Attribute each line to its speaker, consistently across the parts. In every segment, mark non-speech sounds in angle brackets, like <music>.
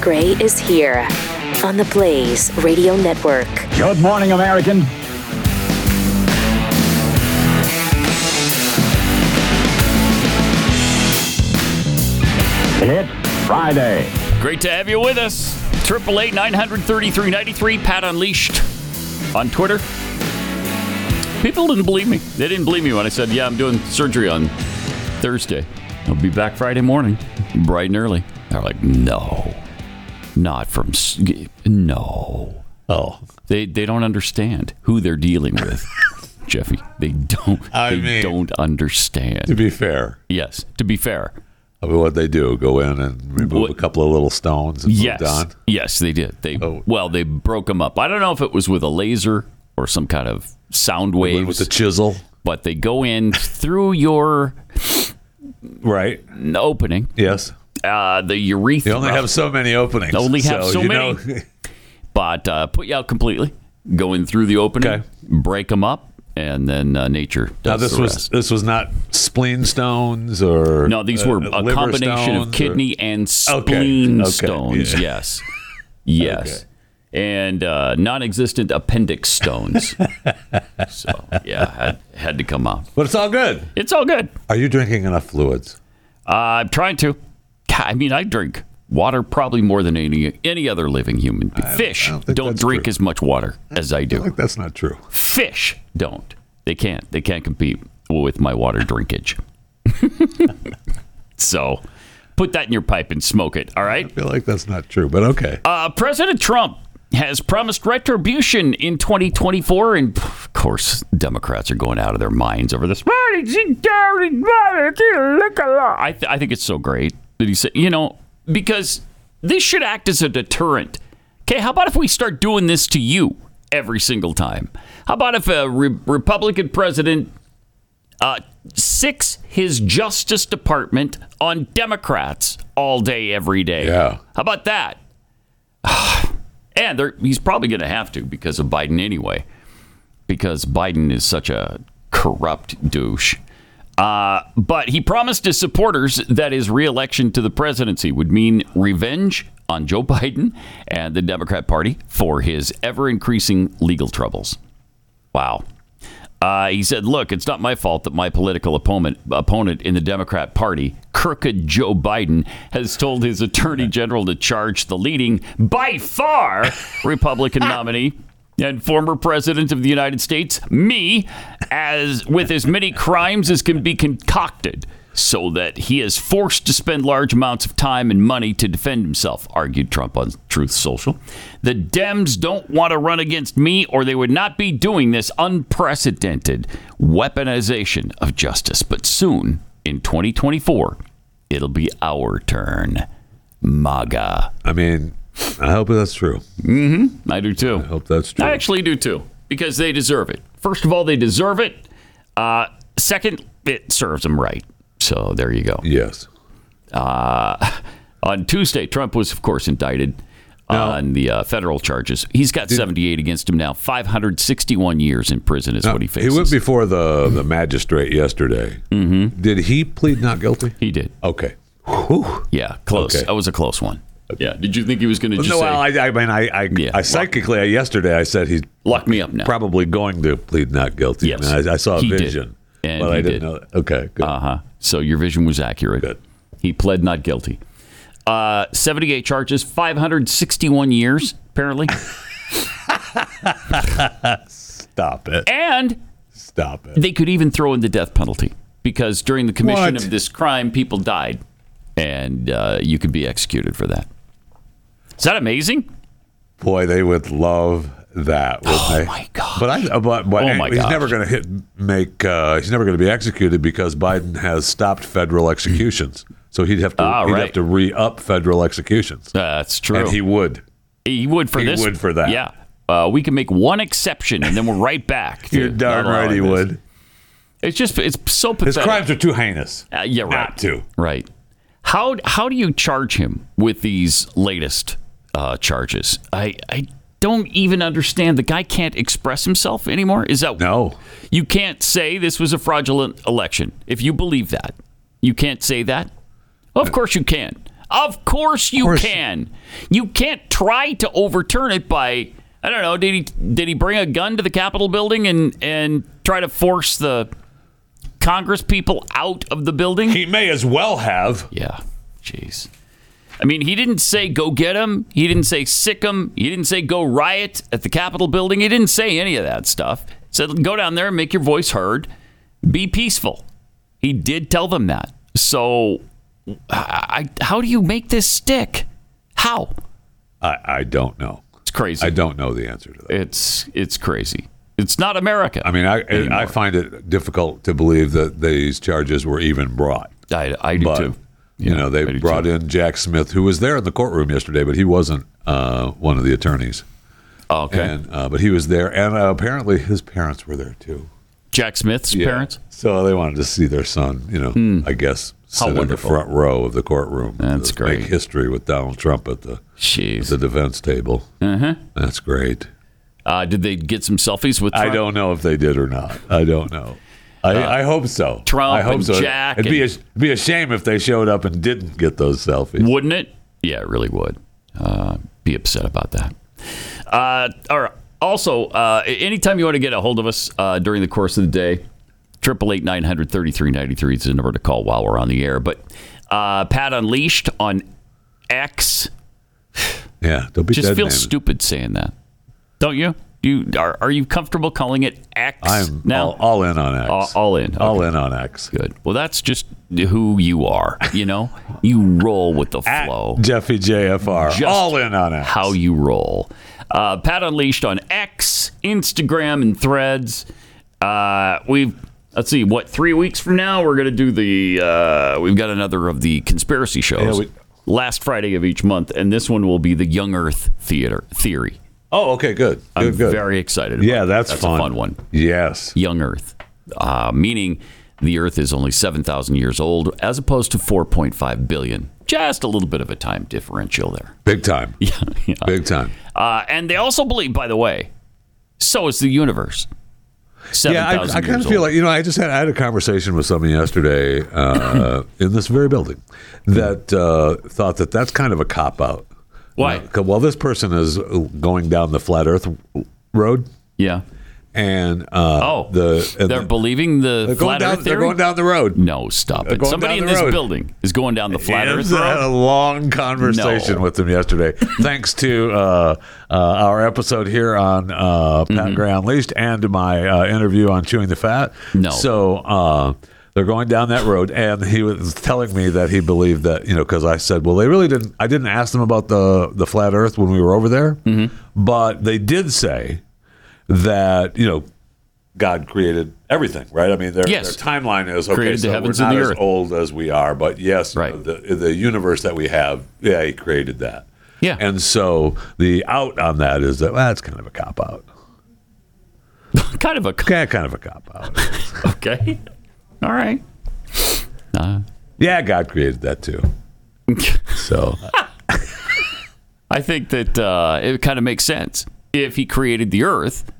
Speaker 1: Gray is here on the Blaze Radio Network.
Speaker 2: Good morning, American. It's Friday.
Speaker 3: Great to have you with us. Triple eight nine hundred thirty three ninety three. Pat Unleashed on Twitter. People didn't believe me. They didn't believe me when I said, "Yeah, I'm doing surgery on Thursday. I'll be back Friday morning, bright and early." They're like, "No, not from s- g- no." Oh, they they don't understand who they're dealing
Speaker 4: <laughs>
Speaker 3: with, Jeffy. They don't.
Speaker 4: I
Speaker 3: they
Speaker 4: mean-
Speaker 3: don't understand.
Speaker 4: To be fair,
Speaker 3: yes, to be fair.
Speaker 4: I mean, what they do, go in and remove a couple of little stones and
Speaker 3: Yes,
Speaker 4: moved on. Oh.
Speaker 3: yes, they did. They well, they broke them up. I don't know if it was with a laser or some kind of sound waves
Speaker 4: with a chisel.
Speaker 3: but they go in through your
Speaker 4: Right.
Speaker 3: opening,
Speaker 4: Yes.
Speaker 3: uh, the urethra.
Speaker 4: You only have so many openings.
Speaker 3: Only have so
Speaker 4: you
Speaker 3: many.
Speaker 4: know- <laughs>
Speaker 3: but uh, put you out completely. Go in through the opening,
Speaker 4: Okay.
Speaker 3: break them up, and then uh, nature does
Speaker 4: now this
Speaker 3: the
Speaker 4: was
Speaker 3: rest.
Speaker 4: this was not spleen stones or
Speaker 3: No, these were
Speaker 4: uh,
Speaker 3: a
Speaker 4: liver
Speaker 3: combination
Speaker 4: stones
Speaker 3: of
Speaker 4: or-
Speaker 3: kidney and spleen
Speaker 4: okay,
Speaker 3: stones.
Speaker 4: yeah. <laughs>
Speaker 3: Yes. Yes. And uh, non existent appendix stones.
Speaker 4: <laughs>
Speaker 3: so, yeah, had, had to come out.
Speaker 4: but it's all good.
Speaker 3: It's all good. Uh,
Speaker 4: Are you drinking enough fluids?
Speaker 3: I'm trying to. God, I mean, I drink water probably more than any any other living human being. Fish
Speaker 4: don't
Speaker 3: don't,
Speaker 4: think that's
Speaker 3: drink
Speaker 4: true.
Speaker 3: as much water as I do.
Speaker 4: Like that's not true.
Speaker 3: Fish don't. They can't. They can't compete with my water drinkage. <laughs> so, put that in your pipe and smoke it. All right.
Speaker 4: I feel like that's not true. But okay.
Speaker 3: Uh, President Trump has promised retribution in 2024, and pff, of course, Democrats are going out of their minds over this. I, th- I think it's so great that he said, you know, because this should act as a deterrent. Okay, how about if we start doing this to you every single time? How about if a re- Republican president uh, six his Justice Department on Democrats all day, every day?
Speaker 4: Yeah.
Speaker 3: How about that? And they're, he's probably going to have to because of Biden anyway, because Biden is such a corrupt douche. Uh, but he promised his supporters that his reelection to the presidency would mean revenge on Joe <laughs> Biden and the Democrat Party for his ever increasing legal troubles. Wow. Uh, he said, "Look, it's not my fault that my political opponent opponent in the Democrat Party, crooked Joe Biden, has told his attorney general to charge the leading, by far, Republican nominee." And former president of the United States, me, as with as many crimes as can be concocted, so that he is forced to spend large amounts of time and money to defend himself, argued Trump on Truth Social. The Dems don't want to run against me, or they would not be doing this unprecedented weaponization of justice. But soon, in 2024, it'll be our turn. MAGA.
Speaker 4: I mean, I hope that's true.
Speaker 3: Mm-hmm, I do too.
Speaker 4: I hope that's true.
Speaker 3: I actually do too, because they deserve it. First of all, they deserve it. Uh, second, it serves them right. So there you go. Uh,
Speaker 4: yes.
Speaker 3: On Tuesday, Trump was, of course, indicted on the uh, federal charges. He's got 78 against him now. 561 years in prison is what he faces.
Speaker 4: He went before the the magistrate yesterday. Mm-hmm. Did he plead not guilty?
Speaker 3: He did.
Speaker 4: Okay. Whew.
Speaker 3: Yeah, close.
Speaker 4: Okay.
Speaker 3: That was a close one. Yeah. Did you think he was going to just
Speaker 4: No,
Speaker 3: say,
Speaker 4: well, I, I mean, I, I,
Speaker 3: Yeah.
Speaker 4: I psychically I, yesterday I said he's
Speaker 3: lock me up now?
Speaker 4: probably going to plead not guilty.
Speaker 3: Yes.
Speaker 4: and I, I saw a
Speaker 3: He did.
Speaker 4: vision,
Speaker 3: And
Speaker 4: but
Speaker 3: he
Speaker 4: I didn't
Speaker 3: did.
Speaker 4: know. That. Okay, good.
Speaker 3: Uh huh. So your vision was accurate.
Speaker 4: Good.
Speaker 3: He pled not guilty. Uh, 78 charges, 561 years, apparently.
Speaker 4: <laughs> Stop it!
Speaker 3: and
Speaker 4: Stop it!
Speaker 3: they could even throw in the death penalty because during the commission
Speaker 4: What?
Speaker 3: of this crime, people died, and uh, you could be executed for that. Is that amazing?
Speaker 4: Boy, they would love that. Wouldn't oh they?
Speaker 3: my gosh.
Speaker 4: But I, but, but
Speaker 3: Oh, my
Speaker 4: he's
Speaker 3: gosh.
Speaker 4: never going to hit make. Uh, he's never going to be executed because Biden has stopped federal executions. So he'd have to
Speaker 3: Ah,
Speaker 4: he'd
Speaker 3: right.
Speaker 4: have to re up federal executions,
Speaker 3: That's true.
Speaker 4: and he would.
Speaker 3: He would for
Speaker 4: He
Speaker 3: this.
Speaker 4: would for that.
Speaker 3: Yeah. Uh, we can make one exception, and then we're right back. to
Speaker 4: <laughs> You're darn
Speaker 3: not allowing
Speaker 4: right he
Speaker 3: this.
Speaker 4: would.
Speaker 3: It's just it's so
Speaker 4: His
Speaker 3: pathetic.
Speaker 4: crimes are too heinous.
Speaker 3: Uh, yeah, right.
Speaker 4: Not to.
Speaker 3: Right. How how do you charge him with these latest uh, charges? I I don't even understand. The guy can't express himself anymore. Is that
Speaker 4: No.
Speaker 3: You can't say this was a fraudulent election if you believe that. You can't say that. Well, of course you can. Of course you
Speaker 4: course.
Speaker 3: can. You can't try to overturn it by I don't know. Did he did he bring a gun to the Capitol building and and try to force the Congress people out of the building?
Speaker 4: He may as well have.
Speaker 3: Yeah. Jeez. I mean, he didn't say go get him. He didn't say sick him. He didn't say go riot at the Capitol building. He didn't say any of that stuff. He said go down there and make your voice heard. Be peaceful. He did tell them that. So, I, I- how do you make this stick? How?
Speaker 4: I, I don't know.
Speaker 3: It's crazy.
Speaker 4: I don't know the answer to that.
Speaker 3: it's it's crazy. It's not America.
Speaker 4: I mean, I I find it difficult to believe that these charges were even brought.
Speaker 3: I, I do
Speaker 4: But
Speaker 3: too.
Speaker 4: you know,
Speaker 3: I
Speaker 4: they
Speaker 3: do
Speaker 4: brought
Speaker 3: too.
Speaker 4: in Jack Smith, who was there in the courtroom yesterday, but he wasn't uh, one of the attorneys.
Speaker 3: Oh, Okay.
Speaker 4: And, uh, but he was there, and uh, apparently his parents were there too.
Speaker 3: Jack Smith's parents. Hmm.
Speaker 4: So they wanted to see their son, you know, I guess,
Speaker 3: How
Speaker 4: sit in the
Speaker 3: wonderful.
Speaker 4: front row of the courtroom.
Speaker 3: That's
Speaker 4: Just
Speaker 3: great.
Speaker 4: Make history with Donald Trump at the,
Speaker 3: Jeez. Uh-huh.
Speaker 4: the defense table. That's great.
Speaker 3: Uh, did they get some selfies with? Trump?
Speaker 4: I don't know if they did or not. I don't know. I, I hope so.
Speaker 3: Uh, Trump
Speaker 4: I hope
Speaker 3: and
Speaker 4: so.
Speaker 3: Jack
Speaker 4: It'd be a,
Speaker 3: and-
Speaker 4: it'd be a shame if they showed up and didn't get those selfies.
Speaker 3: wouldn't it? Yeah, it really would. Uh, be upset about that. Uh, all right. Also, uh, anytime you want to get a hold of us uh, during the course of the day, triple eight nine hundred thirty three ninety three is the number to call while we're on the air. But uh, Pat Unleashed on X
Speaker 4: Yeah, don't be
Speaker 3: just
Speaker 4: dead
Speaker 3: feels
Speaker 4: naming.
Speaker 3: stupid saying that, don't you? Do you are, are you comfortable calling it X
Speaker 4: I'm
Speaker 3: now?
Speaker 4: all, all in on X.
Speaker 3: All- all in.
Speaker 4: All
Speaker 3: Okay.
Speaker 4: in on X.
Speaker 3: Good. Well, that's just who you are. You know, you roll with the
Speaker 4: <laughs> At
Speaker 3: flow.
Speaker 4: Jeffy JFR.
Speaker 3: Just
Speaker 4: all in on X.
Speaker 3: how you roll. Uh, Pat Unleashed on X, Instagram, and Threads. Uh, we've let's see, what three weeks from now we're gonna do the. Uh, we've got another of the conspiracy shows.
Speaker 4: Yeah, we-
Speaker 3: Last Friday of each month, and this one will be the Young Earth Theater Theory.
Speaker 4: Oh, okay, good. Good,
Speaker 3: I'm
Speaker 4: good.
Speaker 3: very excited. about
Speaker 4: yeah,
Speaker 3: it.
Speaker 4: that's,
Speaker 3: a fun one.
Speaker 4: Yes.
Speaker 3: Young Earth, uh, meaning the Earth is only 7,000 years old as opposed to 4.5 billion. Just a little bit of a time differential there.
Speaker 4: Big time.
Speaker 3: <laughs> yeah.
Speaker 4: Big time.
Speaker 3: Uh, and they also believe, by the way, so is the universe. Seven
Speaker 4: Yeah, I,
Speaker 3: thousand
Speaker 4: I kind
Speaker 3: years
Speaker 4: of feel
Speaker 3: old.
Speaker 4: like you know. I just had I had a conversation with somebody yesterday uh, in this very building that uh, thought that that's kind of a cop out.
Speaker 3: Why?
Speaker 4: Uh, well, this person is going down the flat Earth road,
Speaker 3: yeah.
Speaker 4: and uh,
Speaker 3: Oh,
Speaker 4: the and
Speaker 3: they're
Speaker 4: the-
Speaker 3: believing the
Speaker 4: they're going
Speaker 3: flat
Speaker 4: down
Speaker 3: Earth
Speaker 4: they're
Speaker 3: theory.
Speaker 4: going down the road.
Speaker 3: no, stop it!
Speaker 4: going
Speaker 3: Somebody
Speaker 4: down
Speaker 3: in
Speaker 4: the
Speaker 3: this
Speaker 4: road.
Speaker 3: building is going down the flat
Speaker 4: Yes,
Speaker 3: Earth
Speaker 4: I had
Speaker 3: road.
Speaker 4: a long conversation
Speaker 3: No.
Speaker 4: with them yesterday, <laughs> thanks to uh, uh, our episode here on uh, Pat
Speaker 3: Mm-hmm.
Speaker 4: Gray Unleashed and my uh, interview on Chewing the Fat.
Speaker 3: No.
Speaker 4: So uh, they're going down that road, and he was telling me that he believed that, you know, because I said, well, they really didn't, I didn't ask them about the, the flat earth when we were over there,
Speaker 3: Mm-hmm.
Speaker 4: but they did say that, you know, God created everything, right? I mean, their,
Speaker 3: Yes.
Speaker 4: their timeline is okay.
Speaker 3: Created the
Speaker 4: so
Speaker 3: heavens
Speaker 4: we're
Speaker 3: and
Speaker 4: not
Speaker 3: the
Speaker 4: as
Speaker 3: earth.
Speaker 4: old as we are, but yes,
Speaker 3: Right.
Speaker 4: the the universe that we have, yeah, he created that.
Speaker 3: Yeah.
Speaker 4: And so the out on that is that well, that's kind of a cop out.
Speaker 3: <laughs> kind of a
Speaker 4: Yeah, kind of a cop
Speaker 3: <laughs>
Speaker 4: out.
Speaker 3: okay. All right.
Speaker 4: yeah, God created that too. <laughs> So
Speaker 3: I think that uh, it kind of makes sense. If he created the Earth,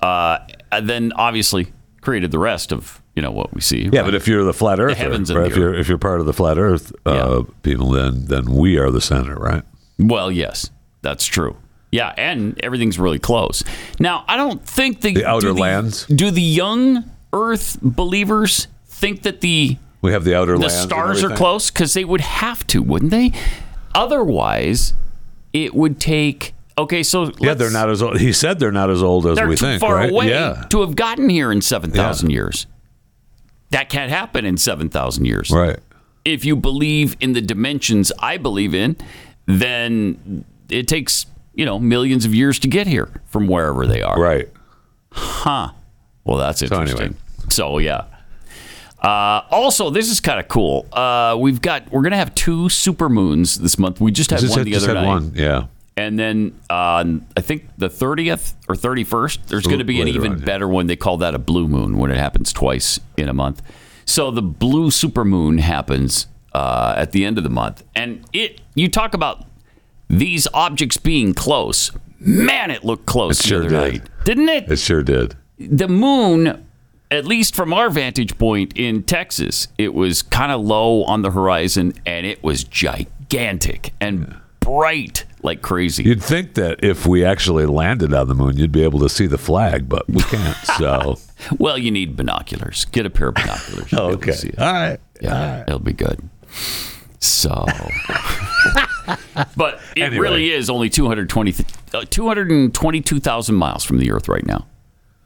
Speaker 3: uh, and then obviously created the rest of you know what we see.
Speaker 4: yeah,
Speaker 3: right?
Speaker 4: but if you're the flat earth,
Speaker 3: heavens and the
Speaker 4: if you're if you're part of the flat earth uh, people, then then we are the center, right?
Speaker 3: Well, yes, that's true. Yeah, and everything's really close. Now, I don't think the,
Speaker 4: The outer
Speaker 3: do
Speaker 4: lands?
Speaker 3: Do the young Earth believers think that the
Speaker 4: We have the outer
Speaker 3: the
Speaker 4: lands and
Speaker 3: stars are
Speaker 4: everything.
Speaker 3: close? Because they would have to, wouldn't they? Otherwise, it would take. Okay, so
Speaker 4: Yeah, they're not as old. He said they're not as old as
Speaker 3: They're
Speaker 4: we
Speaker 3: too
Speaker 4: think,
Speaker 3: far
Speaker 4: right?
Speaker 3: away
Speaker 4: yeah,
Speaker 3: to have gotten here in seven thousand years. That can't happen in seven thousand years
Speaker 4: right.
Speaker 3: if you believe in the dimensions I believe in, then it takes, you know, millions of years to get here from wherever they are.
Speaker 4: Right.
Speaker 3: Well, that's
Speaker 4: anyway.
Speaker 3: interesting. So, yeah. Uh, also, this is kind of cool. Uh, we've got we're gonna have two super moons this month. We just had
Speaker 4: Just
Speaker 3: one
Speaker 4: had-
Speaker 3: the
Speaker 4: just
Speaker 3: other
Speaker 4: had
Speaker 3: night,
Speaker 4: one. Yeah.
Speaker 3: and then on I think the thirtieth or thirty first, there's going to be an
Speaker 4: Later
Speaker 3: even
Speaker 4: on, yeah.
Speaker 3: better one. They call that a blue moon when it happens twice in a month. So the blue supermoon happens uh, at the end of the month, and it you talk about these objects being close. Man, it looked close
Speaker 4: It
Speaker 3: the
Speaker 4: sure
Speaker 3: other
Speaker 4: did.
Speaker 3: night, didn't it?
Speaker 4: It sure did.
Speaker 3: the moon, at least from our vantage point in Texas, it was kind of low on the horizon and it was gigantic. gigantic and bright like crazy.
Speaker 4: You'd think that if we actually landed on the moon, you'd be able to see the flag, but we can't. So,
Speaker 3: <laughs> Well, you need binoculars. Get a pair of
Speaker 4: <laughs>
Speaker 3: binoculars. You'll be able to see it.
Speaker 4: All right.
Speaker 3: Yeah, it'll be good. So, but it
Speaker 4: Anyway.
Speaker 3: really is only 220, uh, 222,000 miles from the Earth right now.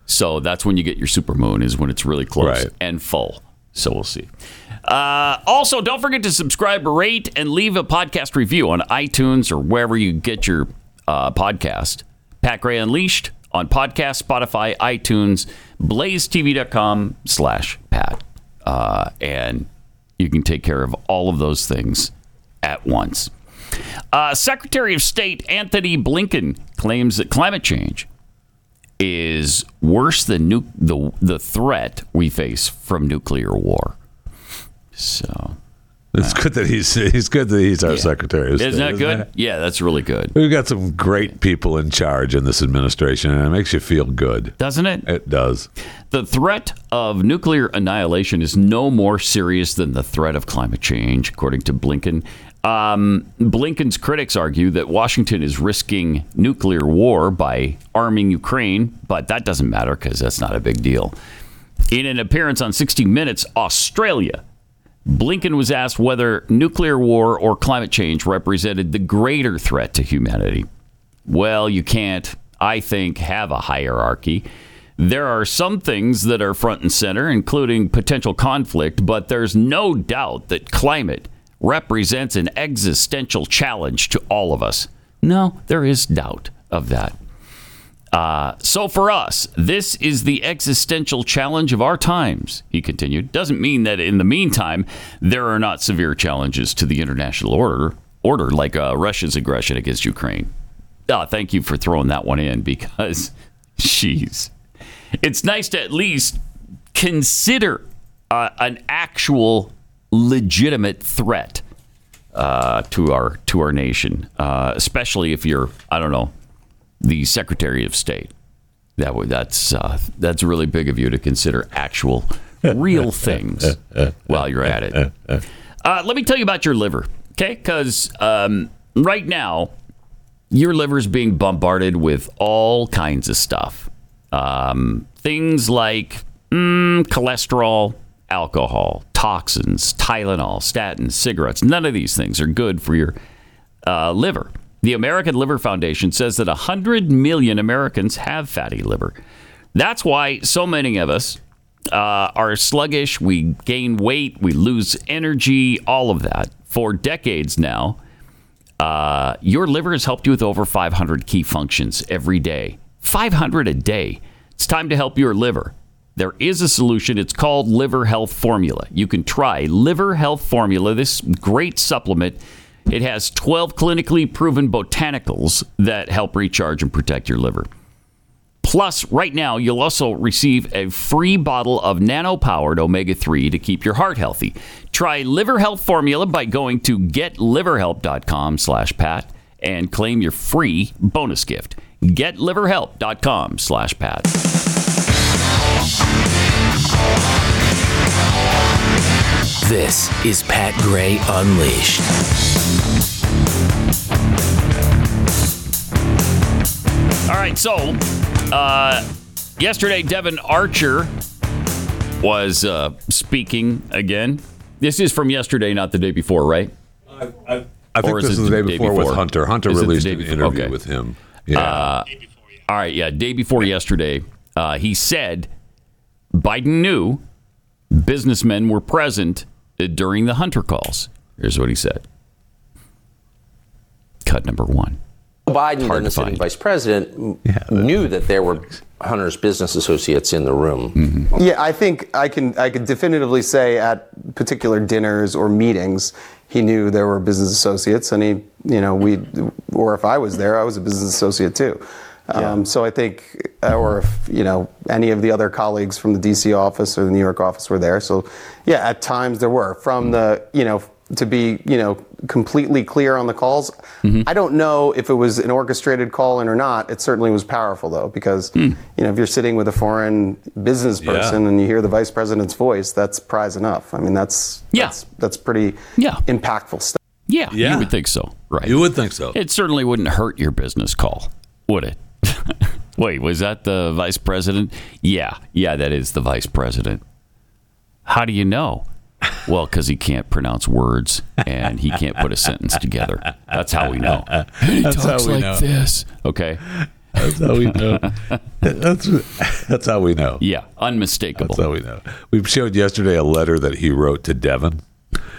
Speaker 3: So that's when you get your super moon, is when it's really close
Speaker 4: Right.
Speaker 3: and full. So we'll see. Uh, also, don't forget to subscribe, rate, and leave a podcast review on iTunes or wherever you get your uh, podcast. Pat Gray Unleashed on podcast, Spotify, iTunes, blazetv.com slash Pat. Uh, and you can take care of all of those things at once. Uh, Secretary of State Anthony Blinken claims that climate change is worse than nu- the the threat we face from nuclear war. So
Speaker 4: It's good that he's <laughs> he's good that he's our secretary. of
Speaker 3: isn't
Speaker 4: State,
Speaker 3: that good?
Speaker 4: it?
Speaker 3: Yeah, that's really good,
Speaker 4: We've got some great people in charge in this administration, and it makes you feel good.
Speaker 3: doesn't it?
Speaker 4: It does.
Speaker 3: The threat of nuclear annihilation is no more serious than the threat of climate change, according to Blinken. Um, Blinken's critics argue that Washington is risking nuclear war by arming Ukraine, but that doesn't matter because that's not a big deal. In an appearance on 60 Minutes Australia, Blinken was asked whether nuclear war or climate change represented the greater threat to humanity. Well, you can't, I think, have a hierarchy. There are some things that are front and center, including potential conflict, but there's no doubt that climate represents an existential challenge to all of us. No, there is doubt of that. Uh, So for us, this is the existential challenge of our times, he continued. Doesn't mean that in the meantime, there are not severe challenges to the international order, order like uh, Russia's aggression against Ukraine. Ah, thank you for throwing that one in because, <laughs> jeez, it's nice to at least consider uh, an actual legitimate threat uh, to our to our nation, uh, especially if you're, I don't know, the Secretary of State. That would that's uh, that's really big of you to consider actual real things while you're at it. Uh, let me tell you about your liver, okay? Because um, right now your liver's being bombarded with all kinds of stuff, um, things like mm, cholesterol, alcohol, toxins, Tylenol, statins, cigarettes. None of these things are good for your uh, liver. The American Liver Foundation says that 100 million Americans have fatty liver. That's why so many of us uh, are sluggish. We gain weight, we lose energy, all of that. For decades now, uh, your liver has helped you with over 500 key functions every day. 500 a day. It's time to help your liver. There is a solution. It's called Liver Health Formula. You can try Liver Health Formula, this great supplement. It has 12 clinically proven botanicals that help recharge and protect your liver. Plus, right now, you'll also receive a free bottle of nano powered omega 3 to keep your heart healthy. Try Liver Health Formula by going to getliverhelp.com slash Pat and claim your free bonus gift. Getliverhelp.com slash Pat.
Speaker 5: This is Pat Gray Unleashed.
Speaker 3: All right, so uh, yesterday Devin Archer was uh, speaking again. This is from yesterday, not the day before, right?
Speaker 4: I think
Speaker 3: Or is
Speaker 4: this
Speaker 3: it
Speaker 4: is the day before, with Hunter. Hunter
Speaker 3: Is it the
Speaker 4: released
Speaker 3: day
Speaker 4: an
Speaker 3: before?
Speaker 4: interview
Speaker 3: Okay. Uh,
Speaker 4: with him. Yeah.
Speaker 3: All right, yeah, day before yesterday, uh, he said Biden knew businessmen were present during the Hunter calls. Here's what he said. Cut number one.
Speaker 6: Biden
Speaker 3: Hard
Speaker 6: and
Speaker 3: to
Speaker 6: the sitting
Speaker 3: find.
Speaker 6: vice president m- knew that there were Hunter's business associates in the room.
Speaker 7: Yeah, I think I can I could definitively say at particular dinners or meetings, he knew there were business associates, and he, you know, we, or if I was there, I was a business associate too. Um, So I think, uh, or if you know, any of the other colleagues from the DC office or the New York office were there. So, yeah, at times there were from the, you know, to be, you know, completely clear on the calls. I don't know if it was an orchestrated call in or not. It certainly was powerful though, because you know, if you're sitting with a foreign business
Speaker 4: Yeah.
Speaker 7: person and you hear the vice president's voice, that's prize enough. I mean, that's
Speaker 3: Yeah.
Speaker 7: that's, that's pretty
Speaker 3: Yeah.
Speaker 7: impactful stuff.
Speaker 3: Yeah,
Speaker 4: Yeah.
Speaker 3: you would think so, right?
Speaker 4: You would think so.
Speaker 3: It certainly wouldn't hurt your business call, would it? <laughs> Wait, was that the vice president? Yeah, yeah, that is the vice president. How do you know? Well, because he can't pronounce words and he can't put a sentence together. That's how we know. And he talks
Speaker 4: how we
Speaker 3: like
Speaker 4: know.
Speaker 3: this. Okay.
Speaker 4: That's how we
Speaker 3: <laughs>
Speaker 4: know. that's <laughs> that's how we know.
Speaker 3: Yeah, unmistakable.
Speaker 4: That's how we know. We showed yesterday a letter that he wrote to Devin,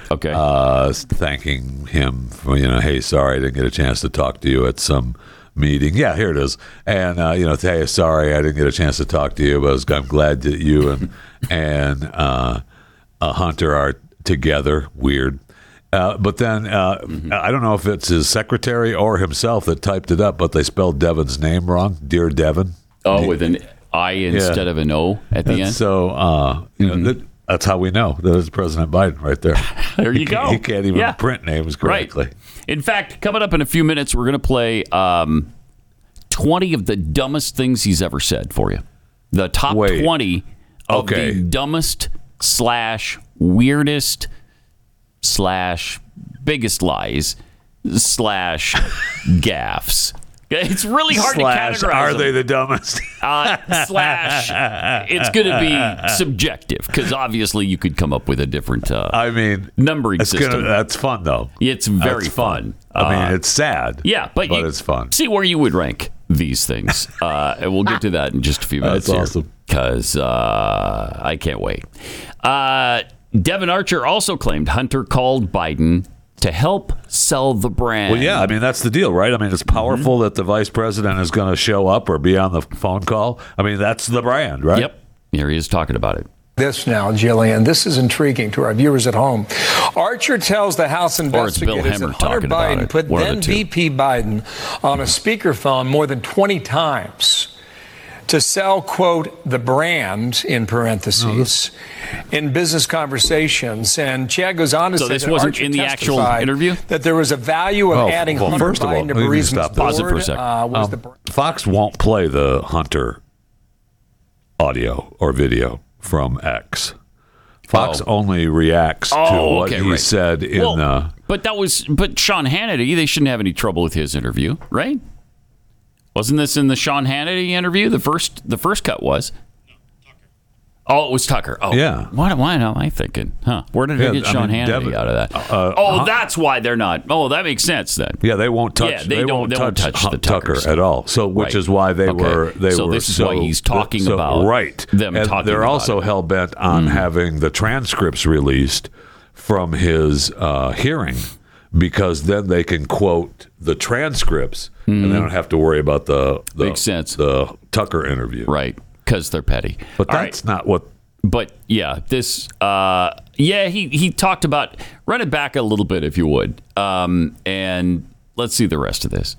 Speaker 3: okay.
Speaker 4: uh, thanking him for you know, hey, sorry, I didn't get a chance to talk to you at some meeting. Yeah, here it is. And uh, you know, hey, sorry, I didn't get a chance to talk to you, but I was, I'm glad that
Speaker 3: <laughs>
Speaker 4: you and and uh, uh, Hunter are together. Weird. Uh, but then uh,
Speaker 3: Mm-hmm.
Speaker 4: I don't know if it's his secretary or himself that typed it up, but they spelled Devin's name wrong. Dear Devin.
Speaker 3: oh, with an I instead of an O at the end.
Speaker 4: And
Speaker 3: Mm-hmm.
Speaker 4: so, uh, you know, that, that's how we know that it's President Biden right there.
Speaker 3: <laughs> There you
Speaker 4: he
Speaker 3: go.
Speaker 4: Can't, he can't even
Speaker 3: Yeah.
Speaker 4: print names
Speaker 3: Right.
Speaker 4: correctly.
Speaker 3: In fact, coming up in a few minutes, we're going to play um, 20 of the dumbest things he's ever said for you. The top
Speaker 4: Wait.
Speaker 3: 20 of
Speaker 4: Okay.
Speaker 3: the dumbest slash weirdest slash biggest lies slash <laughs> gaffes. It's really hard
Speaker 4: Slash,
Speaker 3: to categorize.
Speaker 4: are
Speaker 3: them.
Speaker 4: they the dumbest?
Speaker 3: Uh, slash, <laughs>
Speaker 4: Uh,
Speaker 3: it's going to be
Speaker 4: <laughs>
Speaker 3: subjective because obviously you could come up with a different uh,
Speaker 4: I mean,
Speaker 3: numbering
Speaker 4: it's
Speaker 3: system.
Speaker 4: gonna, that's fun though.
Speaker 3: It's very
Speaker 4: That's
Speaker 3: fun.
Speaker 4: I
Speaker 3: Uh,
Speaker 4: mean, it's sad.
Speaker 3: Yeah, but, you
Speaker 4: it's fun.
Speaker 3: See where you would rank these
Speaker 4: <laughs>
Speaker 3: things, uh, and we'll get to that in just a few minutes.
Speaker 4: That's awesome.
Speaker 3: Because uh, I can't wait. Uh, Devin Archer also claimed Hunter called Biden to help sell the brand.
Speaker 4: Well, yeah, I mean that's the deal, right? I mean
Speaker 3: Mm-hmm.
Speaker 4: it's powerful that the vice president is going to show up or be on the phone call. I mean that's the brand, right?
Speaker 3: Yep. Here he is talking about it.
Speaker 8: this now, Jillian. This is intriguing to our viewers at home. Archer tells the House
Speaker 3: Or it's Bill
Speaker 8: investigators that
Speaker 3: Hemmer
Speaker 8: Hunter
Speaker 3: talking about
Speaker 8: Biden
Speaker 3: it.
Speaker 8: put
Speaker 3: One of the
Speaker 8: then
Speaker 3: two.
Speaker 8: VP Biden on a speakerphone more than 20 times to sell, quote, the brand, in parentheses, in business conversations. And Chad goes on to
Speaker 3: Oh. So
Speaker 8: say
Speaker 3: this
Speaker 8: that
Speaker 3: wasn't
Speaker 8: Archer
Speaker 3: in the actual
Speaker 8: testified
Speaker 3: interview?
Speaker 8: that there was a value of
Speaker 4: Oh,
Speaker 8: adding
Speaker 4: well,
Speaker 8: Hunter
Speaker 4: first of all,
Speaker 8: Biden to
Speaker 4: we need
Speaker 8: Burisma's
Speaker 4: to stop this.
Speaker 3: Pause it for a Oh.
Speaker 8: board,
Speaker 3: second.
Speaker 8: uh, was the brand.
Speaker 4: Um, Fox won't play the Hunter audio or video from X. Fox only reacts to
Speaker 3: Oh,
Speaker 4: what
Speaker 3: okay,
Speaker 4: he
Speaker 3: right.
Speaker 4: said in
Speaker 3: Well,
Speaker 4: uh,
Speaker 3: but that was but Sean Hannity. They shouldn't have any trouble with his interview, right? Wasn't this in the Sean Hannity interview? The first the first cut was. Oh, it was Tucker. Oh,
Speaker 4: Yeah.
Speaker 3: Why, why am I thinking? Huh? Where did
Speaker 4: Yeah,
Speaker 3: I get
Speaker 4: I
Speaker 3: Sean
Speaker 4: mean,
Speaker 3: Hannity
Speaker 4: Devin-
Speaker 3: out of that?
Speaker 4: uh,
Speaker 3: oh,
Speaker 4: Hun-
Speaker 3: that's why they're not. Oh, that makes sense then.
Speaker 4: yeah they won't touch
Speaker 3: Yeah, they don't-
Speaker 4: won't
Speaker 3: they won't
Speaker 4: touch,
Speaker 3: touch the
Speaker 4: Hunt- Tucker
Speaker 3: Tuckers.
Speaker 4: at all so which
Speaker 3: Right.
Speaker 4: is why they
Speaker 3: Okay.
Speaker 4: were they
Speaker 3: So
Speaker 4: were
Speaker 3: this is
Speaker 4: so
Speaker 3: why he's talking
Speaker 4: so-
Speaker 3: about
Speaker 4: right
Speaker 3: them
Speaker 4: and
Speaker 3: talking
Speaker 4: they're
Speaker 3: about
Speaker 4: also
Speaker 3: it. Mm.
Speaker 4: hell bent on having the transcripts released from his uh, hearing because then they can quote the transcripts and they don't have to worry about the, the
Speaker 3: Mm. Makes sense.
Speaker 4: the Tucker interview
Speaker 3: Right? Because they're petty.
Speaker 4: but
Speaker 3: All right.
Speaker 4: that's not what
Speaker 3: but yeah, this uh, yeah he he talked about run it back a little bit if you would, um, and let's see the rest of this.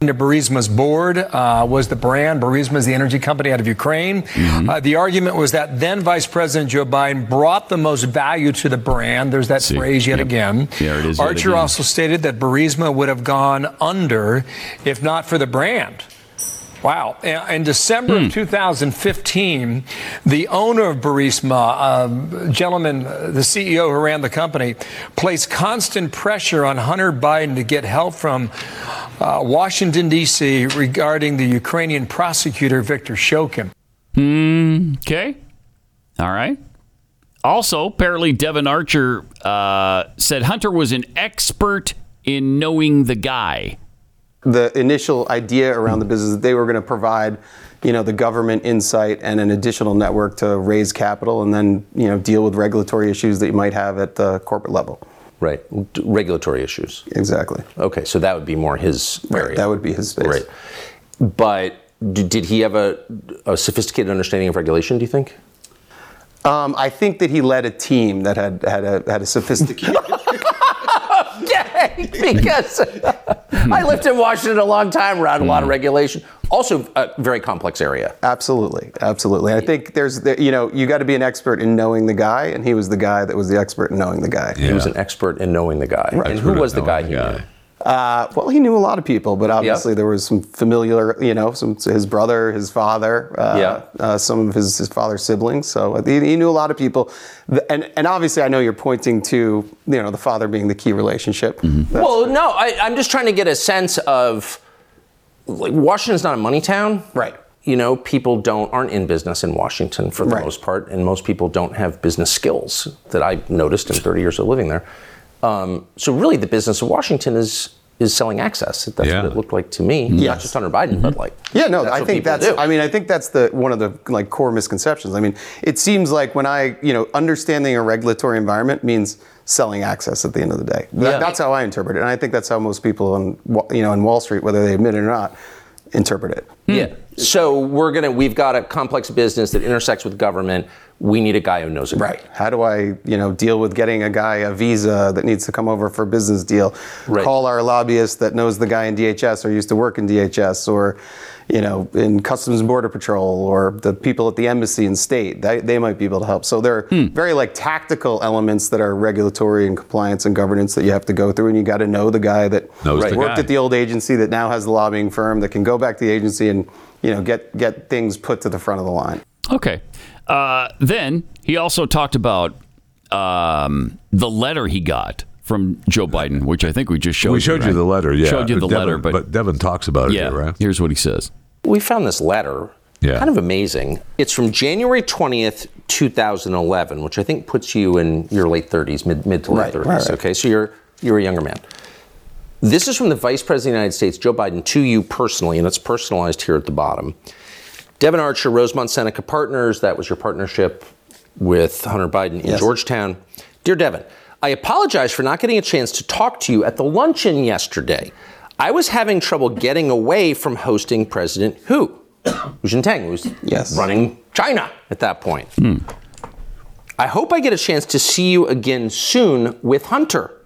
Speaker 8: to Burisma's board uh, was the brand. Burisma is the energy company out of Ukraine.
Speaker 3: Mm-hmm.
Speaker 8: Uh, the argument was that then Vice President Joe Biden brought the most value to the brand. There's that
Speaker 3: See,
Speaker 8: phrase yet
Speaker 3: yep.
Speaker 8: again.
Speaker 3: There it is yet
Speaker 8: Archer
Speaker 3: again.
Speaker 8: also stated that Burisma would have gone under if not for the brand. Wow. In in December
Speaker 4: Hmm.
Speaker 8: of 2015, the owner of Burisma, a gentleman, uh, the CEO who ran the company, placed constant pressure on Hunter Biden to get help from uh, Washington, D.C. regarding the Ukrainian prosecutor Viktor Shokin.
Speaker 3: Hmm, Okay. All right. Also, apparently, Devin Archer uh, said Hunter was an expert in knowing the guy.
Speaker 7: the initial idea around the business that they were going to provide you know the government insight and an additional network to raise capital and then you know deal with regulatory issues that you might have at the corporate level
Speaker 6: Right. D- regulatory issues.
Speaker 7: exactly
Speaker 6: Okay, so that would be more his area.
Speaker 7: that would be his space
Speaker 6: Right. But d- did he have a, a sophisticated understanding of regulation, do you think?
Speaker 7: um, i think that he led a team that had had a had a sophisticated
Speaker 6: <laughs> Yay!
Speaker 3: <laughs>
Speaker 6: Because I lived in Washington a long time, around a lot of regulation. Also, a very complex area.
Speaker 7: absolutely absolutely i think there's the, you know you got to be an expert in knowing the guy and he was the guy that was the expert in knowing the guy
Speaker 6: He was an expert in knowing the guy. And
Speaker 4: Expert
Speaker 6: who
Speaker 4: at
Speaker 6: was the guy
Speaker 4: knowing
Speaker 6: he
Speaker 4: the
Speaker 6: knew?
Speaker 4: guy.
Speaker 7: Uh, well, he knew a lot of people, but obviously there was some familiar, you know, some his brother, his father, uh,
Speaker 6: Yeah.
Speaker 7: uh, some of his, his father's siblings. So uh, he, he knew a lot of people, The- and and obviously I know you're pointing to you know the father being the key relationship.
Speaker 6: Well, no, I, I'm just trying to get a sense of like Washington's not a money town,
Speaker 7: Right.
Speaker 6: You know, people don't aren't in business in Washington for the
Speaker 7: Right.
Speaker 6: most part, and most people don't have business skills that I noticed in 30 years of living there. Um, so really, the business of Washington is is selling access. That's
Speaker 4: Yeah.
Speaker 6: what it looked like to me. Not
Speaker 7: Yes.
Speaker 6: just Hunter Biden, but like
Speaker 7: Yeah, no,
Speaker 6: That's
Speaker 7: I
Speaker 6: what
Speaker 7: think
Speaker 6: people
Speaker 7: that's.
Speaker 6: do.
Speaker 7: I mean, I think that's the one of the like core misconceptions. I mean, it seems like when I, you know, understanding a regulatory environment means selling access at the end of the day. That-
Speaker 6: Yeah.
Speaker 7: That's how I interpret it, and I think that's how most people on, Wa- you know, in Wall Street, whether they admit it or not, interpret it.
Speaker 4: Hmm.
Speaker 6: yeah. So we're gonna we've got a complex business that intersects with government. We need a guy who knows it.
Speaker 7: How do I, you know, deal with getting a guy a visa that needs to come over for a business deal?
Speaker 6: Right.
Speaker 7: Call our lobbyist that knows the guy in DHS or used to work in DHS or, you know, in Customs and Border Patrol or the people at the embassy and state. They, they might be able to help. So there are
Speaker 4: Hmm.
Speaker 7: very like tactical elements that are regulatory and compliance and governance that you have to go through, and you got to know the guy that
Speaker 4: Knows the
Speaker 7: worked
Speaker 4: guy.
Speaker 7: at the old agency that now has the lobbying firm that can go back to the agency and, you know, get get things put to the front of the line.
Speaker 3: Okay. Uh, then he also talked about um, the letter he got from Joe Biden, which I think we just showed.
Speaker 4: We showed you
Speaker 3: right?
Speaker 4: the letter, yeah.
Speaker 3: Showed you the
Speaker 4: Devin-
Speaker 3: letter, but,
Speaker 4: Devin talks about it,
Speaker 3: yeah.
Speaker 4: here, right?
Speaker 3: Here's what he says.
Speaker 6: We found this letter.
Speaker 4: Yeah.
Speaker 6: Kind of amazing. It's from January 20th, 2011, which I think puts you in your late 30s, mid, mid to late
Speaker 7: Right,
Speaker 6: 30s.
Speaker 7: right, right.
Speaker 6: Okay, so you're, you're a younger man. This is from the Vice President of the United States, Joe Biden, to you personally, and it's personalized here at the bottom. Devin Archer, Rosemont Seneca Partners, that was your partnership with Hunter Biden in
Speaker 7: Yes.
Speaker 6: Georgetown. Dear Devin, I apologize for not getting a chance to talk to you at the luncheon yesterday. I was having trouble getting away from hosting President Hu, <coughs> Hu Jintang, who was
Speaker 7: Yes. Hmm.
Speaker 6: running China at that point. I hope I get a chance to see you again soon with Hunter.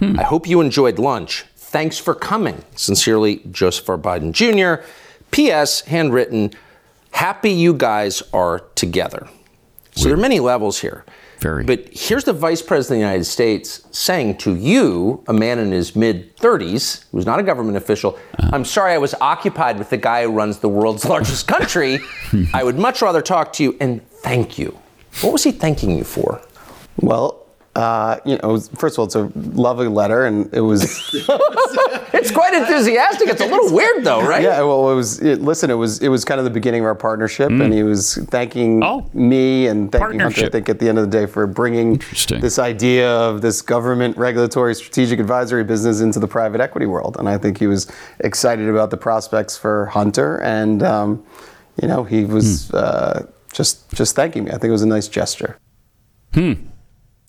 Speaker 6: I hope you enjoyed lunch. Thanks for coming. Sincerely, Joseph R. Biden Jr. P.S. Handwritten, happy you guys are together. So there are many levels here.
Speaker 3: Very.
Speaker 6: But here's the Vice President of the United States saying to you, a man in his mid 30s, who's not a government official, I'm sorry I was occupied with the guy who runs the world's <laughs> largest country. I would much rather talk to you and thank you. What was he thanking you for?
Speaker 7: Well, uh, you know, it was- first of all, it's a lovely letter, and it was
Speaker 6: <laughs> It's quite enthusiastic. It's a little weird, <laughs> though, right?
Speaker 7: yeah. Well, it was it, listen. It was it was kind of the beginning of our partnership,
Speaker 6: Hmm.
Speaker 7: and he was thanking
Speaker 3: Oh.
Speaker 7: me and thanking Hunter. I
Speaker 3: Partnership.
Speaker 7: think at the end of the day for bringing
Speaker 3: Interesting.
Speaker 7: this idea of this government regulatory strategic advisory business into the private equity world, and I think he was excited about the prospects for Hunter, and um, you know, he was
Speaker 6: Hmm.
Speaker 7: uh, just just thanking me. I think it was a nice gesture.
Speaker 3: hmm.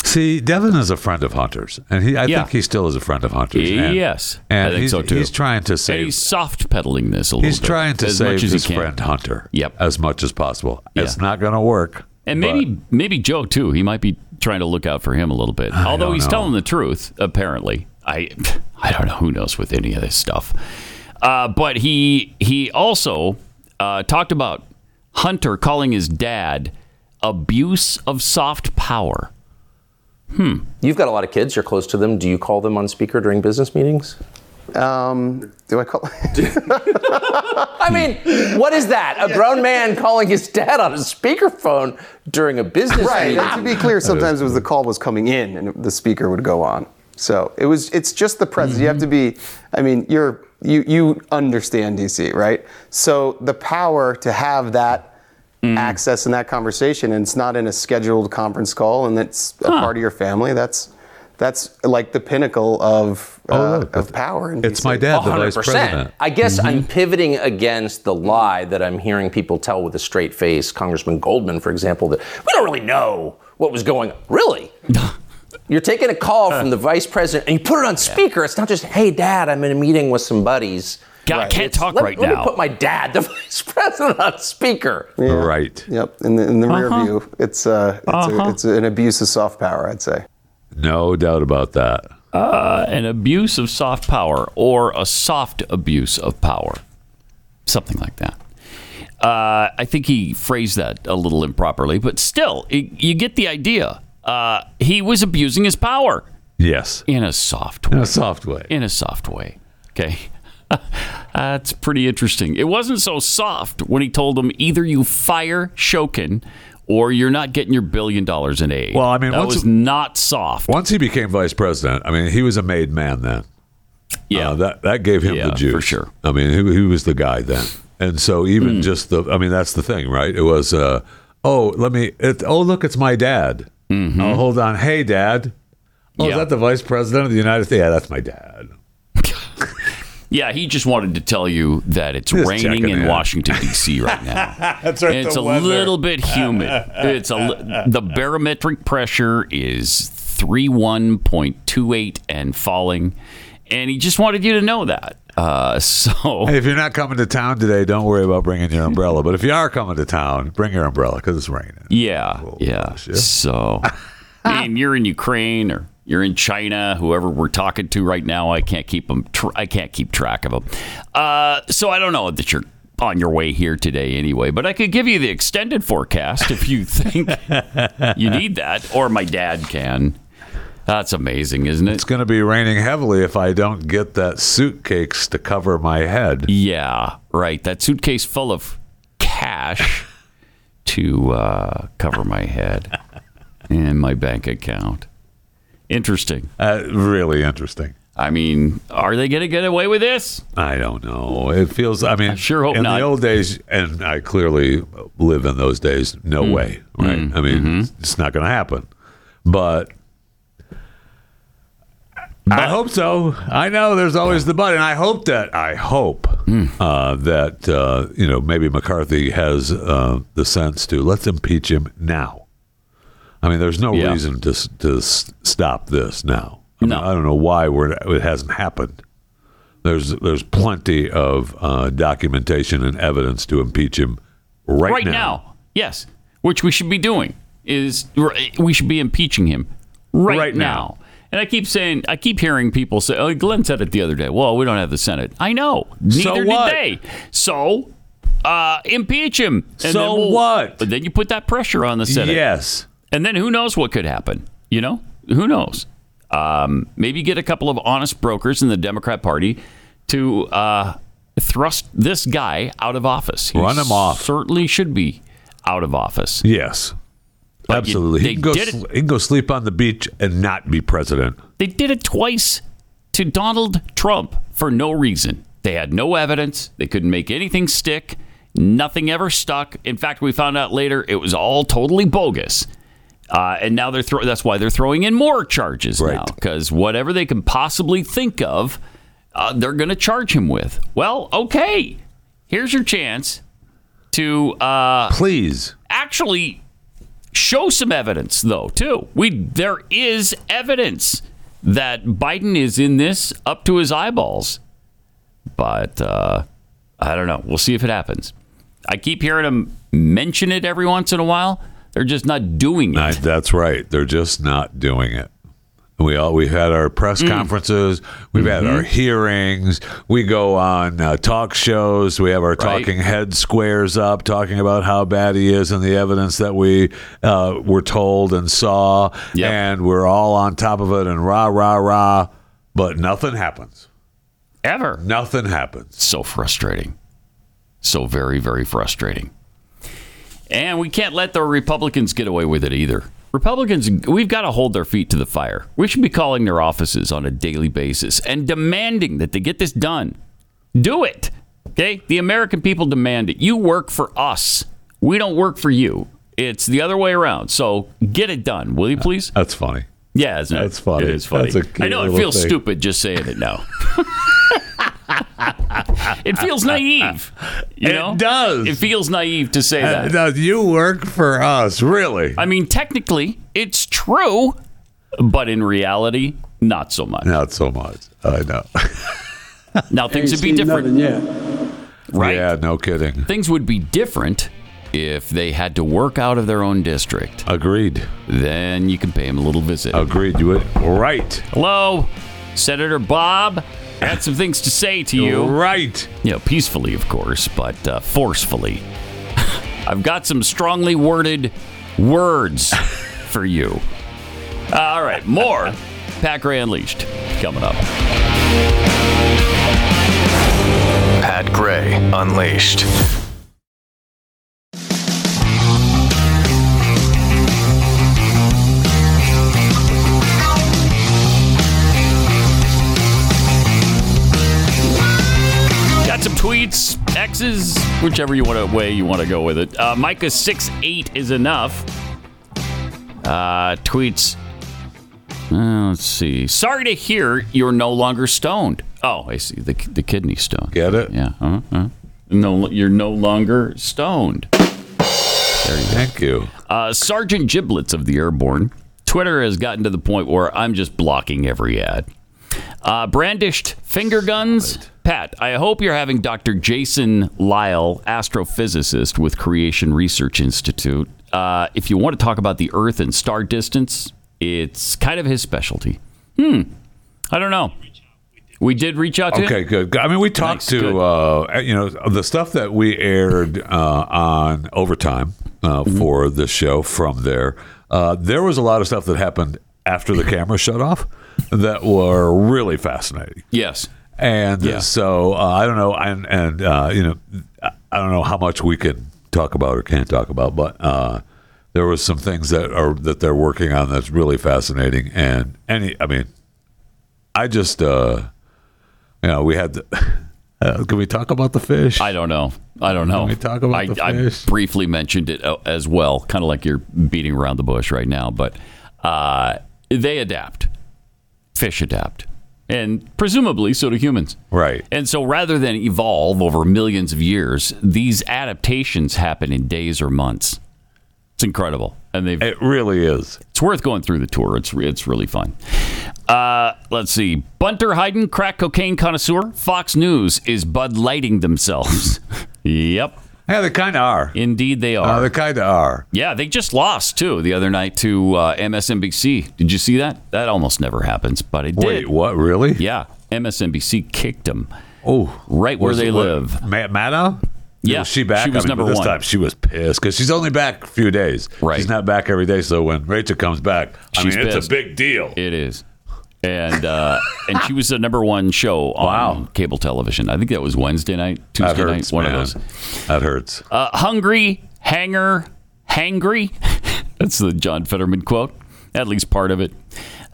Speaker 4: See, Devin is a friend of Hunter's, and he, I
Speaker 3: Yeah.
Speaker 4: think he still is a friend of Hunter's. And,
Speaker 3: yes,
Speaker 4: and
Speaker 3: I think
Speaker 4: he's,
Speaker 3: so too.
Speaker 4: He's trying to
Speaker 3: And
Speaker 4: save.
Speaker 3: he's
Speaker 4: He's,
Speaker 3: soft pedaling this a little. bit,
Speaker 4: trying to
Speaker 3: as
Speaker 4: save
Speaker 3: much as
Speaker 4: his
Speaker 3: he can.
Speaker 4: friend Hunter.
Speaker 3: Yep.
Speaker 4: As much as possible.
Speaker 3: Yeah.
Speaker 4: It's not going to work.
Speaker 3: And maybe maybe Joe too. He might be trying to look out for him a little bit. Although
Speaker 4: don't
Speaker 3: he's
Speaker 4: know.
Speaker 3: telling the truth, apparently. I I don't know who knows with any of this stuff. Uh, but he he also uh, talked about Hunter calling his dad abuse of soft power.
Speaker 6: Hmm. You've got a lot of kids. You're close to them. Do you call them on speaker during business meetings?
Speaker 7: Um, do I call?
Speaker 6: <laughs> I mean, what is that? A grown man calling his dad on a speakerphone during a business
Speaker 7: Right.
Speaker 6: meeting?
Speaker 7: And
Speaker 4: <laughs>
Speaker 7: to be clear, sometimes it was the call was coming in and the speaker would go on. So it was. It's just the presence. You have to
Speaker 4: Mm-hmm.
Speaker 7: be. I mean, you're you you understand DC, right? So the power to have that
Speaker 4: Mm.
Speaker 7: access and that conversation, and it's not in a scheduled conference call, and it's a part of your family. That's that's like the pinnacle of
Speaker 4: Oh,
Speaker 7: uh,
Speaker 4: look,
Speaker 7: of power. In
Speaker 4: It's
Speaker 7: DC.
Speaker 4: my dad, the vice president.
Speaker 6: I guess
Speaker 3: Mm-hmm.
Speaker 6: I'm pivoting against the lie that I'm hearing people tell with a straight face. Congressman Goldman, for example, that we don't really know what was going on.
Speaker 3: <laughs>
Speaker 6: Really? You're taking a call from the vice president and you put it on speaker. It's not just, hey, dad, I'm in a meeting with some buddies.
Speaker 3: God, I can't
Speaker 6: It's,
Speaker 3: talk
Speaker 6: let,
Speaker 3: right
Speaker 6: let
Speaker 3: now.
Speaker 6: me put my dad, <laughs> the vice president, on speaker.
Speaker 4: Right.
Speaker 7: Yep. In the in the
Speaker 4: Uh-huh.
Speaker 7: rear view, it's uh, it's, a, it's an abuse of soft power, I'd say.
Speaker 4: No doubt about that.
Speaker 3: Uh, An abuse of soft power or a soft abuse of power. Something like that. Uh, I think he phrased that a little improperly, but still, it, you get the idea. Uh, he was abusing his power.
Speaker 4: Yes.
Speaker 3: in a soft
Speaker 4: In
Speaker 3: way.
Speaker 4: a soft way.
Speaker 3: In a soft way. Okay. <laughs> That's pretty interesting. It wasn't so soft when he told them either you fire Shokin or you're not getting your billion dollars in aid.
Speaker 4: Well, I mean,
Speaker 3: that
Speaker 4: once-
Speaker 3: was not soft.
Speaker 4: Once he became vice president, I mean, he was a made man then.
Speaker 3: Yeah.
Speaker 4: Uh, that that gave him
Speaker 3: Yeah,
Speaker 4: the juice
Speaker 3: for sure. Hmm.
Speaker 4: I mean, he, he was the guy then, and so even just the, I mean, that's the thing, right? It was, uh, oh, let me, it, oh, look, it's my dad. Oh, hold on, hey, dad. Oh,
Speaker 3: Mm-hmm. Yeah.
Speaker 4: is that the vice president of the United States? Yeah, that's my dad.
Speaker 3: yeah, he just wanted to tell you that it's
Speaker 4: Just
Speaker 3: raining
Speaker 4: checking
Speaker 3: in
Speaker 4: it out.
Speaker 3: Washington
Speaker 4: <laughs>
Speaker 3: D.C. right now.
Speaker 4: <laughs> That's right.
Speaker 3: And it's a little bit humid. It's a li-
Speaker 4: <laughs>
Speaker 3: the barometric pressure is three one point two eight and falling, and he just wanted you to know that. Uh, <laughs> so
Speaker 4: Hey, if you're not coming to town today, don't worry about bringing your umbrella. But if you are coming to town, bring your umbrella because it's raining.
Speaker 3: yeah, yeah.
Speaker 4: shit. <laughs>
Speaker 3: So, and you're in Ukraine or you're in China, whoever we're talking to right now, I can't keep them. Tr- I can't keep track of them. Uh, so I don't know that you're on your way here today anyway, but I could give you the extended forecast if you think
Speaker 4: <laughs>
Speaker 3: you need that, or my dad can. That's amazing, isn't it?
Speaker 4: It's going to be raining heavily if I don't get that suitcase to cover my head.
Speaker 3: Yeah, right. That suitcase full of cash to uh, cover my head and my bank account. Interesting.
Speaker 4: Uh, really interesting.
Speaker 3: I mean, are they going to get away with this?
Speaker 4: I don't know. It feels. I mean,
Speaker 3: sure hope
Speaker 4: in
Speaker 3: not.
Speaker 4: the old days, and I clearly live in those days. No
Speaker 3: Mm.
Speaker 4: way, right? I mean,
Speaker 3: Mm-hmm.
Speaker 4: it's, it's not going to happen. But, I hope so. I know there's always the but, and I hope that I hope
Speaker 3: Hmm.
Speaker 4: uh, that uh, you know maybe McCarthy has uh, the sense to let's impeach him now. I mean, there's no
Speaker 3: Yeah.
Speaker 4: reason to s- to s- stop this now. I, mean,
Speaker 3: No.
Speaker 4: I don't know why we're, it hasn't happened. There's there's plenty of uh, documentation and evidence to impeach him right,
Speaker 3: Right now. Yes, which we should be doing is we should be impeaching him right,
Speaker 4: Right
Speaker 3: now. And I keep saying, I keep hearing people say, oh, Glenn said it the other day. Well, we don't have the Senate. I know. Neither
Speaker 4: So
Speaker 3: did
Speaker 4: what?
Speaker 3: they. So uh, impeach him. And
Speaker 4: So what?
Speaker 3: But then you put that pressure on the Senate.
Speaker 4: Yes.
Speaker 3: And then who knows what could happen? You know, who knows? Um, maybe get a couple of honest brokers in the Democrat Party to uh, thrust this guy out of office. He
Speaker 4: Run him off.
Speaker 3: Certainly should be out of office.
Speaker 4: Yes. Absolutely.
Speaker 3: you-
Speaker 4: he,
Speaker 3: they
Speaker 4: can go
Speaker 3: did it-
Speaker 4: sl- he can go sleep on the beach and not be president.
Speaker 3: They did it twice to Donald Trump for no reason. They had no evidence. They couldn't make anything stick. Nothing ever stuck. In fact, we found out later it was all totally bogus. Uh, and now they're throw- that's why they're throwing in more charges now
Speaker 4: Right.
Speaker 3: because whatever they can possibly think of, uh, they're going to charge him with. Well, okay, here's your chance to uh,
Speaker 4: Please.
Speaker 3: actually show some evidence though too we there is evidence that biden is in this up to his eyeballs but uh, i don't know we'll see if it happens i keep hearing them mention it every once in a while they're just not doing it
Speaker 4: I, that's right. They're just not doing it. We all we've had our
Speaker 3: Mm.
Speaker 4: press conferences, we've had
Speaker 3: Mm-hmm.
Speaker 4: our hearings, we go on uh, talk shows, we have our talking head squares up talking about how bad he is and the evidence that we uh, were told and saw,
Speaker 3: Yep.
Speaker 4: and we're all on top of it and rah rah rah, but nothing happens.
Speaker 3: ever
Speaker 4: Nothing happens.
Speaker 3: so frustrating so very very frustrating and we can't let the republicans get away with it either republicans we've got to hold their feet to the fire we should be calling their offices on a daily basis and demanding that they get this done do it okay the american people demand it you work for us we don't work for you it's the other way around so get it done will you please
Speaker 4: That's funny.
Speaker 3: yeah, isn't it?
Speaker 4: That's funny.
Speaker 3: It is funny.
Speaker 4: That's a cute
Speaker 3: I know it
Speaker 4: little
Speaker 3: feels
Speaker 4: thing.
Speaker 3: stupid just saying it
Speaker 4: <laughs>
Speaker 3: now. it feels naive. You
Speaker 4: It
Speaker 3: know?
Speaker 4: does.
Speaker 3: It feels naive to say that.
Speaker 4: Now, you work for us, really?
Speaker 3: I mean, technically, it's true, but in reality, not so much.
Speaker 4: Not so much. I know. <laughs>
Speaker 3: Now things would be different, right?
Speaker 4: yeah, no kidding.
Speaker 3: Things would be different if they had to work out of their own district.
Speaker 4: Agreed.
Speaker 3: Then you can pay them a little visit.
Speaker 4: Agreed. You would right.
Speaker 3: Hello, Senator Bob. I had some things to say to you.
Speaker 4: Right.
Speaker 3: you know, peacefully, of course, but uh, forcefully. <laughs> I've got some strongly <laughs> worded words for you. All right, more Pat Gray Unleashed coming up.
Speaker 9: Pat Gray Unleashed.
Speaker 3: Got some tweets, X's, whichever you want to way you want to go with it. Uh, Micah six eight is enough. Uh, tweets. uh, let's see. Sorry to hear you're no longer stoned. Oh, I see the the kidney stone.
Speaker 4: Get it?
Speaker 3: Yeah. Uh, uh. No, you're no longer stoned.
Speaker 4: Thank you.
Speaker 3: Uh, Sergeant Giblets of the Airborne. Twitter has gotten to the point where I'm just blocking every ad. Uh, brandished finger guns. Pat, I hope you're having Dr. Jason Lyle, astrophysicist with Creation Research Institute. Uh, if you want to talk about the Earth and star distance, it's kind of his specialty. Hmm. I don't know. We did reach out to
Speaker 4: Okay,
Speaker 3: him.
Speaker 4: good. I mean, we talked
Speaker 3: Nice, good.
Speaker 4: to uh, you know the stuff that we aired uh, on overtime uh,
Speaker 3: Mm-hmm.
Speaker 4: for the show from there. Uh, there was a lot of stuff that happened after
Speaker 3: <laughs>
Speaker 4: the camera shut off that were really fascinating.
Speaker 3: Yes.
Speaker 4: And so uh, I don't know, and, and uh, you know, I- I don't know how much we can talk about or can't talk about, but uh, there was some things that are that they're working on that's really fascinating. And any, I mean, I just, uh, you know, we had. The, <laughs> uh, can we talk about the fish?
Speaker 3: I don't know. I don't know.
Speaker 4: Can we talk about
Speaker 3: I,
Speaker 4: the
Speaker 3: I
Speaker 4: fish?
Speaker 3: briefly mentioned it uh, as well, kind of like you're beating around the bush right now, but uh, they adapt. Fish adapt. And presumably so do humans.
Speaker 4: Right.
Speaker 3: And so rather than evolve over millions of years, these adaptations happen in days or months. It's incredible. And they've
Speaker 4: It really is.
Speaker 3: it's worth going through the tour. It's it's really fun. Uh, let's see. Bunter Hyden, crack cocaine connoisseur. Fox News is Bud Lighting
Speaker 4: <laughs>
Speaker 3: themselves. yep,
Speaker 4: Yeah, they kind of are.
Speaker 3: indeed they
Speaker 4: Uh,
Speaker 3: are.
Speaker 4: they kind of are.
Speaker 3: yeah, they just lost too the other night to uh, MSNBC. Did you see that? That almost never happens, but it did.
Speaker 4: Wait, what? Really?
Speaker 3: Yeah, MSNBC kicked them
Speaker 4: Oh,
Speaker 3: right where
Speaker 4: Was
Speaker 3: they
Speaker 4: it what-
Speaker 3: live.
Speaker 4: Ma- Maddow?
Speaker 3: Yeah,
Speaker 4: Was she back?
Speaker 3: she was
Speaker 4: I mean,
Speaker 3: number
Speaker 4: this
Speaker 3: one.
Speaker 4: time she was pissed because she's only back a few days.
Speaker 3: Right.
Speaker 4: She's not back every day. So when Rachel comes back, I
Speaker 3: She's
Speaker 4: mean, it's
Speaker 3: pissed.
Speaker 4: a big deal.
Speaker 3: It is. And uh, and she was the number one show on cable television. I think that was Wednesday night, Tuesday
Speaker 4: that hurts.
Speaker 3: night, one
Speaker 4: man.
Speaker 3: of those.
Speaker 4: That hurts.
Speaker 3: Uh, hungry, hanger, hangry. That's the John Fetterman quote, at least part of it.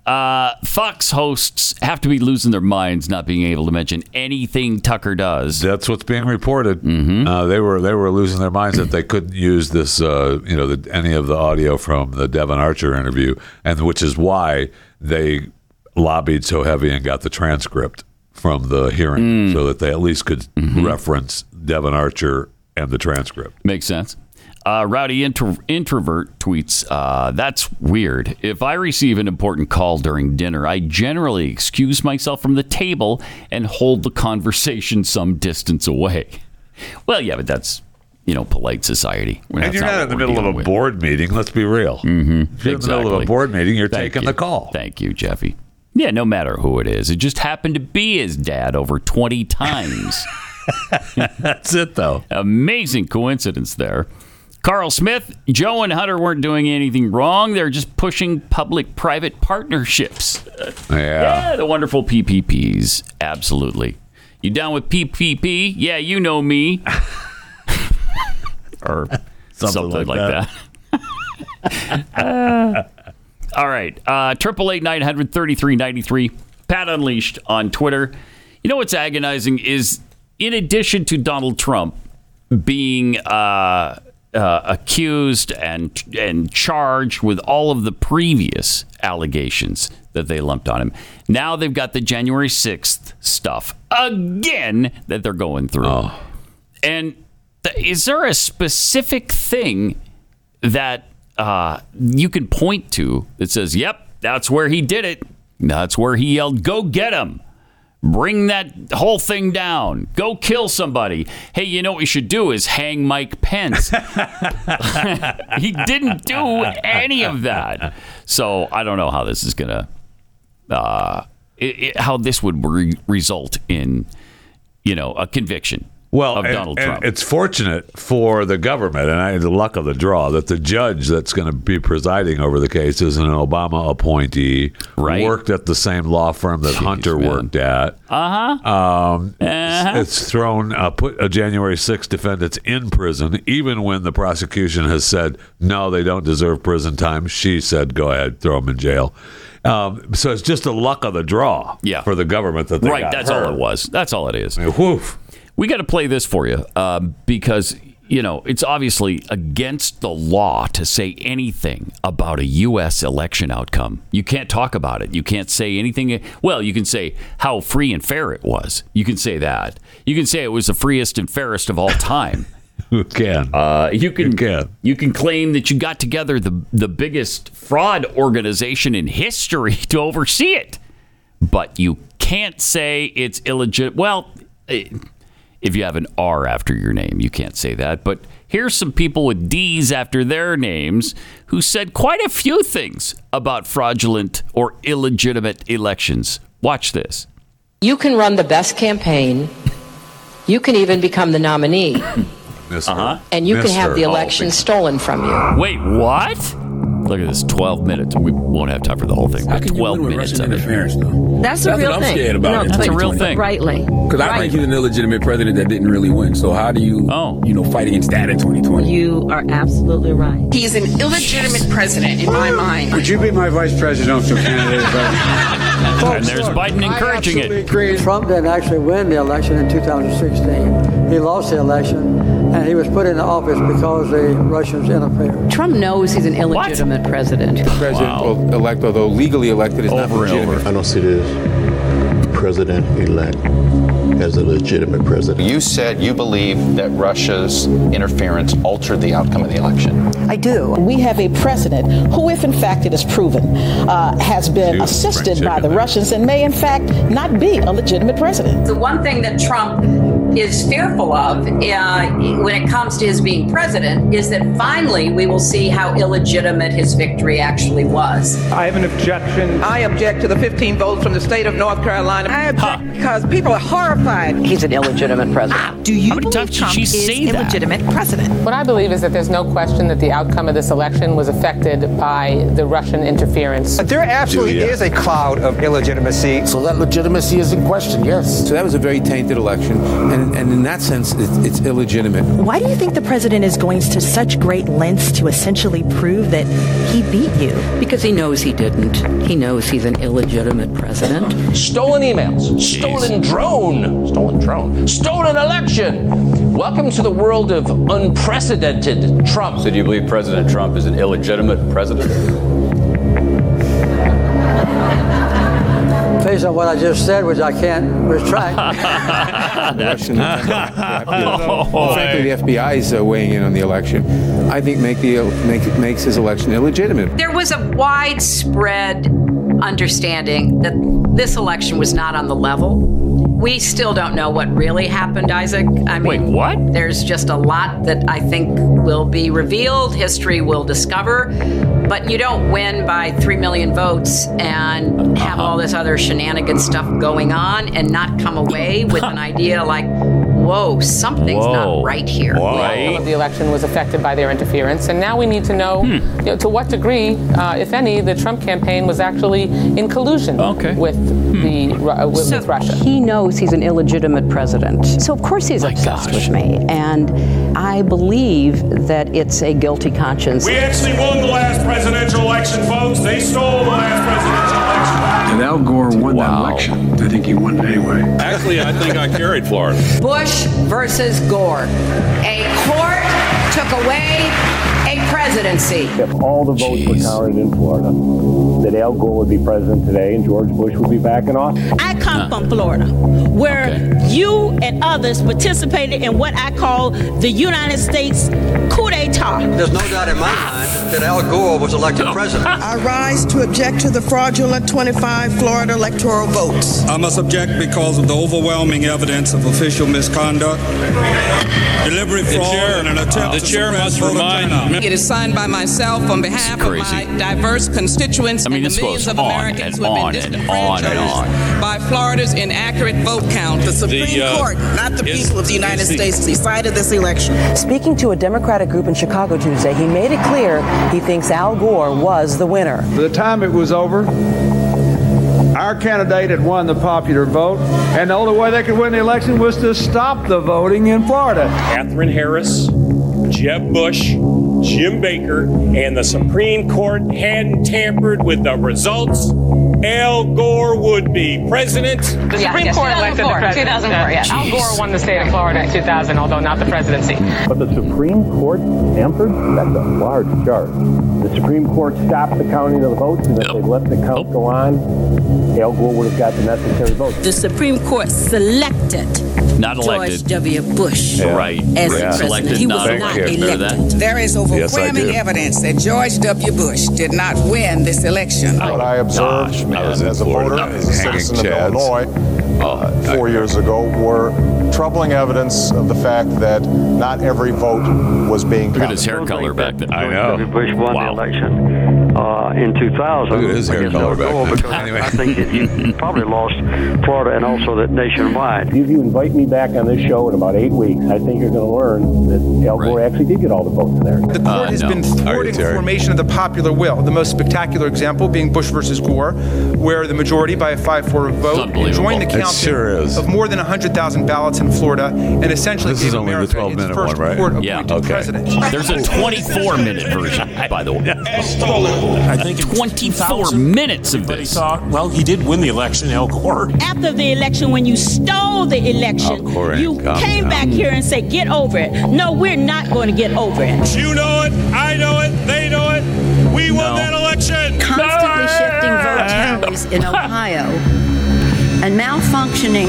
Speaker 3: Uh, Fox hosts have to be losing their minds not being able to mention anything Tucker does.
Speaker 4: That's what's being reported.
Speaker 3: Mm-hmm.
Speaker 4: Uh, they were they were losing their minds that they couldn't use this, uh, you know, the, any of the audio from the Devin Archer interview, and which is why they lobbied so heavy and got the transcript from the
Speaker 3: Mm.
Speaker 4: hearing so that they at least could
Speaker 3: Mm-hmm.
Speaker 4: reference Devin Archer and the transcript.
Speaker 3: Makes sense. Uh, Rowdy intro- introvert tweets, uh, that's weird. If I receive an important call during dinner, I generally excuse myself from the table and hold the conversation some distance away. Well, yeah, but that's, you know, polite society. Well,
Speaker 4: and
Speaker 3: that's
Speaker 4: you're not,
Speaker 3: what
Speaker 4: in the
Speaker 3: we're
Speaker 4: middle of a
Speaker 3: dealing with.
Speaker 4: board meeting. Let's be real. Mm-hmm. If you're in the middle of
Speaker 3: Exactly.
Speaker 4: a board meeting, you're
Speaker 3: Thank
Speaker 4: taking
Speaker 3: you.
Speaker 4: the call.
Speaker 3: Thank you, Jeffy. Yeah, no matter who it is. It just happened to be his dad over 20 times.
Speaker 4: <laughs>
Speaker 3: <laughs>
Speaker 4: That's it, though.
Speaker 3: Amazing coincidence there. Carl Smith, Joe and Hunter weren't doing anything wrong. They're just pushing public private partnerships.
Speaker 4: Yeah.
Speaker 3: Yeah, the wonderful PPPs. Absolutely. You down with PPP? Yeah, you know
Speaker 4: <laughs>
Speaker 3: me. or something, like,
Speaker 4: like
Speaker 3: that. <laughs>
Speaker 4: <laughs>
Speaker 3: Uh, all right. Triple eight nine hundred thirty three ninety three. Pat Unleashed on Twitter. You know what's agonizing is, in addition to Donald Trump being uh, uh, accused and and charged with all of the previous allegations that they lumped on him, now they've got the January sixth stuff again that they're going through. And th- is there a specific thing that uh, you can point to that says, yep, that's where he did it? That's where he yelled, go get him. Bring that whole thing down. Go kill somebody. Hey, you know what we should do is hang Mike Pence. <laughs> he didn't do any of that. So I don't know how this is going to, uh, i i how this would re- result in, you know, a conviction.
Speaker 4: well,
Speaker 3: of
Speaker 4: and-
Speaker 3: Donald
Speaker 4: and
Speaker 3: Trump.
Speaker 4: It's fortunate for the government, and I, the luck of the draw, that the judge that's going to be presiding over the case is an Obama appointee,
Speaker 3: Right.
Speaker 4: worked at the same law firm that Hunter
Speaker 3: man.
Speaker 4: worked at. Uh-huh. Um,
Speaker 3: Uh-huh.
Speaker 4: it's- It's thrown, uh, put uh, January 6th defendants in prison, even when the prosecution has said, no, they don't deserve prison time. She said, go ahead, throw them in jail. Um, so it's just the luck of the draw
Speaker 3: Yeah.
Speaker 4: for the government that they
Speaker 3: right,
Speaker 4: got
Speaker 3: that's
Speaker 4: her.
Speaker 3: all it was. That's all it is.
Speaker 4: Woof.
Speaker 3: We got to play this for you uh, because, you know, it's obviously against the law to say anything about a U.S. election outcome. You can't talk about it. You can't say anything. Well, you can say how free and fair it was. You can say that. You can say it was the freest and fairest
Speaker 4: <laughs>
Speaker 3: of all time.
Speaker 4: Who can?
Speaker 3: Uh, you can,
Speaker 4: You can.
Speaker 3: you can claim that you got together the the biggest fraud organization in history <laughs> to oversee it, but you can't say it's illegit. Well, eh, if you have an R after your name, you can't say that. But here's some people with D's after their names who said quite a few things about fraudulent or illegitimate elections. Watch this.
Speaker 10: You can run the best campaign. You can even become the <coughs> nominee.
Speaker 4: Uh-huh.
Speaker 10: And you can have the election stolen from you.
Speaker 3: Wait, what? Look at this 12 minutes. We won't have time for the whole thing. but 12 minutes of it.
Speaker 11: That's a real
Speaker 12: what I'm
Speaker 11: thing.
Speaker 12: scared about.
Speaker 11: No,
Speaker 12: That's
Speaker 3: a
Speaker 11: but
Speaker 3: real thing.
Speaker 11: Rightly.
Speaker 12: Because I think he's an illegitimate president that didn't really win. So how do you,
Speaker 3: Oh.
Speaker 12: you know, fight against that in 2020?
Speaker 11: You are absolutely right.
Speaker 10: He's an illegitimate president in my mind.
Speaker 12: Would you be my vice presidential candidate? <laughs>
Speaker 3: And there's Biden encouraging it.
Speaker 11: Trump didn't actually win the election in 2016. He lost the election, and he was put into office because the Russians interfered.
Speaker 10: Trump knows he's an
Speaker 3: illegitimate
Speaker 10: president.
Speaker 12: President-elect, although legally elected, is not
Speaker 3: Over and
Speaker 12: legitimate.
Speaker 13: I don't see this president-elect as a legitimate president.
Speaker 6: You said you believe that Russia's interference altered the outcome of the election.
Speaker 11: I do. We have a president who, if in fact it is proven, uh, has been
Speaker 4: Dude,
Speaker 11: assisted
Speaker 4: fried
Speaker 11: by the
Speaker 4: chicken.
Speaker 11: Russians and may in fact not be a legitimate president.
Speaker 10: The one thing that Trump is fearful of uh, when it comes to his being president is that finally we will see how illegitimate his victory actually was.
Speaker 11: I have an objection. I object to the 15 votes from the state of North Carolina. I object because people are horrified. He's an illegitimate president.
Speaker 10: Do you
Speaker 3: How many times did she say that?
Speaker 11: president.
Speaker 10: What I believe is that there's no question that the outcome of this election was affected by the Russian interference.
Speaker 11: There absolutely
Speaker 4: Yeah.
Speaker 11: is a cloud of illegitimacy.
Speaker 5: So that legitimacy is in question, yes.
Speaker 12: So that was a very tainted election, and, and in that sense, it's, it's
Speaker 3: <laughs>
Speaker 12: illegitimate.
Speaker 11: Why do you think the president is going to such great lengths to essentially prove that he beat you?
Speaker 10: Because he knows he didn't. He knows he's an illegitimate president.
Speaker 6: Stolen emails, stolen drone, stolen drone, stolen election. Welcome to the world of unprecedented Trump.
Speaker 13: Do you believe President Trump is an illegitimate president?
Speaker 11: Based on what I just said, which I can't retract.
Speaker 12: Russian.
Speaker 3: <laughs> Oh,
Speaker 12: Frankly, the FBI is uh, weighing in on the election. I think make the make makes his election illegitimate.
Speaker 10: There was a widespread understanding that this election was not on the level. We still don't know what really happened, Isaac. I mean,
Speaker 3: Wait, what?
Speaker 10: There's just a lot that I think will be revealed, history will discover. But you don't win by 3 million votes and have all this other shenanigan stuff going on and not come away
Speaker 3: <laughs>
Speaker 10: with an idea like, whoa, something's
Speaker 3: Whoa.
Speaker 10: not right here.
Speaker 3: Right.
Speaker 10: The election was affected by their interference, and now we need to know,
Speaker 3: Hmm.
Speaker 10: you know to what degree, uh, if any, the Trump campaign was actually in collusion
Speaker 3: Okay. Hmm.
Speaker 10: with the Ru- uh, with, with Russia. He knows he's an illegitimate president, so of course he's obsessed with me, and I believe that it's a guilty conscience.
Speaker 11: We actually won the last presidential election, folks. They stole the last presidential election.
Speaker 13: And Al Gore won
Speaker 3: Wow.
Speaker 13: that election. I think he won it anyway.
Speaker 12: Actually, I think I carried Florida.
Speaker 10: Bush versus Gore. A court took away a presidency.
Speaker 13: If all the votes were counted in Florida, that Al Gore would be president today and George Bush would be back in office.
Speaker 11: I come from Florida, where
Speaker 3: Okay.
Speaker 11: you and others participated in what I call the United States coup d'etat
Speaker 2: talk.
Speaker 14: There's no doubt in my mind <laughs> that Al Gore was elected president.
Speaker 2: I rise to object to the fraudulent 25 Florida electoral votes.
Speaker 15: I must object because of the overwhelming evidence of official misconduct, deliberate
Speaker 16: The
Speaker 15: fraud,
Speaker 16: chair-
Speaker 15: and an attempt
Speaker 16: the
Speaker 15: to
Speaker 16: chair
Speaker 15: suppress
Speaker 16: must
Speaker 15: voter
Speaker 16: remind-
Speaker 15: turnout.
Speaker 2: It is signed by myself on behalf of
Speaker 3: crazy.
Speaker 2: my diverse constituents
Speaker 3: I mean,
Speaker 2: and
Speaker 3: this
Speaker 2: the
Speaker 3: goes
Speaker 2: millions of
Speaker 3: on and
Speaker 2: Americans who have
Speaker 3: on
Speaker 2: been
Speaker 3: and on and on.
Speaker 2: disenfranchised by Florida's inaccurate vote count. The Supreme
Speaker 17: uh,
Speaker 2: Court, not the
Speaker 17: is-
Speaker 2: people of the United
Speaker 17: is the-
Speaker 2: States, decided this election.
Speaker 17: Speaking to a Democratic group in Chicago Tuesday, he made it clear he thinks Al Gore was the winner.
Speaker 18: By the time it was over, our candidate had won the popular vote, and the only way they could win the election was to stop the voting in Florida.
Speaker 19: Catherine Harris, Jeb Bush, Jim Baker, and the Supreme Court hadn't tampered with the results, Al Gore would be president.
Speaker 20: The Supreme Court elected the president. Al Gore won the state of Florida in 2000, although not the presidency.
Speaker 21: But the Supreme Court tampered? That's a large charge. The Supreme Court stopped the counting of the votes, and if they'd let the count go on, Al Gore would have got the necessary votes.
Speaker 22: The Supreme Court selected
Speaker 3: Not elected.
Speaker 22: George W. Bush
Speaker 3: Yeah. Right.
Speaker 22: as the
Speaker 3: Right.
Speaker 22: president.
Speaker 3: Selected,
Speaker 22: he
Speaker 3: not
Speaker 22: was not
Speaker 3: elected. Remember that?
Speaker 22: elected.
Speaker 23: There is
Speaker 3: Yes, I
Speaker 23: overwhelming
Speaker 3: do.
Speaker 23: evidence that George W. Bush did not win this election.
Speaker 24: What I observed as, as a voter, as a citizen of Illinois, uh, four years ago, were troubling evidence of the fact that not every vote was being counted. Look at his hair color back then. I
Speaker 11: George W. Bush won the election uh, in 2000. Look at his hair color back Because <laughs> I think that he probably lost Florida and also that nationwide.
Speaker 21: If you invite me back on this show in about eight weeks, I think you're going to learn that Al Gore actually did get all the votes there.
Speaker 25: The
Speaker 3: Uh,
Speaker 25: court
Speaker 26: Ah,
Speaker 25: has been thwarting
Speaker 27: <laughs>
Speaker 25: formation of the popular will. The most spectacular example being Bush versus Gore, where the majority by a 5-4 vote joined the
Speaker 26: It
Speaker 25: counting
Speaker 26: sure is.
Speaker 25: of more than 100,000 ballots in Florida and essentially
Speaker 26: This is
Speaker 25: gave
Speaker 26: only the
Speaker 25: America
Speaker 26: 12
Speaker 25: its
Speaker 26: minute one,
Speaker 25: first
Speaker 26: right?
Speaker 25: court
Speaker 26: Yeah,
Speaker 25: appointed
Speaker 26: okay.
Speaker 25: president.
Speaker 3: There's a 24 minute version, by the way.
Speaker 27: I think
Speaker 3: 24 minutes of
Speaker 27: this. Thought, well, he did win the election, Al Gore.
Speaker 22: After the election, when you stole the
Speaker 3: Oh,
Speaker 22: election,
Speaker 27: Al Gore ain't
Speaker 22: you
Speaker 27: coming
Speaker 22: came
Speaker 27: out.
Speaker 3: Mm.
Speaker 22: back here and said, "Get over it." No, we're not going to get over it.
Speaker 19: You know it, I know it, they know it. We won that election.
Speaker 25: constantly shifting vote tallies in Ohio and malfunctioning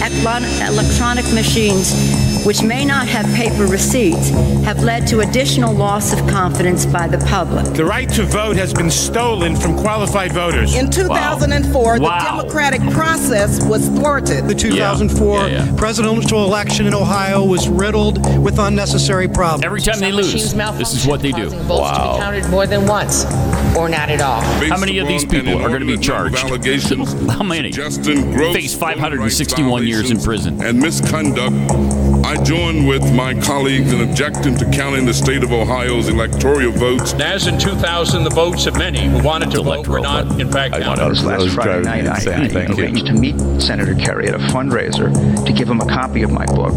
Speaker 25: eclon- electronic machines which may not have paper receipts have led to additional loss of confidence by the public.
Speaker 4: The right to vote has been stolen from qualified voters.
Speaker 2: In 2004, the democratic process was thwarted.
Speaker 28: The 2004 presidential election in Ohio was riddled with unnecessary problems.
Speaker 3: Every time they lose, this is what they do. Wow.
Speaker 29: counted more than once, or not at all.
Speaker 3: How many of these people are going to be charged? <laughs> How many? Face 561 years in prison.
Speaker 30: And misconduct, I join with my colleagues in objecting to counting the state of Ohio's electoral votes.
Speaker 27: As in 2000, the votes of many who wanted to vote were not, in fact, counted.
Speaker 31: Last Friday night, I, I arranged to meet Senator Kerry at a fundraiser to give him a copy of my book.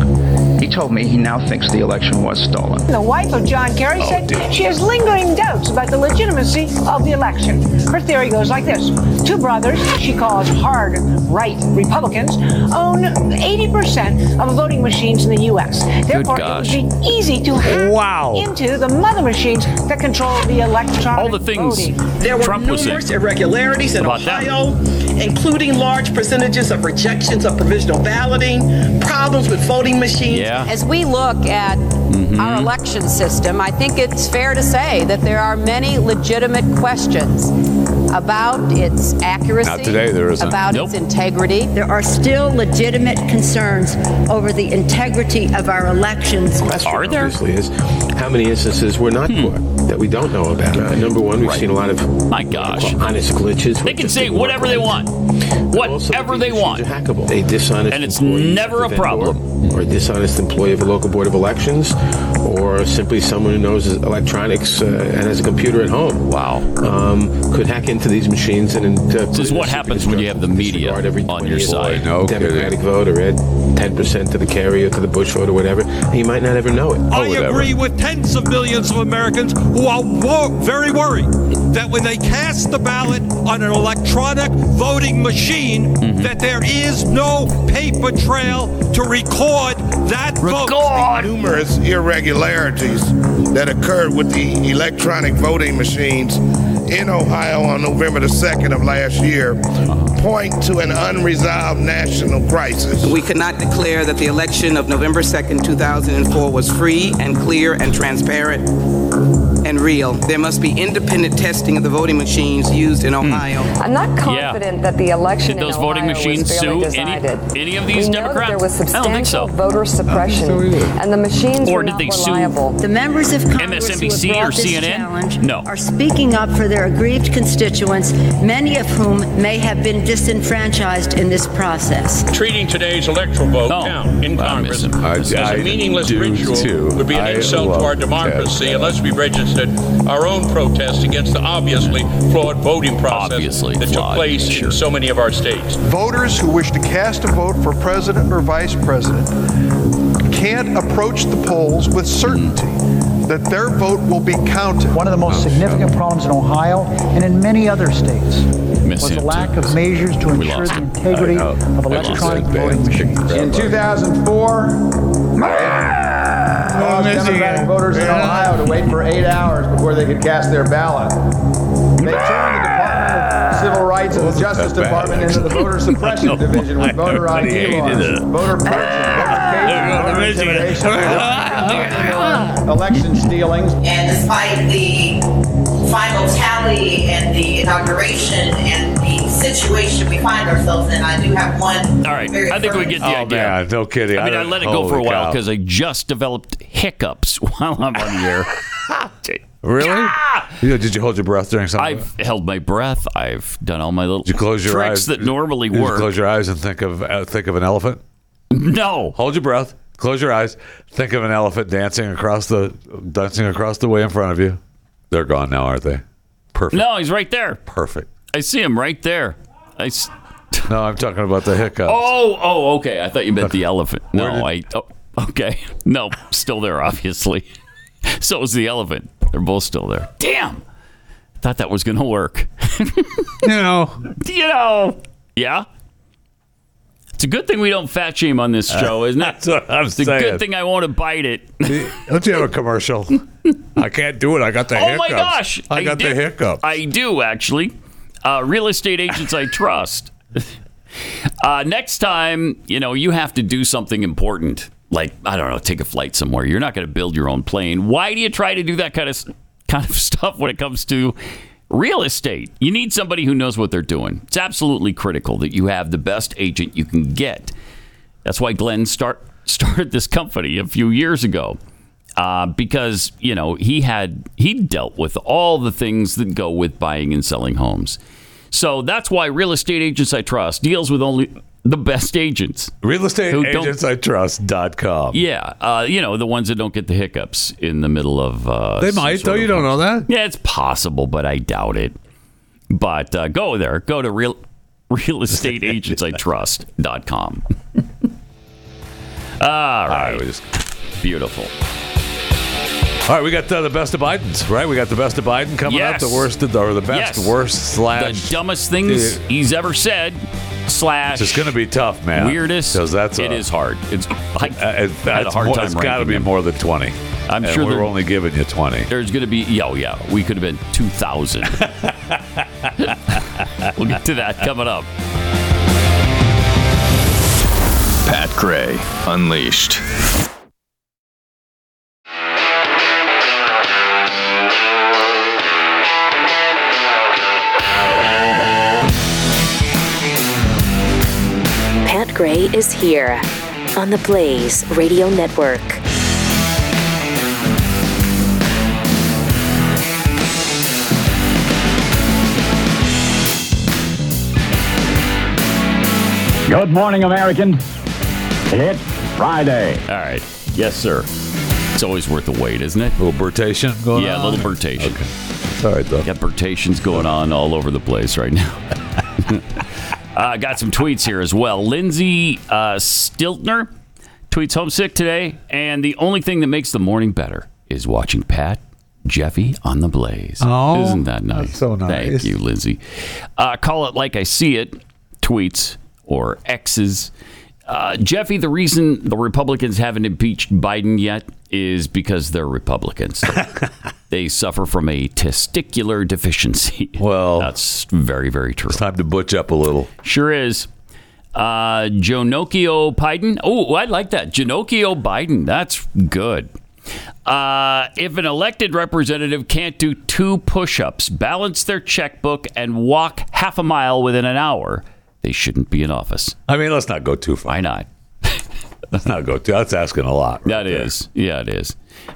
Speaker 31: He told me he now thinks the election was stolen.
Speaker 32: The wife of John Kerry
Speaker 3: Oh,
Speaker 32: said she has lingering doubts about the legitimacy of the election. Her theory goes like this Two brothers, she calls hard right Republicans, own 80% of voting machines in the U.S. Therefore,
Speaker 3: gosh.
Speaker 32: it would be easy to hack into the mother machines that control the electronic
Speaker 3: All the things
Speaker 32: voting.
Speaker 3: There were Trump was in.
Speaker 33: numerous irregularities in
Speaker 3: About that.
Speaker 33: Ohio, including large percentages of rejections of provisional balloting, problems with voting machines.
Speaker 10: As we look at our election system, I think it's fair to say that there are many legitimate questions about its accuracy,
Speaker 4: Not today, there isn't.
Speaker 10: about
Speaker 4: Nope.
Speaker 10: its integrity.
Speaker 32: There are
Speaker 10: still
Speaker 32: legitimate concerns over the integrity of our elections.
Speaker 3: Are there? Hmm.
Speaker 34: Obviously, is how many instances we're not caught that we don't know about. Uh, number one, we've seen a lot of
Speaker 3: my gosh
Speaker 34: honest glitches.
Speaker 3: They can say whatever they want, whatever they want.
Speaker 34: hackable. A dishonest and it's
Speaker 3: never a problem.
Speaker 34: Or a dishonest employee of a local board of elections, or simply someone who knows electronics uh, and has a computer at home.
Speaker 3: Wow.
Speaker 34: Um, could hack into these machines and. Uh, this is what happens when you have the media on your side. No Democratic voter, add ten percent to the carrier, to the Bush vote, or whatever. And you might not ever know it.
Speaker 4: I agree with tens of millions of Americans who are wo- very worried that when they cast the ballot on an electronic voting machine, that there is no paper trail to record that vote.
Speaker 35: numerous irregularities that occurred with the electronic voting machines
Speaker 1: in Ohio on November the 2nd of last year point to an unresolved national crisis.
Speaker 2: We could not declare that the election of November 2nd, 2004 was free and clear and transparent and real. There must be independent testing of the voting machines used in Ohio.
Speaker 5: I'm not confident that the election
Speaker 3: Hmm. Did those
Speaker 5: in
Speaker 3: voting
Speaker 5: Ohio
Speaker 3: machines
Speaker 5: was
Speaker 3: sue
Speaker 5: fairly
Speaker 3: any,
Speaker 5: decided.
Speaker 3: any of these
Speaker 5: we know that
Speaker 3: Democrats?
Speaker 5: there was
Speaker 3: I don't think
Speaker 5: substantial
Speaker 3: so.
Speaker 5: voter suppression, and the machines
Speaker 3: Or
Speaker 5: were
Speaker 3: did
Speaker 5: not
Speaker 3: they sue
Speaker 5: reliable.
Speaker 25: The members of Congress
Speaker 3: MSNBC
Speaker 25: who have
Speaker 3: or
Speaker 25: brought this
Speaker 3: CNN?
Speaker 25: challenge
Speaker 3: No.
Speaker 25: are speaking up for their aggrieved constituents, many of whom may have been disenfranchised in this process.
Speaker 24: Treating today's electoral vote count in Congress as
Speaker 4: I
Speaker 24: a meaningless
Speaker 4: do
Speaker 24: ritual
Speaker 4: too.
Speaker 24: would be an
Speaker 4: I
Speaker 24: insult to
Speaker 4: love
Speaker 24: our democracy unless we registered our own protest against the obviously flawed voting process that took place in so many of our states.
Speaker 6: Voters who wish to cast a vote for president or vice president can't approach the polls with certainty that their vote will be counted.
Speaker 7: One of the most
Speaker 4: Oh,
Speaker 7: significant problems in Ohio and in many other states
Speaker 3: was
Speaker 7: the lack of measures to ensure the integrity of electronic voting machines.
Speaker 8: In 2004, caused Democratic voters in Ohio to wait for eight hours before they could cast their ballot. They turned the Department of Civil Rights and the Justice
Speaker 4: that bad,
Speaker 8: Department into the Voter
Speaker 4: <laughs>
Speaker 8: Suppression Division with voter ID
Speaker 4: hated
Speaker 8: laws,
Speaker 4: it.
Speaker 8: voter purchase, voter intimidation, election- election stealings. And despite the final tally and the inauguration and the situation we find ourselves in, I do have one.
Speaker 3: All right, I think we get the
Speaker 4: oh,
Speaker 3: idea.
Speaker 4: Man, no kidding.
Speaker 3: I mean, I,
Speaker 4: don't-
Speaker 3: let it go for a
Speaker 4: holy
Speaker 3: while
Speaker 4: cow.
Speaker 3: because I just developed hiccups <laughs> while I'm on the <laughs> air.
Speaker 4: Really?
Speaker 3: <laughs>
Speaker 4: You know, did you hold your breath during something?
Speaker 3: I've held my breath. I've done all my little
Speaker 4: did you close your
Speaker 3: tricks
Speaker 4: eyes?
Speaker 3: that normally
Speaker 4: Did you
Speaker 3: work.
Speaker 4: close your eyes and think of uh, think of an elephant.
Speaker 3: No.
Speaker 4: Hold your breath. Close your eyes. Think of an elephant dancing across the dancing across the way in front of you. They're gone now, aren't they? Perfect.
Speaker 3: No, he's right there.
Speaker 4: Perfect.
Speaker 3: I see him right there. I s-
Speaker 4: No, I'm
Speaker 3: <laughs>
Speaker 4: talking about the hiccups.
Speaker 3: oh, oh, okay. I thought you meant the elephant. No, I. Oh, okay. <laughs> No, still there, obviously. <laughs> So is the elephant. They're both still there. Damn. Thought that was going to work.
Speaker 4: You know.
Speaker 3: you know. Yeah. It's a good thing we don't fat shame on this show, isn't it?
Speaker 4: That's what Uh, I'm
Speaker 3: it's a
Speaker 4: saying.
Speaker 3: good thing I want to bite it.
Speaker 4: Don't you have a
Speaker 3: <laughs>
Speaker 4: commercial? I can't do it. I got the
Speaker 3: oh
Speaker 4: hiccups.
Speaker 3: my gosh!
Speaker 4: I, got the
Speaker 3: did-
Speaker 4: hiccups.
Speaker 3: I do actually. Uh, real estate agents I trust. <laughs> Uh, next time, you know, you have to do something important, like I don't know, take a flight somewhere. You're not going to build your own plane. Why do you try to do that kind of s- kind of <laughs> stuff when it comes to real estate? You need somebody who knows what they're doing. It's absolutely critical that you have the best agent you can get. That's why Glenn start, <laughs> started this company a few years ago uh, because you know he had he dealt with all the things that go with buying and selling homes. So that's why real estate agents I trust deals with only the best agents.
Speaker 4: Real estate
Speaker 3: Who don't-
Speaker 4: agents I trust.com.
Speaker 3: Yeah, uh, you know the ones that don't get the hiccups in the middle of. Uh,
Speaker 4: They
Speaker 3: some
Speaker 4: might,
Speaker 3: sort
Speaker 4: though.
Speaker 3: of-
Speaker 4: You don't know that.
Speaker 3: Yeah, it's possible, but I doubt it. But uh, go there. Go to real <laughs> real estate
Speaker 4: <laughs>
Speaker 3: agents I trust.com. All right. Beautiful.
Speaker 4: All right, we got uh, the best of Biden's, right? We got the best of Biden coming
Speaker 3: Yes.
Speaker 4: up. The worst of the, or the best,
Speaker 3: Yes.
Speaker 4: worst slash.
Speaker 3: the dumbest things
Speaker 4: Dude.
Speaker 3: he's ever said slash
Speaker 4: it's going to be tough, man.
Speaker 3: weirdest.
Speaker 4: Because <laughs> that's
Speaker 3: it
Speaker 4: a-
Speaker 3: is hard.
Speaker 4: <laughs>
Speaker 3: It's I
Speaker 4: Uh, it-
Speaker 3: had a
Speaker 4: that's
Speaker 3: hard
Speaker 4: more-
Speaker 3: time.
Speaker 4: It's got to
Speaker 3: ranking
Speaker 4: be
Speaker 3: them.
Speaker 4: more than twenty.
Speaker 3: I'm
Speaker 4: And
Speaker 3: sure
Speaker 4: we're
Speaker 3: there-
Speaker 4: only giving you twenty.
Speaker 3: There's going to be yo yeah. We could have been two
Speaker 4: <laughs>
Speaker 3: thousand. we'll get to that coming up.
Speaker 5: Pat Gray Unleashed.
Speaker 8: Pat Gray is here on the Blaze Radio Network.
Speaker 9: Good morning, American. It's Friday.
Speaker 3: All right. Yes, sir. It's always worth the wait, isn't it?
Speaker 4: A little birtation going
Speaker 3: yeah,
Speaker 4: on?
Speaker 3: a little birtation. Okay.
Speaker 4: It's all right, though.
Speaker 3: Got birtations going on all over the place right now. <laughs> uh, got some tweets here as well. Lindsay uh, Stiltner tweets homesick today, and the only thing that makes the morning better is watching Pat Jeffy on the blaze.
Speaker 4: Oh,
Speaker 3: Isn't that nice?
Speaker 4: that's so nice.
Speaker 3: Thank you, Lindsay. Uh, call it like I see it. Tweets or X's. Uh, Jeffy, the <laughs> reason the Republicans haven't impeached Biden yet is because they're Republicans. They suffer from a testicular deficiency. Well, that's very, very true. It's time to butch up a little. Sure is. Uh, Jonokio Biden. Oh, I like that. Jonokio Biden. That's good. Uh, if an elected representative can't do two push ups, balance their checkbook, and walk half a mile within an hour, they shouldn't be in office.
Speaker 4: I mean, let's not go too far.
Speaker 3: Why not?
Speaker 4: Let's not go too. That's asking a lot.
Speaker 3: That is, yeah, it is.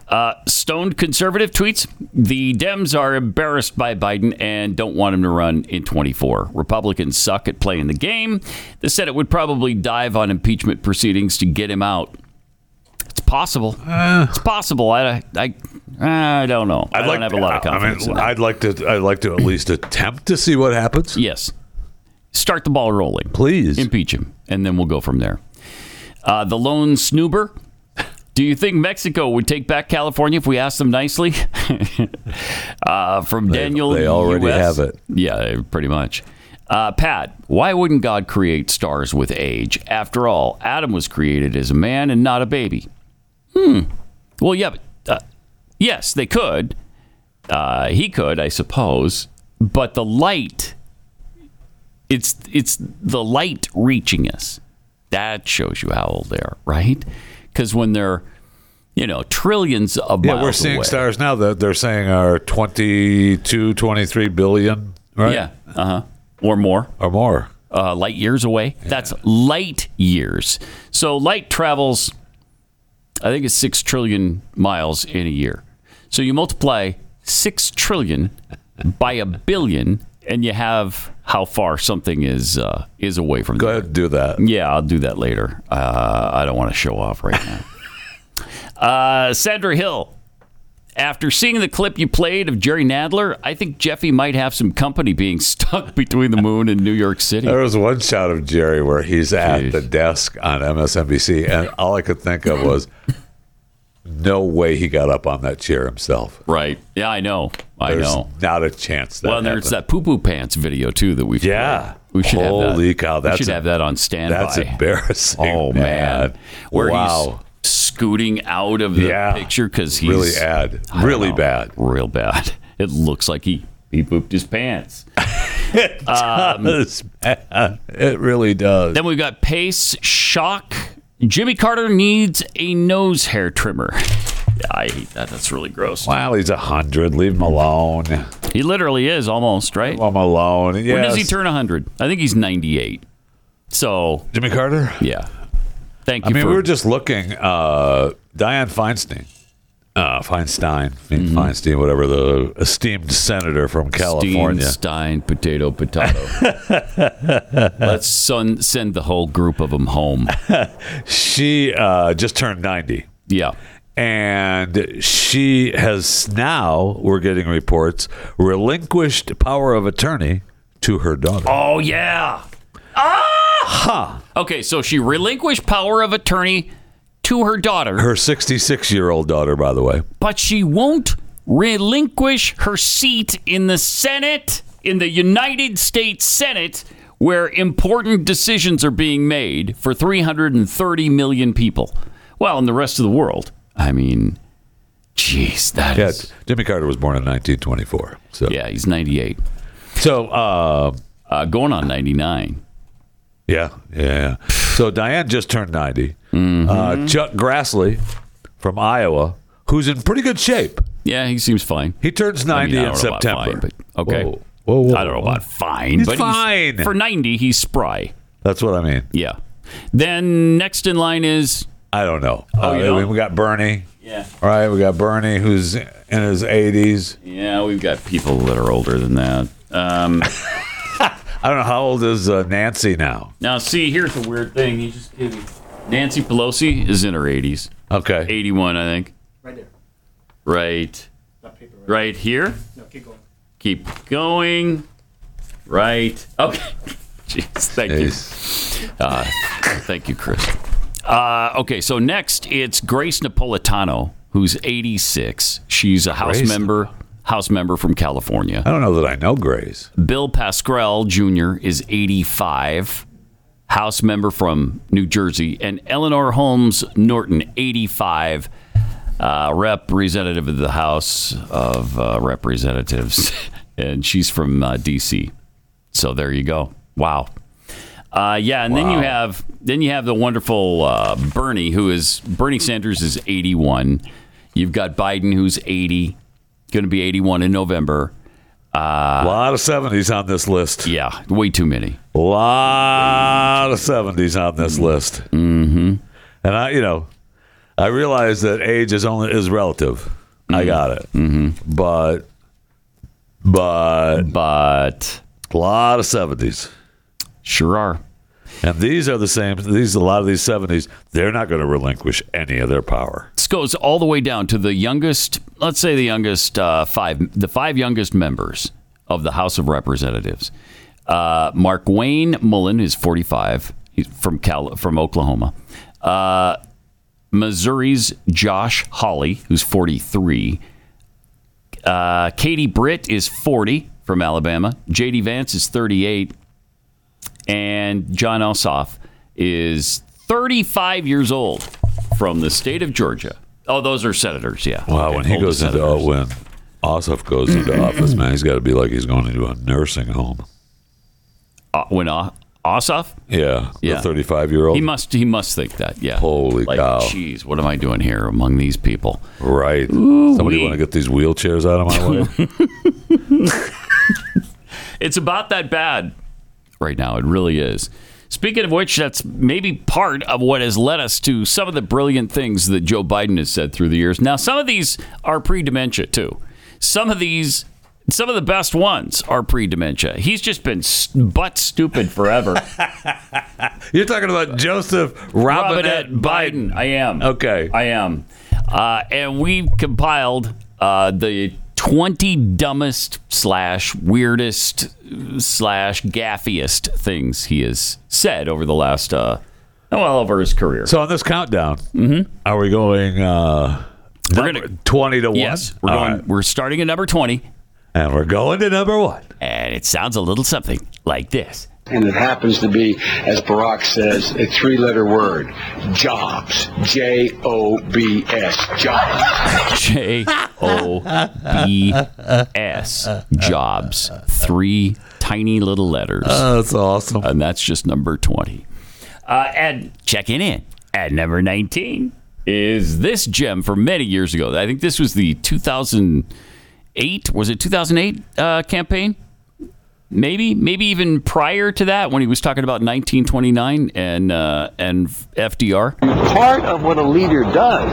Speaker 3: Uh, stoned conservative tweets: The Dems are embarrassed by Biden and don't want him to run in 24. Republicans suck at playing the game. The Senate would probably dive on impeachment proceedings to get him out. It's possible. it's possible. I, I, I don't know. I
Speaker 4: I'd
Speaker 3: don't
Speaker 4: like
Speaker 3: have a
Speaker 4: to-
Speaker 3: lot of confidence.
Speaker 4: I
Speaker 3: in
Speaker 4: mean,
Speaker 3: that.
Speaker 4: I'd like to. I'd like to at least attempt to see what happens.
Speaker 3: Yes. Start the ball rolling.
Speaker 4: Please.
Speaker 3: Impeach him, and then we'll go from there. Uh, the lone snoober. Do you think Mexico would take back California if we asked them nicely? <laughs> uh, from Daniel.
Speaker 4: they already
Speaker 3: US.
Speaker 4: have it.
Speaker 3: Yeah, pretty much. Uh, Pat, why wouldn't God create stars with age? After all, Adam was created as a man and not a baby. Hmm. Well, yeah, but, uh, yes, they could. Uh, he could, I suppose. But the light, it's it's the light reaching us. That shows you how old they are, right? Because when they're, you know, trillions of
Speaker 4: Yeah,
Speaker 3: miles
Speaker 4: we're seeing
Speaker 3: away.
Speaker 4: stars now that they're saying are 22, 23 billion, right?
Speaker 3: Yeah. Uh huh. Or more.
Speaker 4: Or more.
Speaker 3: Uh, light years away. That's light years. So light travels, I think it's six trillion miles in a year. So you multiply six trillion <laughs> by a billion, and you have how far something is uh, is away from. Go ahead,
Speaker 4: and do that.
Speaker 3: Yeah, I'll do that later. Uh, I don't want to show off right now. Uh, Sandra Hill. After seeing the clip you played of Jerry Nadler, I think Jeffy might have some company being <laughs> stuck between the moon and New York City.
Speaker 4: There was one shot of Jerry where he's at the desk on MSNBC, and all I could think of was, no way he got up on that chair himself.
Speaker 3: Right. Yeah, I know. I
Speaker 4: There's
Speaker 3: know.
Speaker 4: Not a chance. That
Speaker 3: well, and there's
Speaker 4: happened.
Speaker 3: that poo poo pants video too that we've
Speaker 4: Yeah.
Speaker 3: played. we should have
Speaker 4: Holy
Speaker 3: that.
Speaker 4: cow,
Speaker 3: we
Speaker 4: that's
Speaker 3: should
Speaker 4: a-
Speaker 3: have that on standby.
Speaker 4: that's embarrassing,
Speaker 3: Oh man,
Speaker 4: man.
Speaker 3: where
Speaker 4: Wow.
Speaker 3: he's scooting out of the
Speaker 4: Yeah.
Speaker 3: picture because he's
Speaker 4: Really bad.
Speaker 3: I don't
Speaker 4: Really
Speaker 3: know.
Speaker 4: bad.
Speaker 3: real bad. <laughs> It looks like he he pooped his pants.
Speaker 4: <laughs>
Speaker 3: Um,
Speaker 4: it does, man. It really does.
Speaker 3: Then we've got Pace Shock. Jimmy Carter needs a nose hair trimmer. I hate that. That's really gross.
Speaker 4: Wow, he's a hundred. Leave him alone.
Speaker 3: He literally is almost right.
Speaker 4: I'm alone.
Speaker 3: When does he
Speaker 4: Yes.
Speaker 3: turn 100? I think he's 98. So
Speaker 4: Jimmy Carter.
Speaker 3: Yeah. Thank you.
Speaker 4: I mean,
Speaker 3: for,
Speaker 4: we were just looking. Uh, Diane Feinstein, uh, Feinstein, I
Speaker 3: Mm-hmm.
Speaker 4: mean, Feinstein, whatever the esteemed senator from California.
Speaker 3: Stein, potato,
Speaker 4: <laughs>
Speaker 3: potato. Let's son, send the whole group of them
Speaker 4: <laughs>
Speaker 3: home.
Speaker 4: she uh, just turned 90.
Speaker 3: Yeah.
Speaker 4: And she has now, we're getting reports, relinquished power of attorney to her daughter.
Speaker 3: Oh yeah. Ah. Huh. Okay, so she relinquished power of attorney to her daughter,
Speaker 4: Her 66 year old daughter, by the way.
Speaker 3: but she won't relinquish her seat in the Senate, in the United States Senate, where important decisions are being made for 330 million people. Well, and the rest of the world. I mean, jeez, that
Speaker 4: yeah, Jimmy Carter was born in 1924. So
Speaker 3: yeah, he's 98.
Speaker 4: So uh,
Speaker 3: uh, going on 99.
Speaker 4: Yeah, yeah. So Diane just turned 90.
Speaker 3: Mm-hmm.
Speaker 4: Uh, Chuck Grassley from Iowa, who's in pretty good shape.
Speaker 3: Yeah, he seems fine.
Speaker 4: He turns
Speaker 3: I
Speaker 4: 90
Speaker 3: mean, I
Speaker 4: in
Speaker 3: don't know about
Speaker 4: September.
Speaker 3: fine, but- okay.
Speaker 4: Whoa, whoa, whoa,
Speaker 3: I don't know
Speaker 4: whoa.
Speaker 3: about fine,
Speaker 4: He's
Speaker 3: but
Speaker 4: fine.
Speaker 3: for 90 he's spry.
Speaker 4: That's what I mean.
Speaker 3: Yeah. Then next in line is
Speaker 4: I don't know.
Speaker 3: Oh, you
Speaker 4: Uh,
Speaker 3: don't?
Speaker 4: we got Bernie.
Speaker 3: Yeah.
Speaker 4: All right, we got Bernie who's in his 80s.
Speaker 3: yeah, we've got people that are older than that. Um,
Speaker 4: <laughs> I don't know how old is uh, Nancy now.
Speaker 3: now see, here's the weird thing. You just gave me Nancy Pelosi is in her 80s.
Speaker 4: Okay.
Speaker 3: 81, I think.
Speaker 7: Right there.
Speaker 3: Right. right. here.
Speaker 7: No, keep going.
Speaker 3: Keep going. Right. Okay. <laughs> Jeez, thank you. Uh, thank you, Chris. Uh, okay, so next it's Grace Napolitano, who's 86. She's a House
Speaker 4: Grace.
Speaker 3: member, House member from California.
Speaker 4: I don't know that I know Grace.
Speaker 3: Bill Pascrell Jr. is 85, House member from New Jersey, and Eleanor Holmes Norton, 85, uh, representative of the House of uh, Representatives, <laughs> and she's from uh, D.C. So there you go. Wow. Uh, yeah, and then you
Speaker 10: Wow.
Speaker 3: have then you have the wonderful uh, Bernie, who is Bernie Sanders is 81. You've got Biden, who's 80, going to be 81 in November. Uh,
Speaker 4: a lot of 70s on this list.
Speaker 3: Yeah, way too many.
Speaker 4: A lot of 70s on this list.
Speaker 3: Mm-hmm.
Speaker 4: And I, you know, I realize that age is only is relative. I got it. Mm-hmm. But, but,
Speaker 3: but
Speaker 4: a lot of 70s.
Speaker 3: Sure are.
Speaker 4: And these are the same. These a lot of these 70s. They're not going to relinquish any of their power.
Speaker 3: This goes all the way down to the youngest, let's say the youngest uh, five, the five youngest members of the House of Representatives. Uh, Mark Wayne Mullen is 45. He's from Cal, from Oklahoma. Uh, Missouri's Josh Hawley, who's 43. Uh, Katie Britt is 40 from Alabama. J.D. Vance is 38. And John Ossoff is 35 years old from the state of Georgia. Oh, those are senators, yeah.
Speaker 4: Wow, when he
Speaker 3: older
Speaker 4: goes into oh, when Ossoff
Speaker 3: <clears throat>
Speaker 4: goes into office, man, he's got to be like he's going into a nursing home.
Speaker 3: Uh, when o- Ossoff?
Speaker 4: Yeah,
Speaker 3: Yeah.
Speaker 4: the thirty-five year old.
Speaker 3: He must he must think that, yeah.
Speaker 4: Holy
Speaker 3: like,
Speaker 4: cow!
Speaker 3: Jeez, what am I doing here among these people?
Speaker 4: Right. Somebody want to get these wheelchairs out of my way?
Speaker 3: It's about that bad right now. It really is. Speaking of which, that's maybe part of what has led us to some of the brilliant things that Joe Biden has said through the years. Now, some of these are pre dementia, too. Some of these, some of the best ones are pre dementia. He's just been s- butt stupid forever.
Speaker 4: You're talking about Joseph Robinette,
Speaker 3: Biden. I am. Okay. I am. Uh, and we compiled uh, the 20 dumbest slash weirdest slash gaffiest things he has said over the last, uh, well, over his career. Mm-hmm.
Speaker 4: So on this countdown, are we going uh,
Speaker 3: We're
Speaker 4: number 20 to 1?
Speaker 3: Yes, we're going- we're starting at number 20.
Speaker 4: And we're going to number 1.
Speaker 3: And it sounds a little something like this.
Speaker 11: And it happens to be, as Barack says, a three-letter word: jobs. J O B S. Jobs.
Speaker 3: J O B S jobs. Three tiny little letters.
Speaker 4: Oh, that's awesome.
Speaker 3: And that's just number 20. Uh, and checking in at number 19 is this gem from many years ago. I think this was the 2008, was it 2008 uh, campaign? Maybe, maybe even prior to that, when he was talking about 1929 and uh, and FDR.
Speaker 11: Part of what a leader does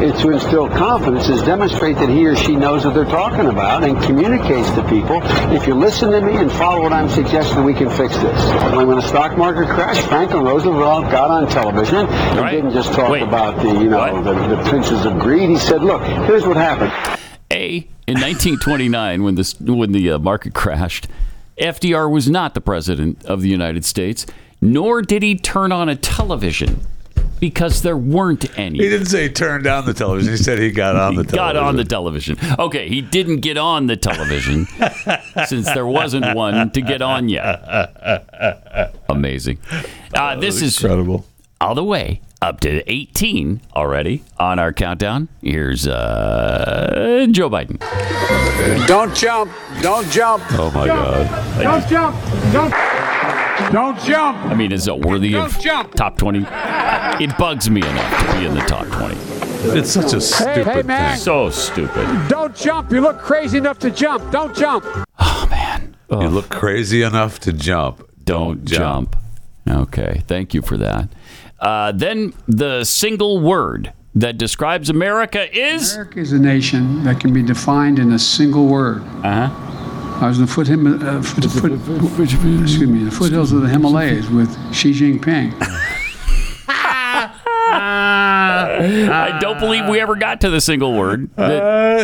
Speaker 11: is to instill confidence, is demonstrate that he or she knows what they're talking about and communicates to people. If you listen to me and follow what I'm suggesting, we can fix this. When when the stock market crashed, Franklin Roosevelt got on television and didn't just talk about the, you know, the, the princes of greed. He said, look, here's what happened.
Speaker 3: A in 1929, when this when the uh, market crashed, FDR was not the president of the United States, nor did he turn on a television because there weren't any.
Speaker 4: He didn't say turn down the television. He said he got on the television.
Speaker 3: Got on the television. Okay, he didn't get on the television since there wasn't one to get on yet. Amazing. Uh,
Speaker 12: Oh,
Speaker 3: this is
Speaker 4: incredible.
Speaker 3: All the way up to 18 already on our countdown. Here's uh, Joe Biden.
Speaker 12: Don't jump. Don't jump.
Speaker 3: Oh my God.
Speaker 12: Don't jump. Don't. Don't jump.
Speaker 3: I mean, is it worthy of
Speaker 12: Don't jump.
Speaker 3: top 20? It bugs me enough to be in the top 20.
Speaker 12: It's such a Hey, stupid hey, man. thing.
Speaker 3: So stupid.
Speaker 12: Don't jump. You look crazy enough to jump. Don't jump.
Speaker 4: You look crazy enough to jump. Don't jump.
Speaker 3: Okay. Thank you for that. Uh, then the single word that describes America
Speaker 13: <laughs>
Speaker 3: is
Speaker 13: America is a nation that can be defined in a single word. Uh-huh. I was in the foot, Him- uh, foot, foot, excuse me, the foothills of the Himalayas with Xi Jinping.
Speaker 3: I don't believe we ever got to the single word that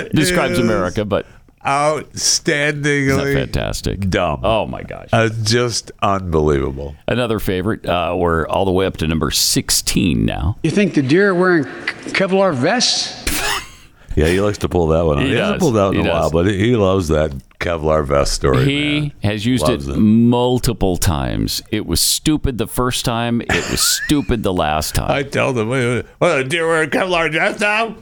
Speaker 4: That
Speaker 3: describes
Speaker 4: Uh, is
Speaker 3: America, but
Speaker 4: Outstandingly
Speaker 3: fantastic.
Speaker 4: Dumb.
Speaker 3: Oh my gosh.
Speaker 4: Uh, just unbelievable.
Speaker 3: another favorite. Uh, we're all the way up to number 16 now.
Speaker 13: You think the deer are wearing Kevlar vests?
Speaker 4: Yeah, he likes to pull that one. Out.
Speaker 3: He
Speaker 4: He,
Speaker 3: does.
Speaker 4: hasn't pulled that one
Speaker 3: He
Speaker 4: in a while,
Speaker 3: does.
Speaker 4: but he loves that Kevlar vest story.
Speaker 3: He
Speaker 4: man.
Speaker 3: has used
Speaker 4: Loves
Speaker 3: it, multiple times. It was stupid the first time. It was stupid the last time. <laughs>
Speaker 4: I tell them, "Wait, wait, what, do you wear a Kevlar vest now?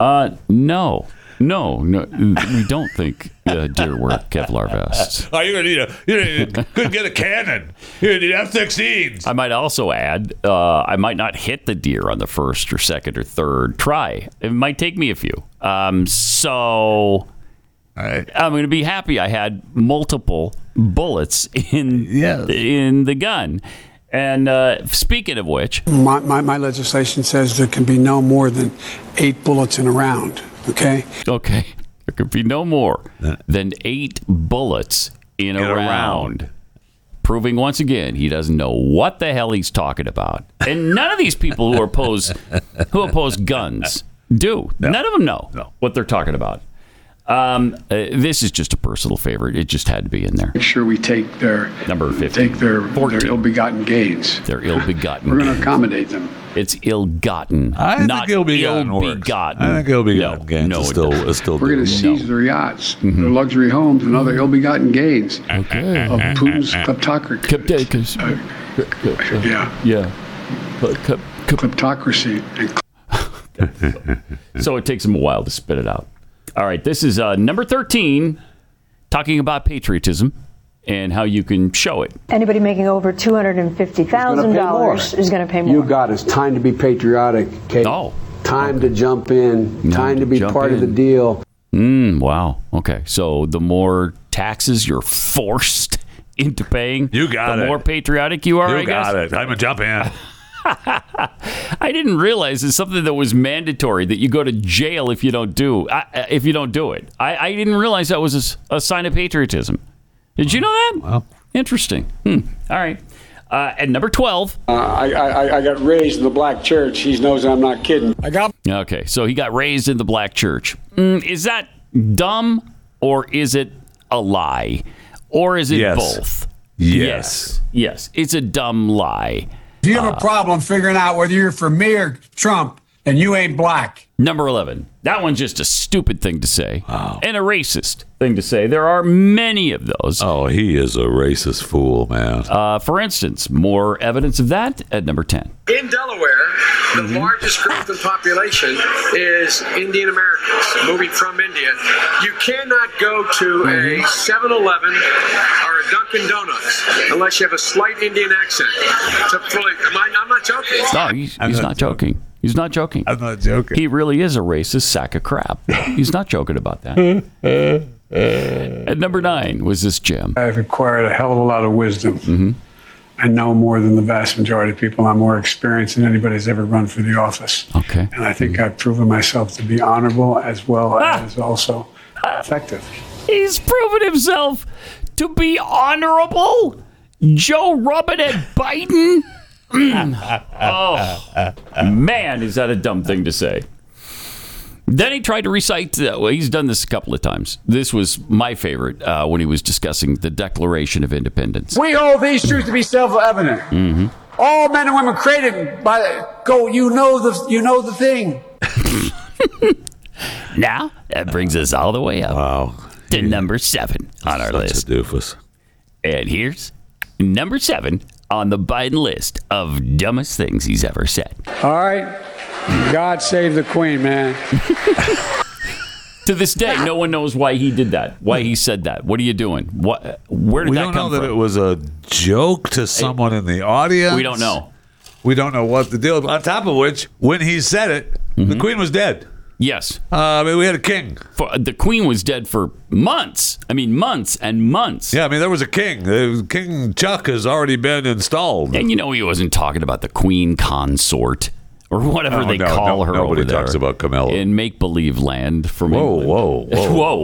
Speaker 3: Uh, no, no, no. We don't think uh, deer wear Kevlar vests.
Speaker 4: Oh, you're gonna need a you couldn't get a cannon. You're gonna need F-16s.
Speaker 3: I might also add, uh, I might not hit the deer on the first or second or third try. It might take me a few. Um, so I'm going to be happy I had multiple bullets in in the gun. And uh, speaking of which,
Speaker 13: My, my, my legislation says there can be no more than eight bullets in a round. Okay.
Speaker 3: Okay. There could be no more than eight bullets in a,
Speaker 13: In a
Speaker 3: round. Proving once again he doesn't know what the hell he's talking about. And none of these people who oppose who oppose guns do. None of them know what they're talking about. Um, uh, this is just a personal favorite. It just had to be in there.
Speaker 13: Make sure we take their
Speaker 3: number fifty.
Speaker 13: Take their their ill-begotten gains.
Speaker 3: They're ill-begotten.
Speaker 13: We're going to accommodate them.
Speaker 3: It's ill-gotten.
Speaker 13: I think
Speaker 3: not
Speaker 13: ill-begotten
Speaker 3: ill-begotten.
Speaker 13: I think ill-begotten
Speaker 3: no, no, it doesn't.
Speaker 13: We're going to seize their yachts, their luxury homes, and other ill-begotten gains of Putin's kleptocracy. Uh, yeah.
Speaker 3: Yeah.
Speaker 13: Kleptocracy.
Speaker 3: so it takes them a while to spit it out. All right, this is uh, number 13, talking about patriotism and how you can show it.
Speaker 10: Anybody making over two hundred and fifty thousand dollars is going to pay more.
Speaker 11: You got it. It's time to be patriotic, Kate. Time to jump in. Time to be
Speaker 3: jump
Speaker 11: part of the
Speaker 3: in.
Speaker 11: deal.
Speaker 3: Mm, wow. Okay. So the more taxes you're forced <laughs> into paying, you
Speaker 4: got
Speaker 3: the
Speaker 4: it.
Speaker 3: more patriotic you are,
Speaker 4: you
Speaker 3: I
Speaker 4: got
Speaker 3: guess.
Speaker 4: it. I'm a jump in.
Speaker 3: <laughs> I didn't realize it's something that was mandatory that you go to jail if you don't do I, if you don't do it. I, I didn't realize that was a s- a, sign of patriotism. Did you know that? Wow, interesting. Hmm. All right. Uh, at number twelve,
Speaker 10: Uh, I, I, I got raised in the black church. He knows I'm not kidding. I got
Speaker 3: okay. So he got raised in the black church. Mm, is that dumb or is it a lie or is it
Speaker 4: Yes.
Speaker 3: both?
Speaker 4: Yes.
Speaker 3: yes, Yes. It's a dumb lie.
Speaker 17: If you have
Speaker 3: Uh,
Speaker 17: a problem figuring out whether you're for me or Trump, and you ain't black.
Speaker 3: Number 11. That one's just a stupid thing to say and a racist thing to say. There are many of those.
Speaker 4: Oh, he is a racist fool, man.
Speaker 3: Uh, for instance, more evidence of that at number 10.
Speaker 36: In Delaware, the largest group in population is Indian Americans moving from India. You cannot go to a 7 Eleven or a Dunkin' Donuts unless you have a slight Indian accent. To fully, am I, I'm not joking.
Speaker 3: No, he's, he's not, joking. He's not joking. I'm
Speaker 4: not joking.
Speaker 3: He really is a racist sack of crap. he's not joking about <laughs> that. at number 9 was this gem.
Speaker 13: I've acquired a hell of a lot of wisdom. I know more than the vast majority of people. I'm more experienced than anybody's ever run for the office.
Speaker 3: Okay.
Speaker 13: And I think I've proven myself to be honorable as well
Speaker 17: Ah.
Speaker 13: as also effective.
Speaker 3: He's proven himself to be honorable. Joe rubbing at Biden. oh, man, is that a dumb thing to say? Then he tried to recite. Uh, well, he's done this a couple of times. This was my favorite uh, when he was discussing the Declaration of Independence.
Speaker 17: We hold these truths to be self-evident.
Speaker 3: hmm
Speaker 17: All men and women created by go. You know the you know the thing.
Speaker 3: Now that brings us all the way up to number seven on our list. And here's number seven on the Biden list of dumbest things he's ever said.
Speaker 13: All right. God save the Queen, man.
Speaker 3: To this day, no one knows why he did that. Why he said that. What are you doing? What? Where did
Speaker 4: we
Speaker 3: that
Speaker 4: don't
Speaker 3: come
Speaker 4: know that
Speaker 3: from?
Speaker 4: it was a joke to someone in the audience.
Speaker 3: We don't know.
Speaker 4: We don't know what the deal. On top of which, when he said it, the
Speaker 3: Mm-hmm.
Speaker 4: queen was dead.
Speaker 3: Yes.
Speaker 4: Uh, I mean, we had a king.
Speaker 3: For, uh, the queen was dead for months. I mean, months and months.
Speaker 4: Yeah, I mean, there was a king. Uh, King Chuck has already been installed.
Speaker 3: And you know, he wasn't talking about the queen consort or whatever
Speaker 4: Oh,
Speaker 3: they
Speaker 4: no,
Speaker 3: call
Speaker 4: no,
Speaker 3: her
Speaker 4: nobody
Speaker 3: over there.
Speaker 4: talks about Camilla.
Speaker 3: in make believe land from
Speaker 4: Whoa,
Speaker 3: England. <laughs>
Speaker 4: whoa, whoa.
Speaker 3: whoa,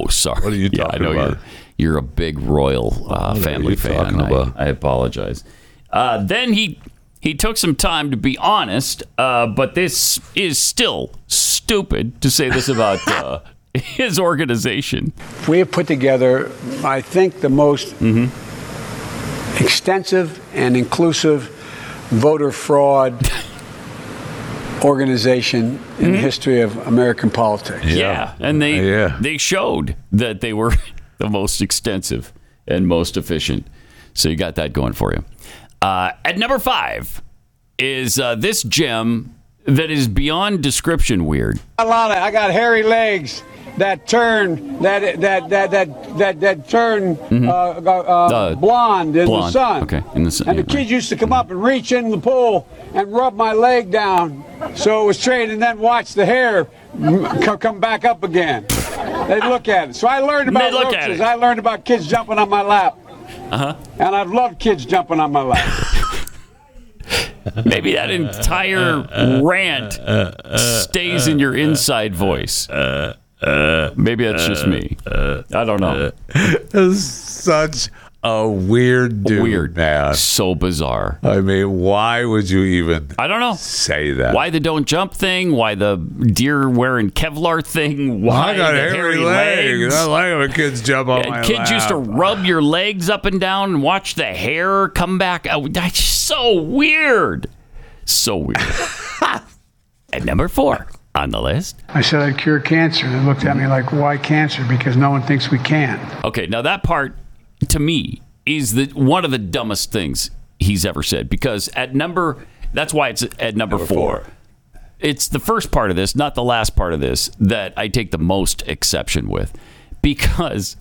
Speaker 3: whoa! Sorry, what are you talking <laughs> yeah, I know You're,
Speaker 4: about?
Speaker 3: you're a big royal uh,
Speaker 4: are
Speaker 3: family
Speaker 4: you
Speaker 3: fan.
Speaker 4: talking about?
Speaker 3: I, I apologize. Uh, then he he took some time to be honest, uh, but this is still stupid to say this about <laughs> uh, his organization.
Speaker 13: We have put together, I think, the most extensive and inclusive voter fraud organization in the history of American politics.
Speaker 3: Yeah, and they they showed that they were <laughs> the most extensive and most efficient. So you got that going for you. Uh, at number five is uh, this gem that is beyond description weird.
Speaker 37: A lot of, I got hairy legs that turn that that that that that, that turn uh, uh,
Speaker 3: Uh,
Speaker 37: blonde in
Speaker 3: blonde.
Speaker 37: the sun.
Speaker 3: Okay, in the sun.
Speaker 37: And
Speaker 3: yeah,
Speaker 37: the kids used to come up and reach in the pool and rub my leg down so it was straight, and then watch the hair m- co- come back up again. They'd look at it. So I learned about
Speaker 3: They'd look at
Speaker 37: roaches.
Speaker 3: it.
Speaker 37: I learned about kids jumping on my lap,
Speaker 3: Uh
Speaker 37: and I've loved kids jumping on my lap.
Speaker 3: huh. Maybe that
Speaker 4: Uh,
Speaker 3: entire rant stays in your
Speaker 4: uh,
Speaker 3: inside voice. Maybe that's just me. I don't
Speaker 4: <laughs>
Speaker 3: know.
Speaker 4: Such a weird dude.
Speaker 3: Weird.
Speaker 4: man.
Speaker 3: So bizarre.
Speaker 4: I mean, why would you even?
Speaker 3: I don't know.
Speaker 4: Say that.
Speaker 3: Why the don't jump thing? Why the deer wearing Kevlar thing? Why
Speaker 4: I got
Speaker 3: the
Speaker 4: hairy,
Speaker 3: hairy
Speaker 4: legs.
Speaker 3: legs?
Speaker 4: I like when kids jump on
Speaker 3: Yeah,
Speaker 4: my
Speaker 3: kids
Speaker 4: lap.
Speaker 3: used to rub your legs up and down and watch the hair come back. Oh, that's so weird. So
Speaker 4: <laughs>
Speaker 3: weird. At number four on the list.
Speaker 13: I said I'd cure cancer. They looked at me like, why cancer? Because no one thinks we can.
Speaker 3: Okay, now that part to me is the one of the dumbest things he's ever said because at number that's why it's at number, four. It's the first part of this, not the last part of this, that I take the most exception with because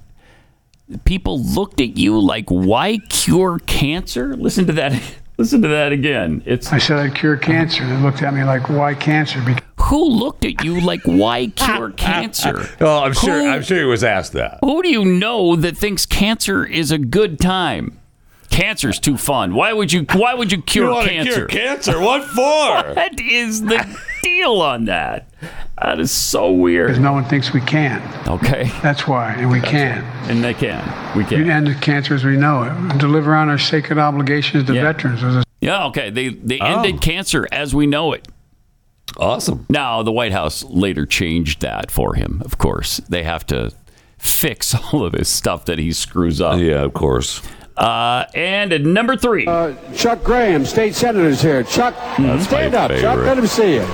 Speaker 3: people looked at you like, why cure cancer? Listen to that. <laughs> Listen to that again. It's
Speaker 13: I said I'd cure cancer. They looked at me like, why cancer? Because
Speaker 3: who looked at you like, why cure cancer?
Speaker 4: Well, I'm sure. I'm sure he was asked that.
Speaker 3: Who do you know that thinks cancer is a good time? Cancer's too fun. Why would you? Why would you cure
Speaker 4: wanna cure
Speaker 3: cancer?
Speaker 4: cancer? What
Speaker 3: <laughs>
Speaker 4: for?
Speaker 3: what is the deal on that? That is so weird.
Speaker 13: no one thinks we can.
Speaker 3: Okay,
Speaker 13: That's why, and we can.
Speaker 3: and they can. We can.
Speaker 13: You end the cancer as we know it. and Deliver on our sacred obligations to veterans. Was a
Speaker 3: Yeah. Okay. They they ended cancer as we know it.
Speaker 4: Oh. Awesome.
Speaker 3: Now the White House later changed that for him. Of course, they have to fix <laughs> all of his stuff that he screws up.
Speaker 4: Yeah, of course.
Speaker 3: Uh, and at number three,
Speaker 37: Uh, Chuck Graham, state senator's here. Chuck,
Speaker 3: That's
Speaker 37: stand
Speaker 3: my
Speaker 37: up. Chuck,
Speaker 3: favorite.
Speaker 37: let him see you.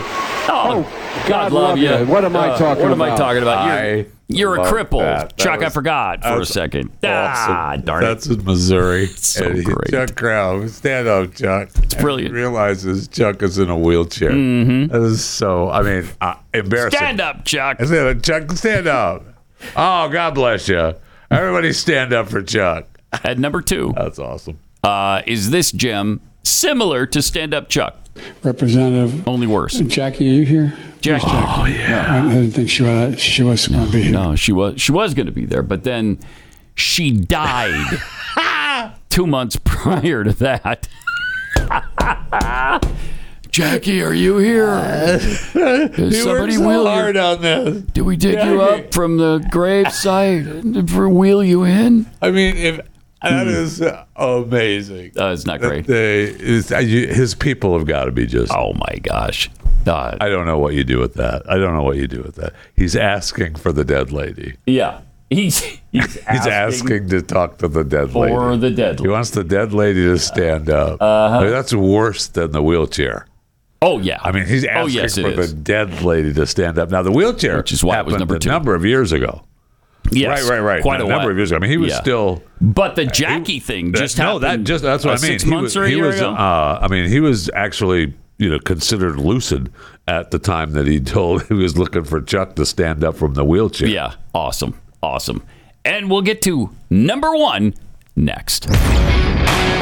Speaker 3: Oh,
Speaker 37: God, love, you. What am I
Speaker 3: Uh,
Speaker 37: talking about?
Speaker 3: What am I talking about? You're, you're a
Speaker 4: love
Speaker 3: cripple,
Speaker 4: that. That
Speaker 3: Chuck. I
Speaker 4: was-
Speaker 3: forgot for a
Speaker 4: that's
Speaker 3: second. Ah,
Speaker 4: Awesome.
Speaker 3: darn it.
Speaker 4: That's in Missouri.
Speaker 3: <laughs> So
Speaker 4: And he-
Speaker 3: great.
Speaker 4: Chuck Graham, stand up, Chuck. It's
Speaker 3: brilliant. Mm-hmm.
Speaker 4: realizes Chuck is in a wheelchair. That is so. I mean, uh, embarrassing.
Speaker 3: Stand up, Chuck.
Speaker 4: I said, Chuck, stand up. oh, God bless you. Everybody, stand up for Chuck.
Speaker 3: At number two,
Speaker 4: that's awesome.
Speaker 3: Uh, is this gem similar to Stand Up Chuck?
Speaker 13: Representative.
Speaker 3: Only worse.
Speaker 13: Jackie, are you here?
Speaker 3: Jack. Oh yeah.
Speaker 13: I didn't think she was, she was going to be here.
Speaker 3: No, she was she was going to be there, but then she
Speaker 4: <laughs>
Speaker 3: died two months prior to that. <laughs> Jackie, are you here?
Speaker 4: <laughs> He worked so
Speaker 3: wheel you-
Speaker 4: hard on this.
Speaker 3: Do we dig you up from the gravesite and wheel you in?
Speaker 4: I mean, if that is amazing.
Speaker 3: Uh, it's Hmm. not great.
Speaker 4: They, it's- uh, you- his people have got to be just.
Speaker 3: Oh my gosh!
Speaker 4: I don't know what you do with that. I don't know what you do with that. He's asking for the dead lady.
Speaker 3: Yeah, he's he's asking,
Speaker 4: <laughs> He's asking to talk to the dead lady.
Speaker 3: for the dead. Uh, uh-huh.
Speaker 4: He wants the dead lady to stand up. I mean, that's worse than the wheelchair.
Speaker 3: Oh yeah.
Speaker 4: I mean, he's asking
Speaker 3: oh yes, it
Speaker 4: for
Speaker 3: is.
Speaker 4: the dead lady to stand up. Now, the wheelchair, which is why happened
Speaker 3: was number
Speaker 4: a
Speaker 3: two.
Speaker 4: number of years ago.
Speaker 3: Yes.
Speaker 4: right, right, right.
Speaker 3: Quite
Speaker 4: a
Speaker 3: a
Speaker 4: number
Speaker 3: while.
Speaker 4: of years ago. I mean, he was
Speaker 3: Yeah.
Speaker 4: still
Speaker 3: But the Jackie thing
Speaker 4: That-
Speaker 3: just
Speaker 4: no,
Speaker 3: happened.
Speaker 4: that just that's what
Speaker 3: uh,
Speaker 4: I mean.
Speaker 3: Six months
Speaker 4: he was,
Speaker 3: or a
Speaker 4: he
Speaker 3: year
Speaker 4: was
Speaker 3: ago.
Speaker 4: uh, I mean, he was actually you know considered lucid at the time that he <laughs> told he was looking for Chuck to stand up from the wheelchair.
Speaker 3: yeah, awesome, awesome. And we'll get to number one next.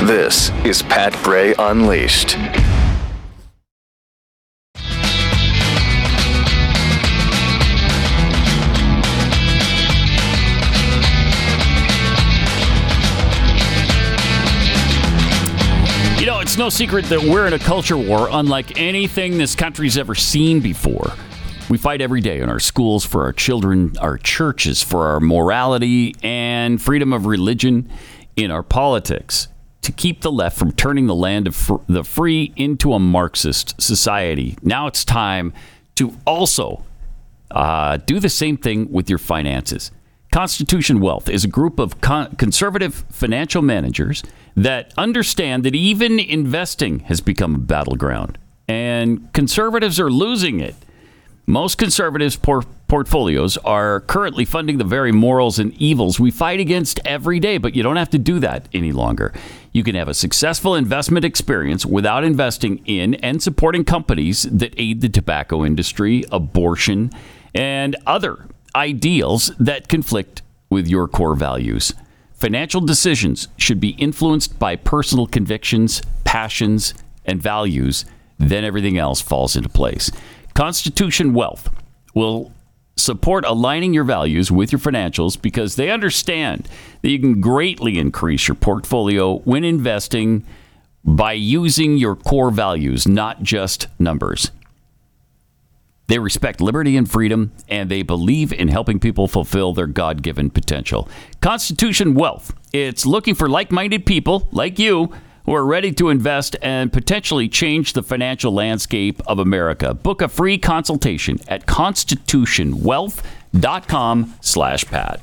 Speaker 5: This is Pat Gray Unleashed.
Speaker 3: You know, it's no secret that we're in a culture war unlike anything this country's ever seen before. We fight every day in our schools for our children, our churches for our morality and freedom of religion, in our politics to keep the left from turning the land of fr- the free into a Marxist society. Now it's time to also uh, do the same thing with your finances. Constitution Wealth is a group of con- conservative financial managers that understand that even investing has become a battleground, and conservatives are losing it. Most conservatives' por- portfolios are currently funding the very morals and evils we fight against every day, but you don't have to do that any longer. You can have a successful investment experience without investing in and supporting companies that aid the tobacco industry, abortion, and other ideals that conflict with your core values. Financial decisions should be influenced by personal convictions, passions, and values. Then everything else falls into place. Constitution Wealth will support aligning your values with your financials because they understand that you can greatly increase your portfolio when investing by using your core values, not just numbers. They respect liberty and freedom, and they believe in helping people fulfill their God given potential. Constitution Wealth. It's looking for like minded people like you who are ready to invest and potentially change the financial landscape of America. Book a free consultation at constitutionwealth.com slash pat.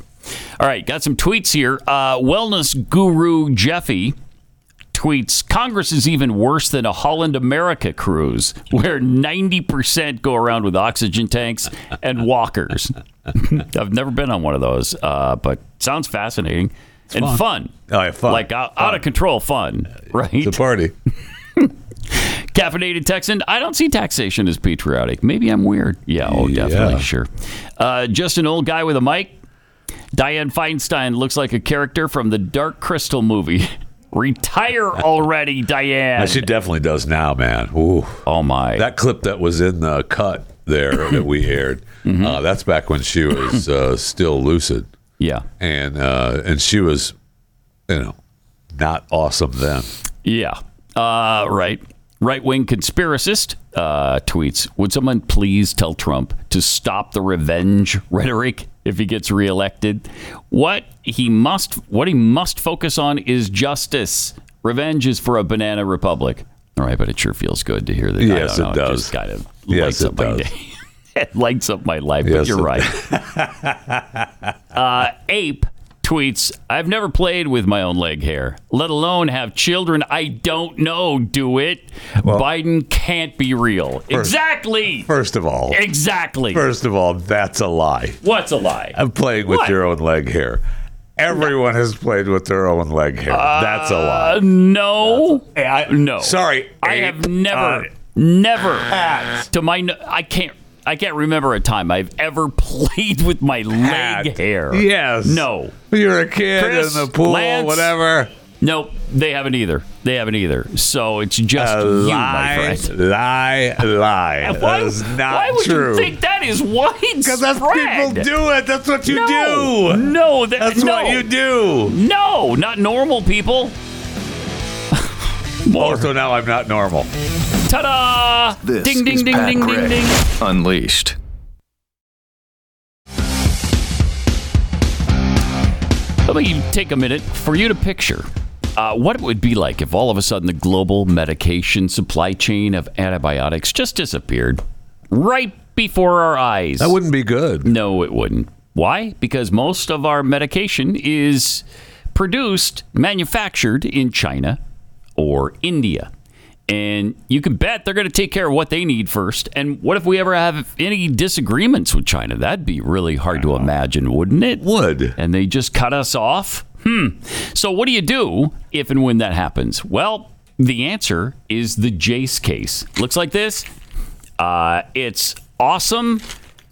Speaker 3: All right, got some tweets here. Uh, wellness guru Jeffy tweets Congress is even worse than a Holland America cruise where 90% go around with oxygen tanks and walkers. <laughs> I've never been on one of those, uh, but sounds fascinating and fun.
Speaker 4: fun. Oh, yeah, fun.
Speaker 3: Like out, out of control fun, right? It's a
Speaker 4: party.
Speaker 3: <laughs> Caffeinated Texan, I don't see taxation as patriotic. Maybe I'm weird. Yeah, oh, definitely,
Speaker 4: Yeah.
Speaker 3: sure. Uh, just an old guy with a mic. Diane Feinstein looks like a character from the Dark Crystal movie. <laughs> Retire already, Diane.
Speaker 4: Uh, she definitely does now, man. Ooh.
Speaker 3: Oh my!
Speaker 4: That clip that was in the cut
Speaker 3: <coughs>
Speaker 4: there that we aired.
Speaker 3: Mm-hmm.
Speaker 4: Uh, that's back when she was uh, still lucid.
Speaker 3: Yeah.
Speaker 4: And uh, and she was, you know, not awesome then.
Speaker 3: Yeah. Uh, right. Right wing conspiracist uh, tweets Would someone please tell Trump to stop the revenge rhetoric if he gets reelected? What he must what he must focus on is justice. Revenge is for a banana republic. All right, but it sure feels good to hear that. I
Speaker 4: Yes,
Speaker 3: don't
Speaker 4: it
Speaker 3: know,
Speaker 4: does.
Speaker 3: just kind of lights
Speaker 4: Yes,
Speaker 3: up
Speaker 4: it
Speaker 3: my
Speaker 4: does.
Speaker 3: day. <laughs> it lights up my life, but
Speaker 4: Yes,
Speaker 3: you're
Speaker 4: it-
Speaker 3: right. Uh, Ape tweets, I've never played with my own leg hair, let alone have children I don't know do it. Biden can't be real. exactly.
Speaker 4: First of all.
Speaker 3: Exactly.
Speaker 4: First of all, that's a lie.
Speaker 3: What's a lie?
Speaker 4: I'm playing with
Speaker 3: What?
Speaker 4: your own leg hair. Everyone has played with their own leg hair. that's a lie.
Speaker 3: Uh, no. no.
Speaker 4: Sorry.
Speaker 3: I
Speaker 4: Ape.
Speaker 3: have never,
Speaker 4: Uh,
Speaker 3: never, to my, kn- I can't. I can't remember a time I've ever <laughs> played with my leg hair.
Speaker 4: Yes.
Speaker 3: No.
Speaker 4: You're a kid
Speaker 3: Chris,
Speaker 4: in the pool,
Speaker 3: Lance,
Speaker 4: whatever.
Speaker 3: Nope, they haven't either. They haven't either. So it's just you, my
Speaker 4: lie,
Speaker 3: friend.
Speaker 4: lie, lie. that is
Speaker 3: <laughs>
Speaker 4: not
Speaker 3: Why would
Speaker 4: true.
Speaker 3: you think that is widespread? Because that's
Speaker 4: people do it. That's what you
Speaker 3: no,
Speaker 4: do.
Speaker 3: No, that-
Speaker 4: That's
Speaker 3: no.
Speaker 4: what you do.
Speaker 3: No, not normal people.
Speaker 4: Also, now I'm not normal.
Speaker 3: Ta-da!
Speaker 5: This
Speaker 3: ding, ding,
Speaker 5: is
Speaker 3: ding,
Speaker 5: Pat
Speaker 3: ding,
Speaker 5: Gray
Speaker 3: ding, ding.
Speaker 5: Unleashed.
Speaker 3: Let me take a minute for you to picture uh, what it would be like if all of a sudden the global medication supply chain of antibiotics just disappeared right before our eyes. That
Speaker 4: wouldn't be good.
Speaker 3: No, it wouldn't. Why? Because most of our medication is produced, manufactured in China or India. And you can bet they're going to take care of what they need first. And what if we ever have any disagreements with China? That'd be really hard to imagine, wouldn't it?
Speaker 4: Would.
Speaker 3: And they just cut us off? Hmm. So, what do you do if and when that happens? Well, the answer is the Jace case. Looks like this. Uh, it's awesome.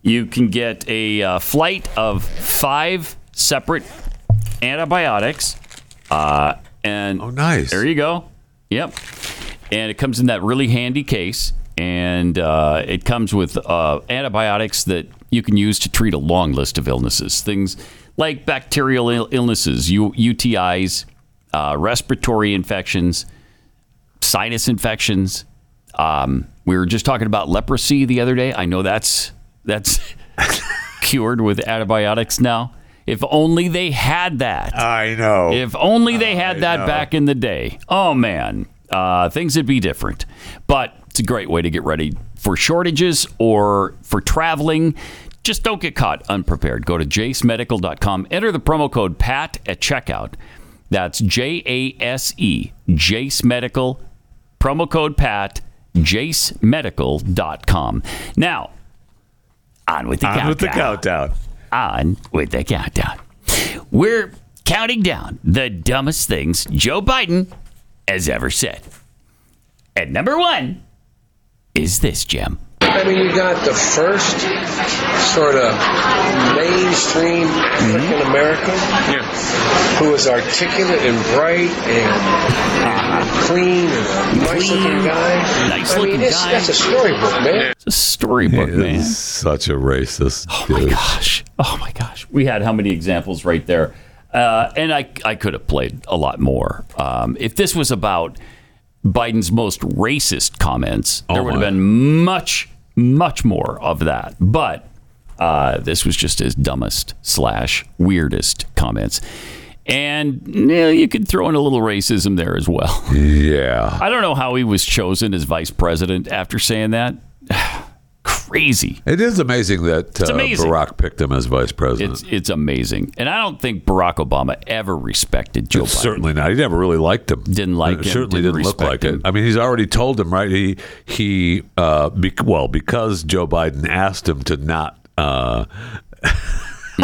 Speaker 3: You can get a uh, flight of five separate antibiotics. Uh, and oh,
Speaker 4: nice.
Speaker 3: There you go. Yep. And it comes in that really handy case, and uh, it comes with uh, antibiotics that you can use to treat a long list of illnesses, things like bacterial Ill- illnesses, U- UTIs, uh, respiratory infections, sinus infections. Um, we were just talking about leprosy the other day. I know that's that's <laughs> cured with antibiotics now. If only they had that.
Speaker 4: I know.
Speaker 3: If only they had that
Speaker 4: know.
Speaker 3: back in the day. Oh man, uh, things would be different. But it's a great way to get ready for shortages or for traveling. Just don't get caught unprepared. Go to jacemedical.com. Enter the promo code PAT at checkout. That's J A S E, Jace Medical. Promo code PAT, jacemedical.com. Now, On with the
Speaker 4: On
Speaker 3: countdown.
Speaker 4: with the
Speaker 3: countdown. On with the countdown. We're counting down the dumbest things Joe Biden has ever said. And number one is this, Jim.
Speaker 24: I mean, you got the first sort of mainstream African American who is articulate and bright and clean and a nice looking guy.
Speaker 3: Nice
Speaker 24: I mean,
Speaker 3: looking
Speaker 24: this,
Speaker 3: guy.
Speaker 24: that's a
Speaker 3: <laughs>
Speaker 24: storybook, man.
Speaker 3: It's a storybook,
Speaker 4: He
Speaker 3: man.
Speaker 4: is Such a racist. Oh
Speaker 3: my gosh. Oh my gosh. We had how many examples right there? Uh, and I, I could have played a lot more. Um, if this was about Biden's most racist comments, there would have been much, much more of that. But uh, this was just his dumbest slash weirdest comments. And yeah, you could throw in a little racism there as well.
Speaker 4: Yeah.
Speaker 3: I don't know how he was chosen as vice president after saying that. Crazy.
Speaker 4: It is amazing that
Speaker 3: It's
Speaker 4: uh,
Speaker 3: amazing.
Speaker 4: Barack picked him as vice president.
Speaker 3: It's it's amazing, and I don't think Barack Obama ever respected Joe Biden.
Speaker 4: Certainly not. He never really liked him. Didn't
Speaker 3: like him,
Speaker 4: Certainly
Speaker 3: didn't
Speaker 4: didn't, look
Speaker 3: respect
Speaker 4: like it. I mean, he's already told him, right? He he. Uh, bec- well, because Joe Biden asked him to not. Uh, <laughs>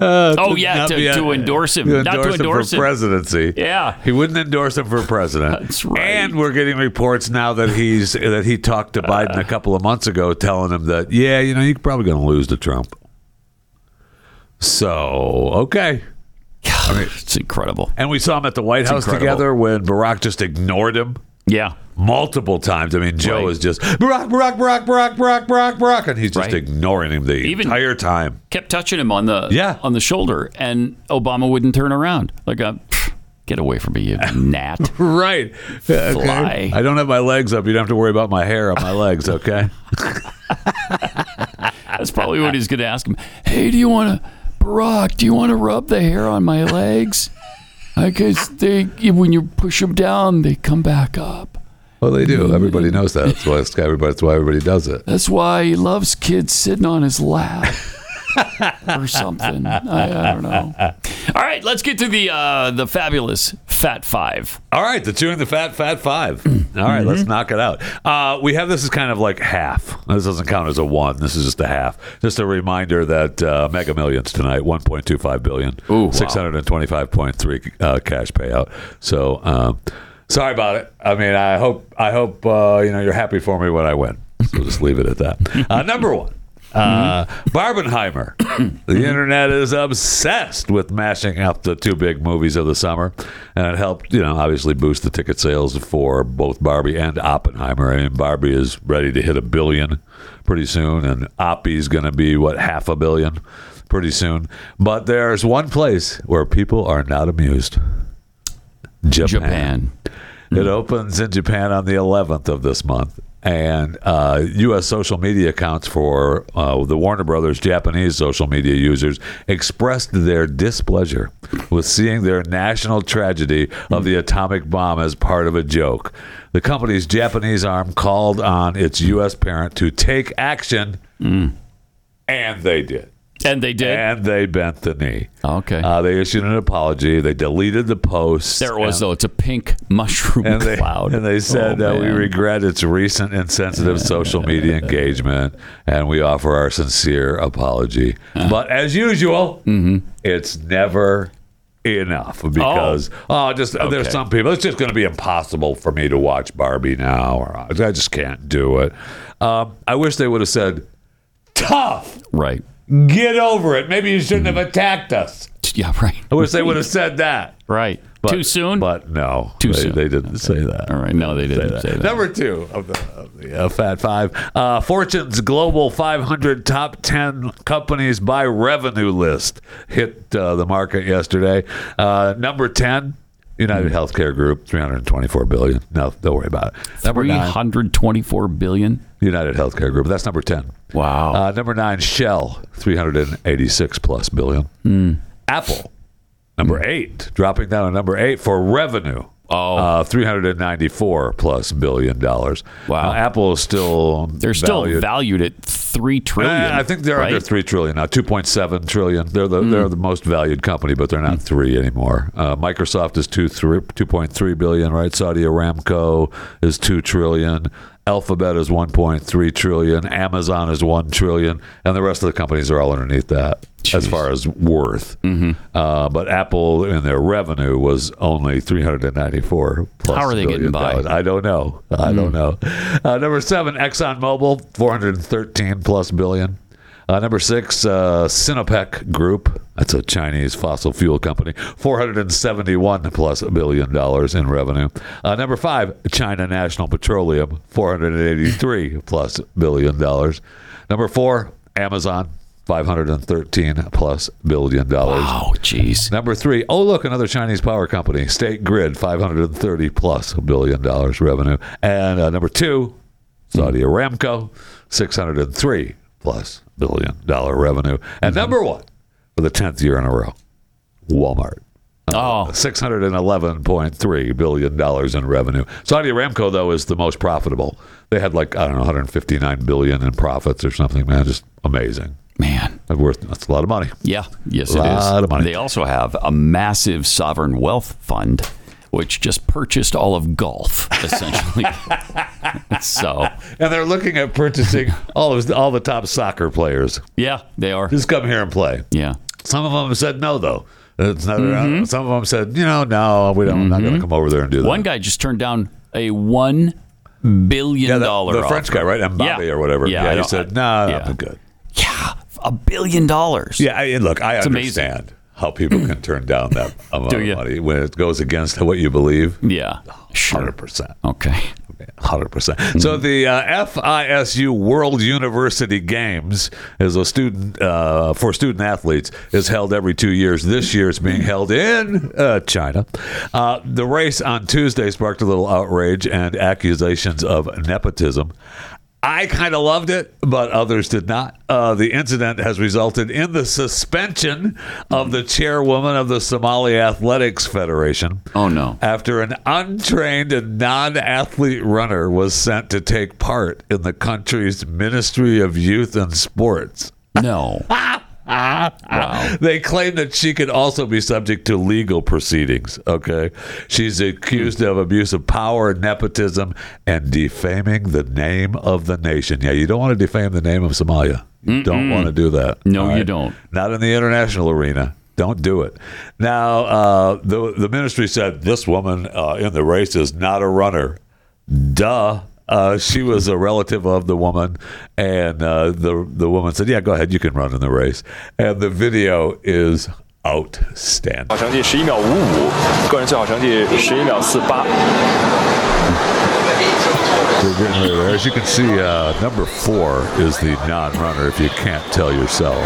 Speaker 3: oh yeah,
Speaker 4: not
Speaker 3: to,
Speaker 4: be a-
Speaker 3: to endorse him, not to endorse
Speaker 4: for
Speaker 3: him.
Speaker 4: presidency.
Speaker 3: Yeah.
Speaker 4: he wouldn't endorse him for
Speaker 3: <laughs>
Speaker 4: president. That's right. And we're getting reports now that he's that he talked to Biden a couple of months ago, telling him that yeah, you know, you're probably going to lose to Trump. So okay, I mean,
Speaker 3: it's incredible.
Speaker 4: And we saw him at the White
Speaker 3: It's
Speaker 4: House
Speaker 3: incredible.
Speaker 4: together when Barack just ignored him.
Speaker 3: Yeah,
Speaker 4: multiple times. I mean, Joe
Speaker 3: Right.
Speaker 4: is just Barack, Barack, Barack, Barack, Barack, Barack, Barack, and he's just
Speaker 3: Right.
Speaker 4: ignoring him the
Speaker 3: Even-
Speaker 4: entire time.
Speaker 3: Kept touching him on the
Speaker 4: Yeah.
Speaker 3: on the shoulder, and Obama wouldn't turn around. Like, uh, pff, get away from me,
Speaker 4: <laughs>
Speaker 3: you gnat!
Speaker 4: right, Yeah, okay.
Speaker 3: fly.
Speaker 4: I don't have my legs up. You don't have to worry about my hair on my legs. Okay.
Speaker 3: <laughs>
Speaker 4: <laughs>
Speaker 3: That's probably what he's going to ask him. Hey, do you want to, Barack? Do you want to rub the hair on my legs? Because they, when you push them down, they come back up.
Speaker 4: Well, they do. Everybody knows that. That's why that's everybody. That's why everybody does it.
Speaker 3: That's why he loves kids sitting on his lap or something. I, I don't know. All right, let's get to the uh, the fabulous Fat Five.
Speaker 4: All right, the two and the fat, fat five. All
Speaker 3: Mm-hmm.
Speaker 4: right, let's knock it out. Uh, we have this is kind of like half. This doesn't count as a one. This is just a half. Just a reminder that uh, Mega Millions tonight, one point two five billion,
Speaker 3: Ooh, wow.
Speaker 4: six hundred and twenty five point three uh, cash payout. So um, sorry about it. I mean, I hope I hope uh, you know you're happy for me when I win. So we'll just leave it at that. Uh, number one. Uh, Barbenheimer. <clears throat> the internet is obsessed with mashing up the two big movies of the summer, and it helped, you know, obviously boost the ticket sales for both Barbie and Oppenheimer. I mean, Barbie is ready to hit a billion pretty soon, and Oppie's going to be what half a billion pretty soon. But there's one place where people are not amused. Japan. It opens in Japan on the 11th of this month. And uh, U.S. social media accounts for uh, the Warner Brothers Japanese social media users expressed their displeasure with seeing their national tragedy of the atomic bomb as part of a joke. The company's Japanese arm called on its U.S. parent to take action, and they did.
Speaker 3: And they did.
Speaker 4: And they bent the knee.
Speaker 3: Okay.
Speaker 4: Uh, they issued an apology. They deleted the post.
Speaker 3: There it was, though. It's a Mm-hmm. pink mushroom
Speaker 4: and they,
Speaker 3: cloud.
Speaker 4: And they said
Speaker 3: Oh,
Speaker 4: uh, we
Speaker 3: man.
Speaker 4: regret its recent insensitive social media engagement, and we offer our sincere apology.
Speaker 3: Uh-huh.
Speaker 4: But as usual,
Speaker 3: Mm-hmm.
Speaker 4: it's never enough because oh, just there's
Speaker 3: Okay.
Speaker 4: some people. It's just going to be impossible for me to watch Barbie now, or I just can't do it. Um, I wish they would have said tough.
Speaker 3: Right. Mm-hmm.
Speaker 4: Get over it. Maybe you shouldn't have attacked us.
Speaker 3: Yeah, right.
Speaker 4: I wish they would have said that.
Speaker 3: Right. Too soon?
Speaker 4: But no,
Speaker 3: Too
Speaker 4: they,
Speaker 3: soon.
Speaker 4: They didn't say that.
Speaker 3: All right. No, they didn't say that.
Speaker 4: Number two of the, of the uh, Fat Five, uh, Fortune's Global 500 Top 10 Companies by Revenue list hit uh, the market yesterday. Uh, number 10, United
Speaker 3: Hmm.
Speaker 4: Healthcare Group, 324 billion. No, don't worry about it. Number nine,
Speaker 3: 324 billion.
Speaker 4: United Healthcare Group. That's number 10.
Speaker 3: Wow.
Speaker 4: Uh, number nine, Shell, 386 plus billion.
Speaker 3: Hmm.
Speaker 4: Apple,
Speaker 3: Mm.
Speaker 4: number eight, dropping down to number eight for revenue. Oh. Uh, 394 plus billion dollars. Wow. Apple is still
Speaker 3: They're still
Speaker 4: valued-
Speaker 3: valued, at three trillion.
Speaker 4: Eh, I think they're
Speaker 3: right? Hmm.
Speaker 4: under 3 trillion now, 2.7 trillion. They're the they're the most valued company, but they're not 3 anymore. Uh, Microsoft is 2 three- 2.3 billion, right? Saudi Aramco is 2 trillion. Alphabet is 1.3 trillion, Amazon is 1 trillion, and the rest of the companies are all underneath that as far as worth.
Speaker 3: Mm-hmm.
Speaker 4: Uh, but Apple in their revenue was only 394 plus
Speaker 3: How are they getting
Speaker 4: billion
Speaker 3: by?
Speaker 4: dollars. I don't know. I don't know. Uh, number seven, ExxonMobil, 413 plus billion. Uh, number six, uh, Sinopec Group. That's a Chinese fossil fuel company. 471 plus billion dollars in revenue. Uh, number five, China National Petroleum. 483 plus billion dollars. Number four, Amazon. 513 plus billion dollars. Wow,
Speaker 3: jeez.
Speaker 4: Number three, oh, look, another Chinese power company, State Grid, 530 plus billion dollars revenue. And uh, number two, Saudi Aramco, 603 plus billion dollar revenue. And number one for the 10th year in a row, Walmart. Uh,
Speaker 3: Oh.
Speaker 4: $611.3 billion in revenue. Saudi Aramco, though, is the most profitable. They had like, I don't know, $159 billion in profits or something, man. Just amazing.
Speaker 3: Man.
Speaker 4: Worth, that's a lot of money.
Speaker 3: Yeah, yes, it is.
Speaker 4: Lot of money.
Speaker 3: They also have a massive sovereign wealth fund, which just purchased all of golf, essentially. <laughs> so,
Speaker 4: <laughs> and they're looking
Speaker 3: <laughs>
Speaker 4: at purchasing all of all the top soccer players.
Speaker 3: Yeah, they are.
Speaker 4: Just come here and play.
Speaker 3: Yeah.
Speaker 4: Some of them said no, though. It's not,
Speaker 3: Mhm.
Speaker 4: Some of them said, you know, no, we don't. I'm not
Speaker 3: Mm-hmm.
Speaker 4: going to come over there and do that.
Speaker 3: one guy just turned down a one billion dollar.
Speaker 4: the French guy, right? Mbappe or whatever.
Speaker 3: Yeah,
Speaker 4: Yeah,
Speaker 3: I
Speaker 4: he
Speaker 3: don't-
Speaker 4: said,
Speaker 3: I-
Speaker 4: no, nah,
Speaker 3: yeah.
Speaker 4: not too good.
Speaker 3: a billion dollars.
Speaker 4: Yeah, I, look, I
Speaker 3: It's amazing.
Speaker 4: understand how people can turn
Speaker 3: <clears throat>
Speaker 4: down that amount
Speaker 3: Do
Speaker 4: of
Speaker 3: ya?
Speaker 4: money when it goes against what you believe.
Speaker 3: Yeah,
Speaker 4: hundred percent.
Speaker 3: Okay, Mm-hmm.
Speaker 4: hundred percent. So the uh, FISU World University Games is a student uh, for student athletes is held every two years. This year it's being held in uh, China. Uh, the race on Tuesday sparked a little outrage and accusations of nepotism. I kind of loved it, but others did not. Uh, the incident has resulted in the suspension of the chairwoman of the Somali Athletics Federation.
Speaker 3: Oh, no.
Speaker 4: After an untrained and non athlete runner was sent to take part in the country's Ministry of Youth and Sports. <laughs>
Speaker 3: No.
Speaker 4: Ah, They claim that she could also be subject to legal proceedings. Okay. She's accused of abuse of power, nepotism, and defaming the name of the nation. Yeah, you don't want to defame the name of Somalia. You don't
Speaker 3: Mm-mm.
Speaker 4: want to do that.
Speaker 3: No,
Speaker 4: all
Speaker 3: you don't.
Speaker 4: Not in the international arena. Don't do it. Now, uh, the, the ministry said this woman uh, in the race is not a runner duh. Uh, she was a relative of the woman, and uh, the the woman said, "Yeah, go ahead, you can run in the race." And the video is outstanding.
Speaker 38: 好成绩十一秒五五，个人最好成绩十一秒四八。
Speaker 4: We're getting there. As you can see, uh, number four is the non-runner. If you can't tell yourself,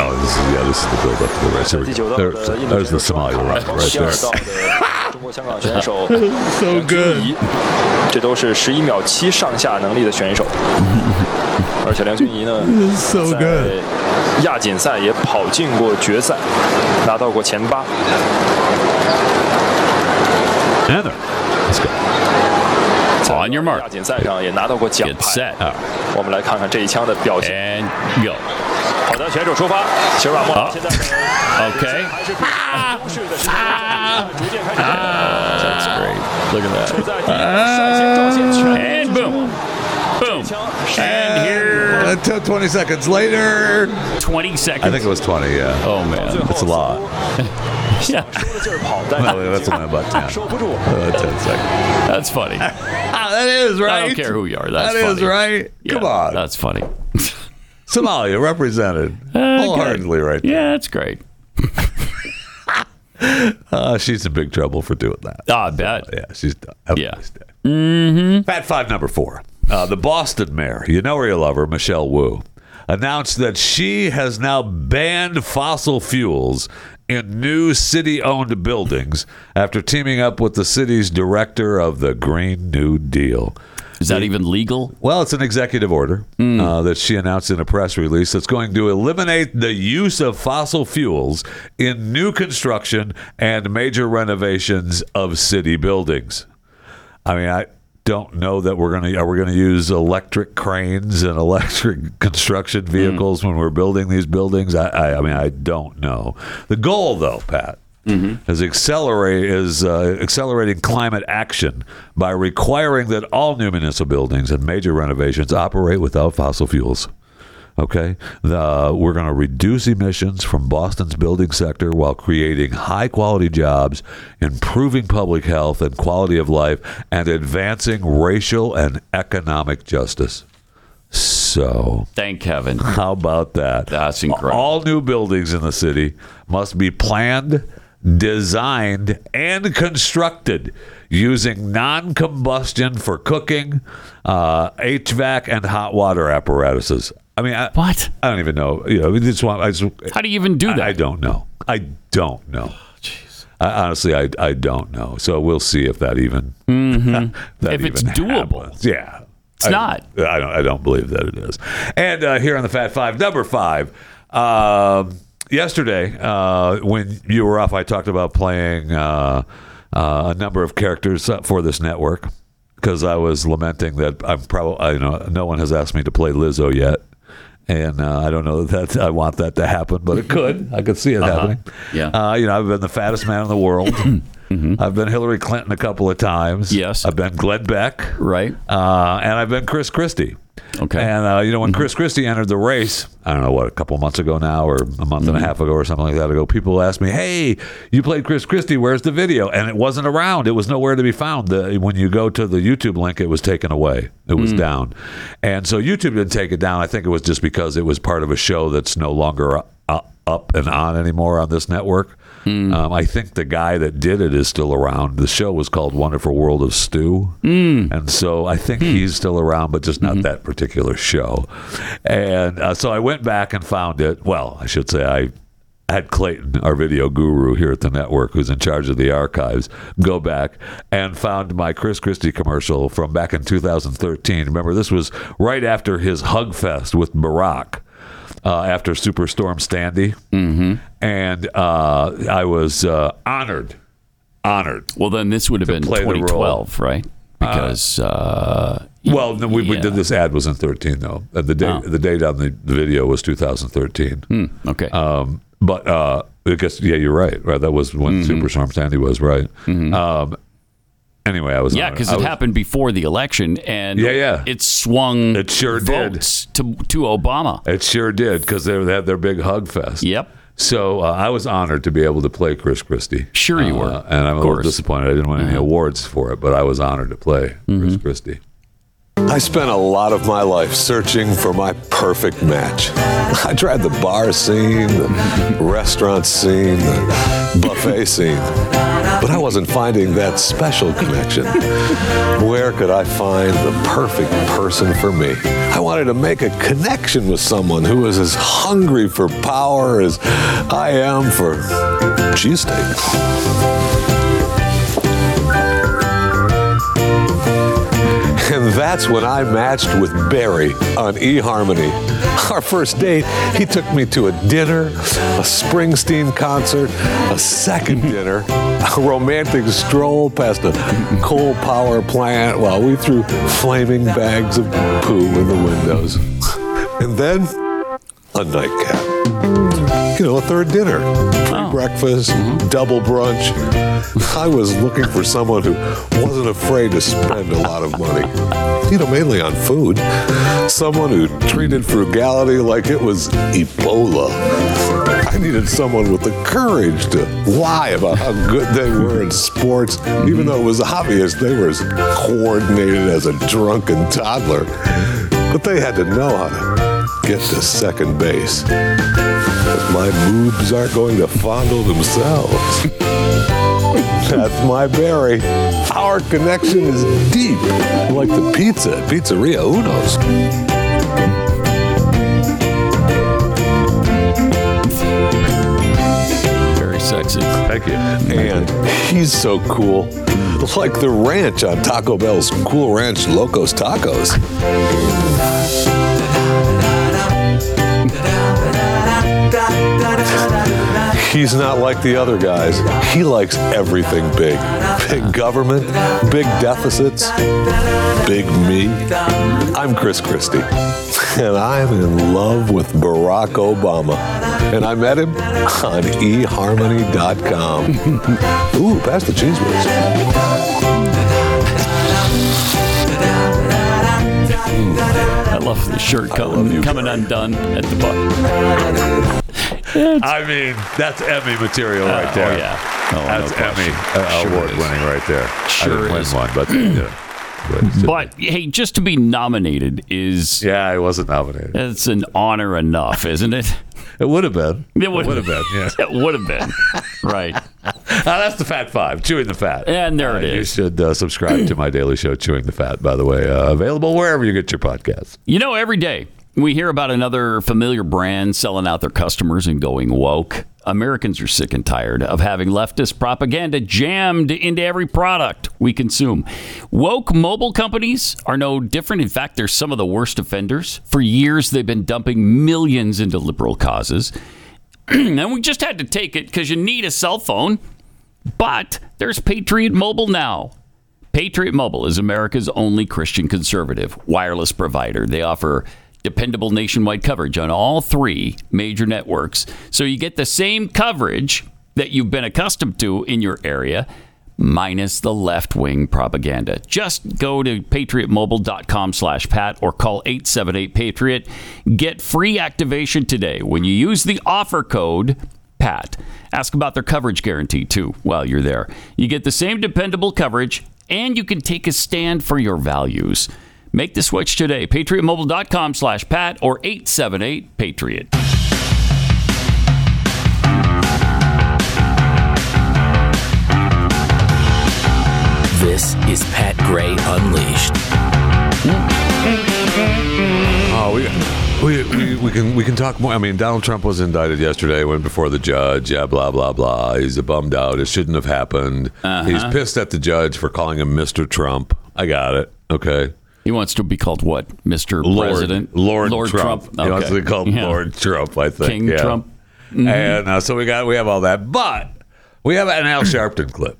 Speaker 4: oh, this is yeah, this is the build-up to the race. Here we go. There- there's the Somalia runner right
Speaker 38: 希尔道
Speaker 4: there.
Speaker 38: 的中国香港选手
Speaker 4: <laughs> So
Speaker 38: 梁君怡，这都是十一秒七上下能力的选
Speaker 4: <laughs>
Speaker 38: 手。而且梁君怡呢
Speaker 4: This，is so
Speaker 38: 在亚锦赛也跑进过决赛，拿到过前八。
Speaker 4: Heather, let's go.
Speaker 38: 在亚锦赛上也拿到过奖牌。我们来看看这一枪的表
Speaker 3: 现。go。
Speaker 38: 好的，选手出发，席尔瓦莫
Speaker 3: 好
Speaker 38: 现在呢
Speaker 3: Okay. <laughs>
Speaker 38: 还是比攻势的时间逐渐开始。
Speaker 3: That's great. Look at that.
Speaker 38: And
Speaker 3: boom. Boom. And here.
Speaker 4: Until 20 Uh, seconds later.
Speaker 3: 20 seconds.
Speaker 4: I think it was 20. Yeah.
Speaker 3: Oh man,
Speaker 4: that's a lot.
Speaker 3: <laughs> yeah.
Speaker 4: no, that's only about 10. Uh, 10 seconds.
Speaker 3: That's funny.
Speaker 4: <laughs> that is
Speaker 3: I
Speaker 4: right.
Speaker 3: don't care who you are. That's
Speaker 4: That is
Speaker 3: funny.
Speaker 4: right. Come on.
Speaker 3: That's funny.
Speaker 4: <laughs> Somalia represented
Speaker 3: Uh, good.
Speaker 4: wholeheartedly right there.
Speaker 3: Yeah, that's great.
Speaker 4: <laughs> Uh, she's in big trouble for doing that.
Speaker 3: Ah, I bet.
Speaker 4: yeah, she's done. Yeah. Mm-hmm. Fat five number four. Uh, the Boston mayor, you know her, you love her, Michelle Wu, announced that she has now banned fossil fuels in new city owned buildings after teaming up with the city's director of the Green New Deal.
Speaker 3: Is that even legal? Hmm.
Speaker 4: Well, it's an executive order uh, that she announced in a press release that's going to eliminate the use of fossil fuels in new construction and major renovations of city buildings. I mean, I don't know that we're going to are we going to use electric cranes and electric <laughs> construction vehicles when we're building these buildings. I, I, I mean, I don't know. The goal, though, Pat, is accelerate is uh, accelerating climate action by requiring that all new municipal buildings and major renovations operate without fossil fuels. Okay, the, we're going to reduce emissions from Boston's building sector while creating high quality jobs, improving public health and quality of life, and advancing racial and economic justice. So,
Speaker 3: thank heaven.
Speaker 4: How about that?
Speaker 3: That's incredible.
Speaker 4: All new buildings in the city must be planned, designed, and constructed using non combustion for cooking, uh, HVAC, and hot water apparatuses. I mean, I,
Speaker 3: what?
Speaker 4: I don't even know. You know, we just want. I just,
Speaker 3: How do you even do that? Oh,
Speaker 4: I, don't know. I don't know. I, honestly, I, I don't know. So we'll see if that even <laughs> that
Speaker 3: Mm-hmm. If it's doable.
Speaker 4: happens. Yeah,
Speaker 3: It's not.
Speaker 4: I don't. I don't believe that it is. And uh, here on the Fat Five, number five. Um, yesterday, uh, when you were off, I talked about playing uh, uh, a number of characters for this network because I was lamenting that I'm probably. You know, no one has asked me to play Lizzo yet. And uh, I don't know that I want that to happen, but it could.
Speaker 3: <laughs>
Speaker 4: I could see it
Speaker 3: Uh-huh.
Speaker 4: happening.
Speaker 3: Yeah. Mm-hmm.
Speaker 4: Uh, you know, I've been the fattest man in the world.
Speaker 3: <clears throat>
Speaker 4: I've been Hillary Clinton a couple of times. Yes. I've been Glenn Beck.
Speaker 3: Right.
Speaker 4: Uh, and I've been Chris Christie.
Speaker 3: Okay. Mm-hmm.
Speaker 4: And, uh, you know, when Chris Christie entered the race, I don't know what, a couple months ago now or a month
Speaker 3: Mm-hmm.
Speaker 4: and a half ago or something like that ago, people asked me, hey, you played Chris Christie. Where's the video? And it wasn't around. It was nowhere to be found. The, when you go to the YouTube link, it was taken away. It
Speaker 3: Mm.
Speaker 4: was down. And so YouTube didn't take it down. I think it was just because it was part of a show that's no longer u- u- up and on anymore on this network. Um, I think the guy that did it is still around. The show was called Wonderful World of Stew. And so I think he's still around, but just not that particular show. And uh, so I went back and found it. Well, I should say I had Clayton, our video guru here at the network, who's in charge of the archives, go back and found my Chris Christie commercial from back in 2013. Remember, this was right after his Hug Fest with Barack uh, after Superstorm Sandy, mm-hmm. and uh, I was uh, honored, honored.
Speaker 3: Well, then this would have been
Speaker 4: play the role.
Speaker 3: 2012, right? Because uh,
Speaker 4: Well, no, we, we did this ad was in thirteen though. Uh, the date
Speaker 3: Oh. Hmm,
Speaker 4: the date on the, the video was two thousand thirteen.
Speaker 3: okay,
Speaker 4: um, but uh, I guess yeah, you're right. Right, that was when
Speaker 3: Mm-hmm.
Speaker 4: Superstorm Sandy was right. Um, anyway, I was
Speaker 3: yeah,
Speaker 4: honored.
Speaker 3: because
Speaker 4: I
Speaker 3: it
Speaker 4: was-
Speaker 3: happened before the election, and
Speaker 4: Yeah, yeah.
Speaker 3: it swung
Speaker 4: It sure did.
Speaker 3: votes to to Obama.
Speaker 4: It sure did because they had their big hug fest.
Speaker 3: Yep.
Speaker 4: So uh, I was honored to be able to play Chris Christie.
Speaker 3: Sure you
Speaker 4: Uh,
Speaker 3: were.
Speaker 4: and
Speaker 3: Of
Speaker 4: I'm a little
Speaker 3: course. Uh-huh.
Speaker 4: disappointed I didn't win any awards for it, but I was honored to play
Speaker 3: Mm-hmm.
Speaker 4: Chris Christie.
Speaker 39: I spent a lot of my life searching for my perfect match. <laughs> I tried the bar scene, the restaurant scene, the buffet scene, but I wasn't finding that special connection. <laughs> Where could I find the perfect person for me? I wanted to make a connection with someone who was as hungry for power as I am for cheesesteak. And that's when I matched with Barry on eHarmony. Our first date, he took me to a dinner, a Springsteen concert, a second dinner, a romantic stroll past a coal power plant while we threw flaming bags of poo in the windows. And then, a nightcap. You know, a third dinner, free breakfast, double brunch. I was looking for someone who wasn't afraid to spend a lot of money, you know, mainly on food. Someone who treated frugality like it was Ebola. I needed someone with the courage to lie about how good they were in sports, even though it was obvious they were as coordinated as a drunken toddler. But they had to know how to get to second base. But my boobs aren't going to fondle themselves. <laughs> That's my berry. Our connection is deep, like the pizza at Pizzeria Uno's.
Speaker 3: Very sexy.
Speaker 4: Thank you.
Speaker 39: And he's so cool. Like the ranch on Taco Bell's Cool Ranch Locos Tacos. He's not like the other guys. He likes everything big big government, big deficits, big me. I'm Chris Christie, and I'm in love with Barack Obama. and I met him on eharmony.com.
Speaker 4: <laughs>
Speaker 39: Ooh, pass the cheese whiz.
Speaker 3: I love the shirt coming, coming undone at the butt.
Speaker 4: I mean, that's Emmy material
Speaker 3: Uh,
Speaker 4: right there.
Speaker 3: oh, yeah. Oh, no
Speaker 4: that's
Speaker 3: question.
Speaker 4: Emmy uh,
Speaker 3: Sure
Speaker 4: award
Speaker 3: is.
Speaker 4: winning right there.
Speaker 3: Sure
Speaker 4: I didn't
Speaker 3: is.
Speaker 4: win one,
Speaker 3: <clears throat>
Speaker 4: but they did.
Speaker 3: But hey, just to be nominated is
Speaker 4: yeah, I wasn't nominated.
Speaker 3: It's an honor enough, isn't it?
Speaker 4: It would have been.
Speaker 3: It would
Speaker 4: It would have been, yeah.
Speaker 3: <laughs> it would have been.
Speaker 4: <laughs>
Speaker 3: Right.
Speaker 4: that's the Fat Five, chewing the fat.
Speaker 3: And there it
Speaker 4: Uh,
Speaker 3: is.
Speaker 4: You should uh, subscribe to my daily show, Chewing the Fat. By the way, uh, available wherever you get your podcasts.
Speaker 3: You know, every day we hear about another familiar brand selling out their customers and going woke. Americans are sick and tired of having leftist propaganda jammed into every product we consume. Woke mobile companies are no different. In fact, they're some of the worst offenders. For years, they've been dumping millions into liberal causes. <clears throat> and we just had to take it because you need a cell phone. But there's Patriot Mobile now. Patriot Mobile is America's only Christian conservative wireless provider. They offer dependable nationwide coverage on all three major networks. So you get the same coverage that you've been accustomed to in your area, minus the left-wing propaganda. Just go to patriotmobile.com slash pat or call 878-PATRIOT. Get free activation today when you use the offer code Pat. Ask about their coverage guarantee too while you're there. You get the same dependable coverage and you can take a stand for your values. Make the switch today. PatriotMobile.com slash Pat or 878 Patriot.
Speaker 40: This is Pat Gray Unleashed.
Speaker 4: Oh, we, we, we, we can we can talk more. I mean, Donald Trump was indicted yesterday. Went before the judge. Yeah, blah blah blah. He's a bummed out. It shouldn't have happened.
Speaker 3: Uh-huh.
Speaker 4: He's pissed at the judge for calling him Mr. Trump. I got it. Okay.
Speaker 3: He wants to be called what, Mr.
Speaker 4: Lord,
Speaker 3: President?
Speaker 4: Lord,
Speaker 3: Lord
Speaker 4: Trump.
Speaker 3: Trump.
Speaker 4: He wants to
Speaker 3: Okay.
Speaker 4: be called
Speaker 3: Yeah.
Speaker 4: Lord Trump. I think
Speaker 3: King
Speaker 4: yeah.
Speaker 3: Trump. Mhm.
Speaker 4: And uh, so we got we have all that, but we have an Al Sharpton clip,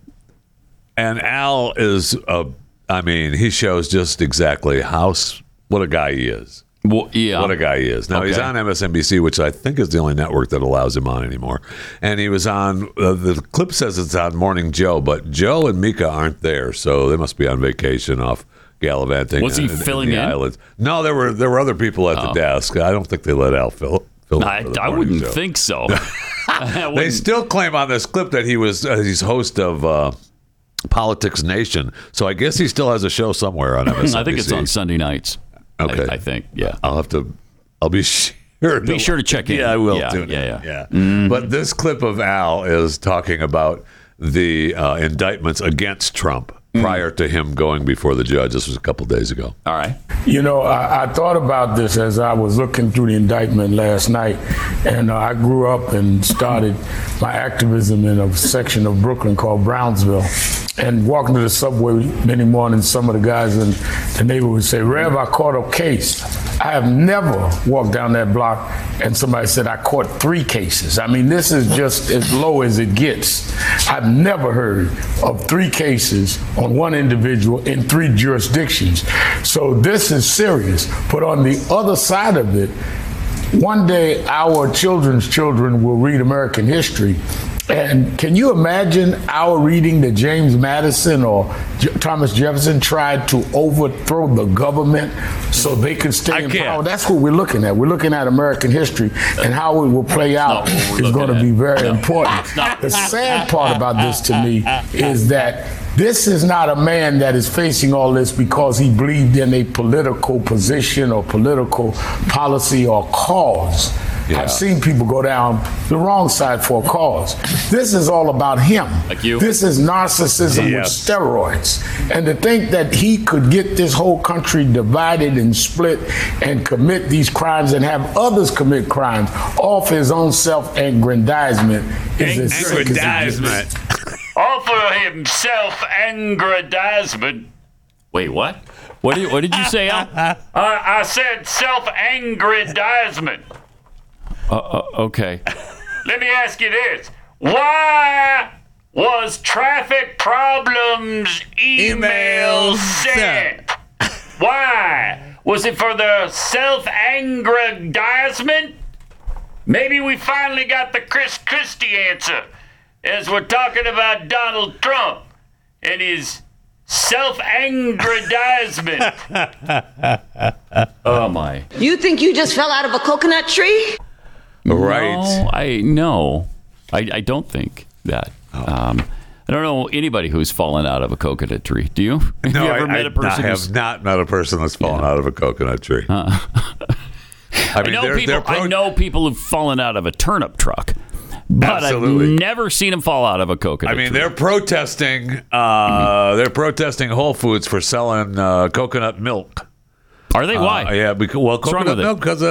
Speaker 4: and Al is uh, I mean he shows just exactly how s- what a guy he is.
Speaker 3: yeah,
Speaker 4: what a guy he is. Now he's
Speaker 3: Okay.
Speaker 4: on MSNBC, which I think is the only network that allows him on anymore. And he was on uh, the clip says it's on Morning Joe, but Joe and Mika aren't there, so they must be on vacation off gallivanting.
Speaker 3: Was he
Speaker 4: in- in
Speaker 3: filling
Speaker 4: the
Speaker 3: in?
Speaker 4: Islands. No, there were there were other people at the desk. I don't think they let Al fill. fill in
Speaker 3: Oh. I,
Speaker 4: for the
Speaker 3: I
Speaker 4: morning
Speaker 3: wouldn't
Speaker 4: show.
Speaker 3: think
Speaker 4: <laughs>
Speaker 3: so. <laughs>
Speaker 4: They still claim on this clip that he was uh, he's host of uh, Politics Nation, so I guess he still has a show somewhere on
Speaker 3: <clears throat>
Speaker 4: MSNBC.
Speaker 3: I think it's on Sunday nights.
Speaker 4: Okay,
Speaker 3: I, I think. Yeah,
Speaker 4: I'll have to. I'll be <laughs> sure.
Speaker 3: Be sure to check in.
Speaker 4: Yeah, I will.
Speaker 3: Yeah,
Speaker 4: tune in.
Speaker 3: yeah, Mm-hmm. yeah.
Speaker 4: But this clip of Al is talking about the uh, indictments against Trump prior to him going before the judge. This was a couple days ago.
Speaker 3: Mm. All right.
Speaker 41: You know, I, I thought about this as I was looking through the indictment last night, and uh, I grew up and started my activism in a section of Brooklyn called Brownsville. And walking to the subway many mornings, some of the guys in the neighborhood would say, Rev, I caught a case. I have never walked down that block and somebody said, I caught three cases. I mean, this is just as low as it gets. I've never heard of three cases on one individual in three jurisdictions. So this is serious. But on the other side of it, one day our children's children will read American history. And can you imagine our reading that James Madison or J- Thomas Jefferson tried to overthrow the government so they could stay in power? That's what we're looking at. We're looking at American history and how it will play out is going to be very important. The sad part about this to me is that this is not a man that is facing all this because he believed in a political position or political policy or cause. I've seen people go down the wrong side for a cause. This is all about him. Like you. This is narcissism with
Speaker 20: Yes.
Speaker 41: steroids. And to think that he could get this whole country divided and split and commit these crimes and have others commit crimes off his own self aggrandizement is as sick as it gets.
Speaker 3: Offer himself aggrandizement. Wait, what? What did, what did you
Speaker 41: <laughs>
Speaker 3: say, Al? uh, I said self aggrandizement. Uh, uh, okay.
Speaker 22: Let me ask you this. Why was traffic problems email sent? Why? Was it for the self aggrandizement? Maybe we finally got the Chris Christie answer as we're talking about Donald Trump and his self aggrandizement.
Speaker 3: oh my!
Speaker 8: You think you just fell out of a coconut tree?
Speaker 3: Right? No, I no, I, I don't think that.
Speaker 4: Oh.
Speaker 3: Um, I don't know anybody who's fallen out of a coconut tree. Do you? Have
Speaker 4: No,
Speaker 3: you ever
Speaker 4: I,
Speaker 3: met
Speaker 4: I
Speaker 3: a person?
Speaker 4: not-
Speaker 3: who's-
Speaker 4: have not met a person that's fallen out of a coconut tree.
Speaker 3: <laughs> I, know people. I know people who've fallen out of a turnip truck, but
Speaker 4: Absolutely.
Speaker 3: I've never seen them fall out of a coconut.
Speaker 4: I mean,
Speaker 3: tree.
Speaker 4: they're protesting. Uh, They're protesting Whole Foods for selling uh, coconut milk. Uh,
Speaker 3: Are they? Why?
Speaker 4: yeah, because well,
Speaker 3: wrong
Speaker 4: coconut
Speaker 3: with it?
Speaker 4: milk because uh,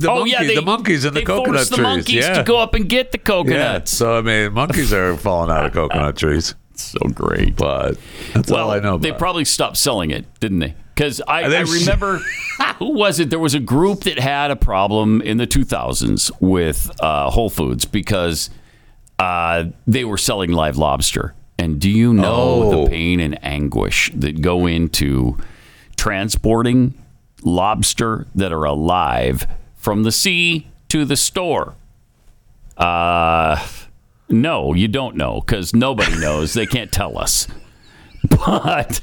Speaker 4: the,
Speaker 3: oh
Speaker 4: monkey,
Speaker 3: yeah, they,
Speaker 4: the monkeys in the
Speaker 3: they
Speaker 4: coconut
Speaker 3: forced
Speaker 4: trees.
Speaker 3: the monkeys
Speaker 4: yeah.
Speaker 3: to go up and get the coconut.
Speaker 4: Yeah, so I mean,
Speaker 3: <laughs>
Speaker 4: monkeys are falling out of coconut trees.
Speaker 3: so great,
Speaker 4: but that's all I know. About.
Speaker 3: They
Speaker 4: it.
Speaker 3: probably stopped selling it, didn't they? Because I,
Speaker 4: They
Speaker 3: I
Speaker 4: sh- <laughs>
Speaker 3: remember who was it? There was a group that had a problem in the 2000s with uh, Whole Foods because uh, they were selling live lobster. And do you know
Speaker 4: Oh.
Speaker 3: the pain and anguish that go into transporting lobster that are alive from the sea to the store? Uh, no, you don't know because nobody knows. they can't tell us. <laughs> But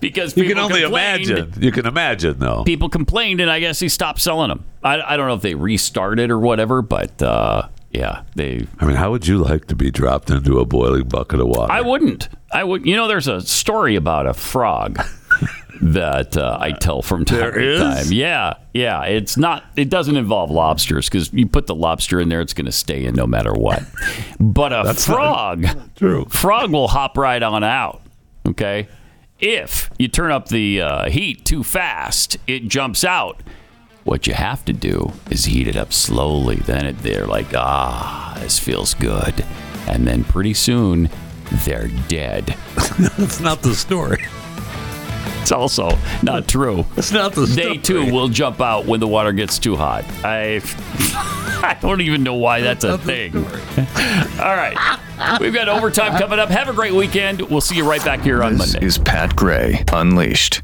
Speaker 3: because
Speaker 4: you
Speaker 3: people
Speaker 4: can only
Speaker 3: complained-
Speaker 4: imagine. You can imagine, though.
Speaker 3: People complained, and I guess he stopped selling them. I, I don't know if they restarted or whatever, but uh, yeah, they.
Speaker 4: I mean, how would you like to be dropped into a boiling bucket of water?
Speaker 3: I wouldn't. I would. You know, there's a story about a frog <laughs> that uh, I tell from time
Speaker 4: There
Speaker 3: to
Speaker 4: is?
Speaker 3: time. Yeah, yeah. It's not. It doesn't involve lobsters because you put the lobster in there, it's going to stay in no matter what. But a
Speaker 4: That's not
Speaker 3: frog,
Speaker 4: true.
Speaker 3: Frog will hop right on out. Okay. If you turn up the uh, heat too fast, it jumps out. What you have to do is heat it up slowly. Then it, they're like, ah, this feels good. And then pretty soon, they're dead.
Speaker 4: <laughs> That's not the story.
Speaker 3: It's also not true.
Speaker 4: It's not the
Speaker 3: They too will jump out when the water gets too hot. I, <laughs> I don't even know why that's a thing. <laughs> All right. We've got overtime coming up. Have a great weekend. We'll see you right back here on Monday.
Speaker 5: Is Pat Gray Unleashed.